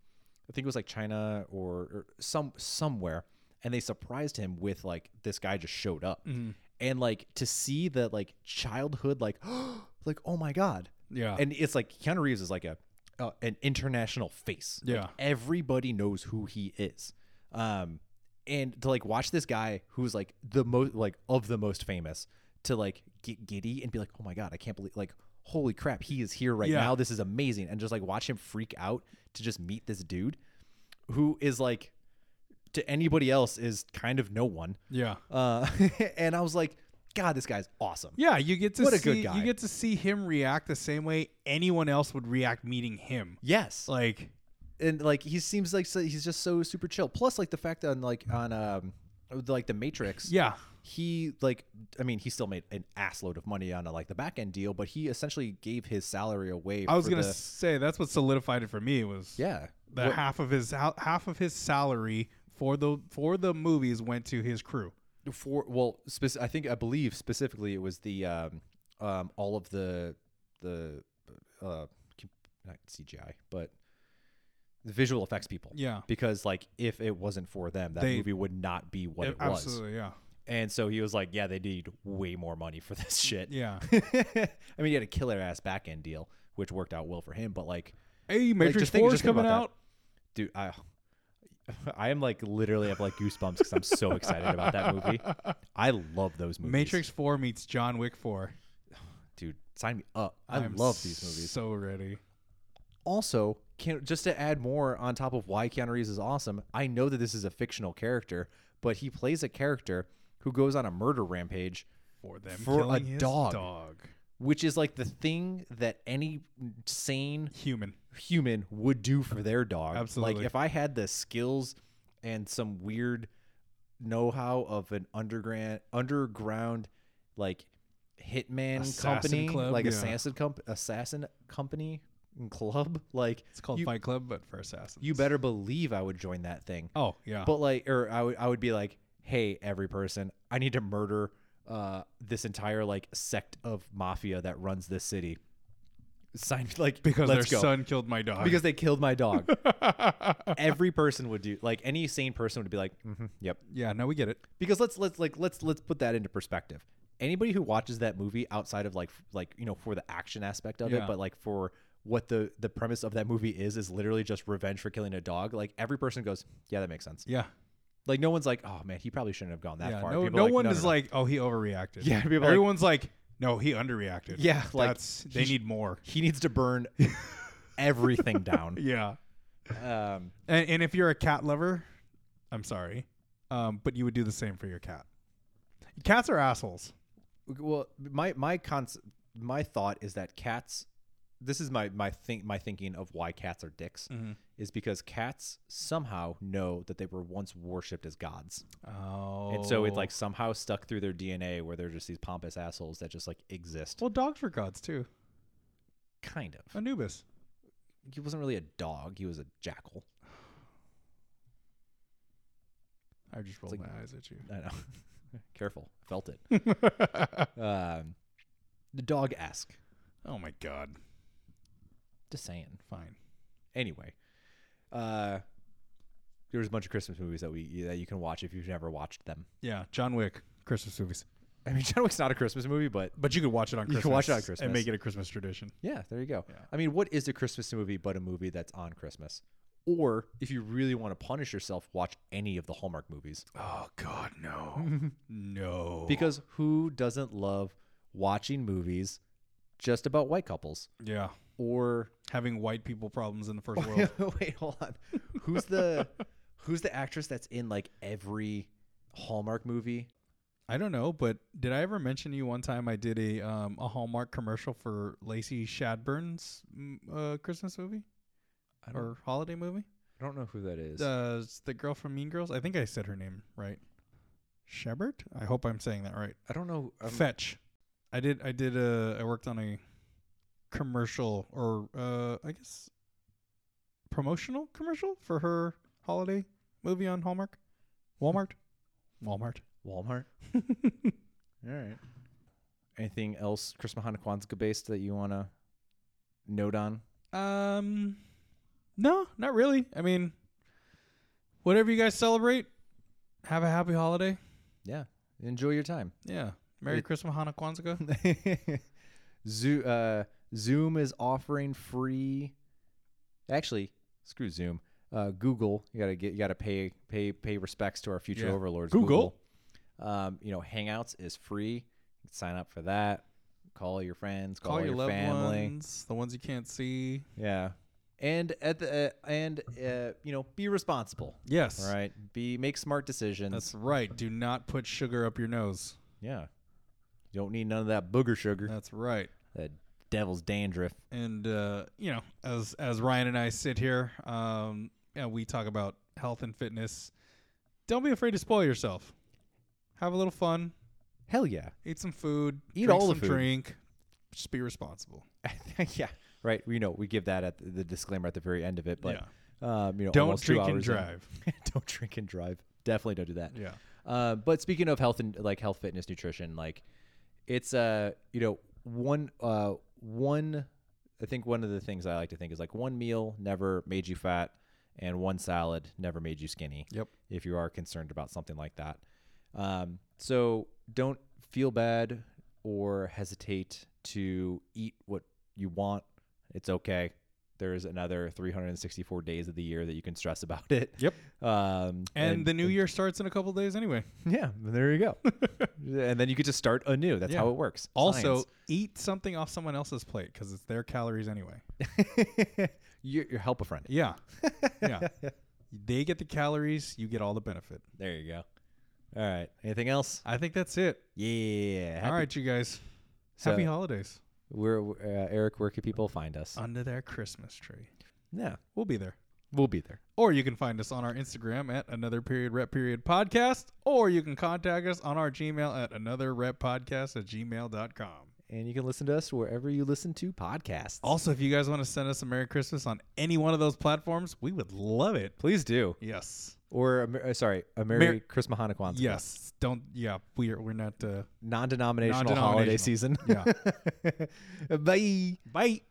S1: I think it was like China or, or some somewhere, and they surprised him with like this guy just showed up,
S2: Mm-hmm.
S1: and like to see the like childhood like like oh my god
S2: Yeah.
S1: and it's like Keanu Reeves is like a uh, an international face. Like,
S2: Yeah.
S1: everybody knows who he is. Um, and to like watch this guy who's like the most like of the most famous to like get giddy and be like, oh my god, I can't believe like holy crap, he is here right
S2: Yeah.
S1: now. This is amazing, and just like watch him freak out to just meet this dude who is like to anybody else is kind of no one.
S2: Yeah.
S1: Uh, and I was like, God, this guy's awesome.
S2: Yeah, you get to
S1: What a good
S2: see
S1: guy.
S2: you get to see him react the same way anyone else would react meeting him.
S1: Yes.
S2: Like
S1: and like he seems like so, he's just so super chill. Plus, like the fact that on like on um like the Matrix,
S2: yeah.
S1: he like I mean he still made an ass load of money on a, like the back end deal, but he essentially gave his salary away.
S2: I was
S1: for
S2: going to
S1: the-
S2: say that's what solidified it for me was
S1: yeah,
S2: the
S1: What-
S2: half of his hal- half of his salary for the for the movies went to his crew.
S1: for well, spec- I think I believe specifically it was the um um all of the the uh com- not CGI but the visual effects people
S2: Yeah.
S1: because like if it wasn't for them that
S2: They-
S1: movie would not be what it, was
S2: Absolutely, yeah.
S1: And so he was like, "Yeah, they need way more money for this shit."
S2: Yeah.
S1: I mean, he had a killer ass back end deal, which worked out well for him. But like,
S2: Hey, Matrix
S1: just think-
S2: 4 is
S1: just think
S2: coming
S1: about
S2: out.
S1: dude, I, I am like literally have like goosebumps because I'm so excited about that movie. I love those movies.
S2: Matrix 4 meets John Wick 4.
S1: dude, sign me up. I
S2: I'm
S1: love these movies.
S2: So ready.
S1: Also, can, just to add more on top of why Keanu Reeves is awesome, I know that this is a fictional character, but he plays a character who goes on a murder rampage
S2: For them
S1: For a
S2: killing his
S1: dog.
S2: dog.
S1: which is like the thing that any sane
S2: Human.
S1: human would do for their dog.
S2: Absolutely.
S1: Like if I had the skills and some weird know-how of an underground underground like hitman
S2: Assassin
S1: company,
S2: club,
S1: like
S2: yeah.
S1: assassin comp- assassin company and club, like
S2: It's called
S1: you,
S2: Fight Club but for assassins.
S1: you better believe I would join that thing.
S2: Oh, yeah.
S1: But like or I would I would be like, "Hey, every person, I need to murder uh this entire like sect of mafia that runs this city." Sign like
S2: because
S1: let's
S2: their
S1: go
S2: son killed my dog.
S1: because they killed my dog. Every person would do like any sane person would be like, mm-hmm, yep.
S2: yeah, no, we get it.
S1: Because let's let's like let's let's put that into perspective. Anybody who watches that movie outside of like f- like you know for the action aspect of
S2: Yeah.
S1: it, but like for what the the premise of that movie is is literally just revenge for killing a dog. Like every person goes, yeah, that makes sense.
S2: Yeah,
S1: Like no one's like, oh man, he probably shouldn't have gone that
S2: yeah.
S1: far.
S2: No,
S1: People
S2: no
S1: are like,
S2: one is
S1: no, no."
S2: like, oh, he overreacted.
S1: Yeah, people are like-
S2: everyone's like, no, he underreacted.
S1: Yeah, like,
S2: that's they
S1: he-
S2: need more.
S1: he needs to burn everything down.
S2: Yeah,
S1: Um,
S2: and, and if you're a cat lover, I'm sorry, um, but you would do the same for your cat. Cats are assholes.
S1: well my my cons my thought is that cats this is my my think my thinking of why cats are dicks
S2: Mm-hmm.
S1: is because cats somehow know that they were once worshipped as gods
S2: Oh,
S1: and so it like somehow stuck through their dna where they're just these pompous assholes that just like exist
S2: well, dogs were gods too.
S1: kind of
S2: Anubis.
S1: he wasn't really a dog he was a jackal
S2: I just rolled my eyes at you.
S1: I know. Careful. Felt it. um, the dog ask.
S2: Oh my god.
S1: Just saying.
S2: Fine.
S1: Anyway, uh, there was a bunch of Christmas movies that we that you can watch if you've never watched them.
S2: Yeah, John Wick Christmas movies.
S1: I mean, John Wick's not a Christmas movie, but
S2: But you could watch it on
S1: You
S2: Christmas.
S1: can watch it on
S2: and
S1: Christmas.
S2: make it a Christmas tradition.
S1: yeah, there you go. I mean, what is a Christmas movie but a movie that's on Christmas? Or if you really want to punish yourself, watch any of the Hallmark movies
S2: Oh god, no. no.
S1: because who doesn't love watching movies just about white couples
S2: yeah,
S1: or
S2: having white people problems in the first world.
S1: Wait, hold on. Who's the who's the actress that's in like every Hallmark movie?
S2: I don't know, but did I ever mention to you one time I did a um, a Hallmark commercial for Lacey Shadburn's mm, uh, Christmas movie or holiday movie?
S1: I don't know who that is.
S2: Uh, it's the girl from Mean Girls. I think I said her name right. Shepard. I hope I'm saying that right.
S1: I don't know. um,
S2: Fetch. I did. I did. Uh, I worked on a commercial or uh, I guess promotional commercial for her holiday movie on Hallmark, Walmart, Walmart.
S1: Walmart. All right. Anything else Christmas Hanukkah based that you want to note on?
S2: Um, no, not really. I mean, whatever you guys celebrate, have a happy holiday.
S1: Yeah. Enjoy your time.
S2: Yeah. Merry
S1: It-
S2: Christmas, Hanukkah, Kwanzaa.
S1: Zo- uh, Zoom is offering free. Actually, screw Zoom. Uh, Google, you gotta get, you gotta pay, pay, pay respects to our future
S2: Yeah.
S1: overlords.
S2: Google.
S1: Um, you know, Hangouts is free. You can sign up for that. Call your friends. Call,
S2: Call your loved
S1: family.
S2: ones, the ones you can't see.
S1: Yeah. And at the uh, and uh, you know, be responsible.
S2: Yes.
S1: All right. Be make smart decisions.
S2: That's right. Do not put sugar up your nose.
S1: yeah. You don't need none of that booger sugar.
S2: That's right.
S1: That devil's dandruff.
S2: And uh, you know, as as Ryan and I sit here, um, and we talk about health and fitness. Don't be afraid to spoil yourself. Have a little fun.
S1: Hell yeah.
S2: Eat some food.
S1: Eat
S2: drink
S1: all the
S2: some
S1: food.
S2: Drink. Just be responsible.
S1: yeah, right. We know we give that at the, the disclaimer at the very end of it, but um, you know,
S2: Don't
S1: almost two
S2: drink and
S1: hours in.
S2: drive.
S1: don't drink and drive. Definitely don't do that.
S2: Yeah.
S1: Uh, but speaking of health and like health, fitness, nutrition, like it's uh you know one uh one I think one of the things I like to think is like one meal never made you fat and one salad never made you skinny.
S2: Yep.
S1: If you are concerned about something like that, um, so don't feel bad or hesitate to eat what you want. It's okay. There's another 364 days of the year that you can stress about it.
S2: Yep.
S1: Um,
S2: And, the new year starts in a couple days anyway.
S1: yeah, there you go. and then you get to start anew. That's
S2: Yeah.
S1: how it works.
S2: Also, eat something off someone else's plate because it's their calories anyway.
S1: Science. you, you help a friend.
S2: Yeah. yeah. They get the calories, you get all the benefit.
S1: There you go. All right. Anything else?
S2: I think that's it.
S1: Yeah. Happy-
S2: All right, you guys.
S1: So-
S2: Happy holidays.
S1: We're uh, Eric. Where can people find us?
S2: Under their Christmas tree.
S1: yeah,
S2: We'll be there.
S1: we'll be there.
S2: Or you can find us on our Instagram at another period rep period podcast, or you can contact us on our Gmail at another rep podcast at gmail.com.
S1: And you can listen to us wherever you listen to podcasts.
S2: Also, if you guys want to send us a Merry Christmas on any one of those platforms, we would love it.
S1: please do.
S2: Yes.
S1: Or a mer- uh, sorry, a Merry
S2: Mer-
S1: Christmas Hanukkah.
S2: Yes. Don't. Yeah. We're we're not. Uh,
S1: Non-denominational,
S2: Non-denominational.
S1: holiday season.
S2: yeah.
S1: Bye.
S2: Bye.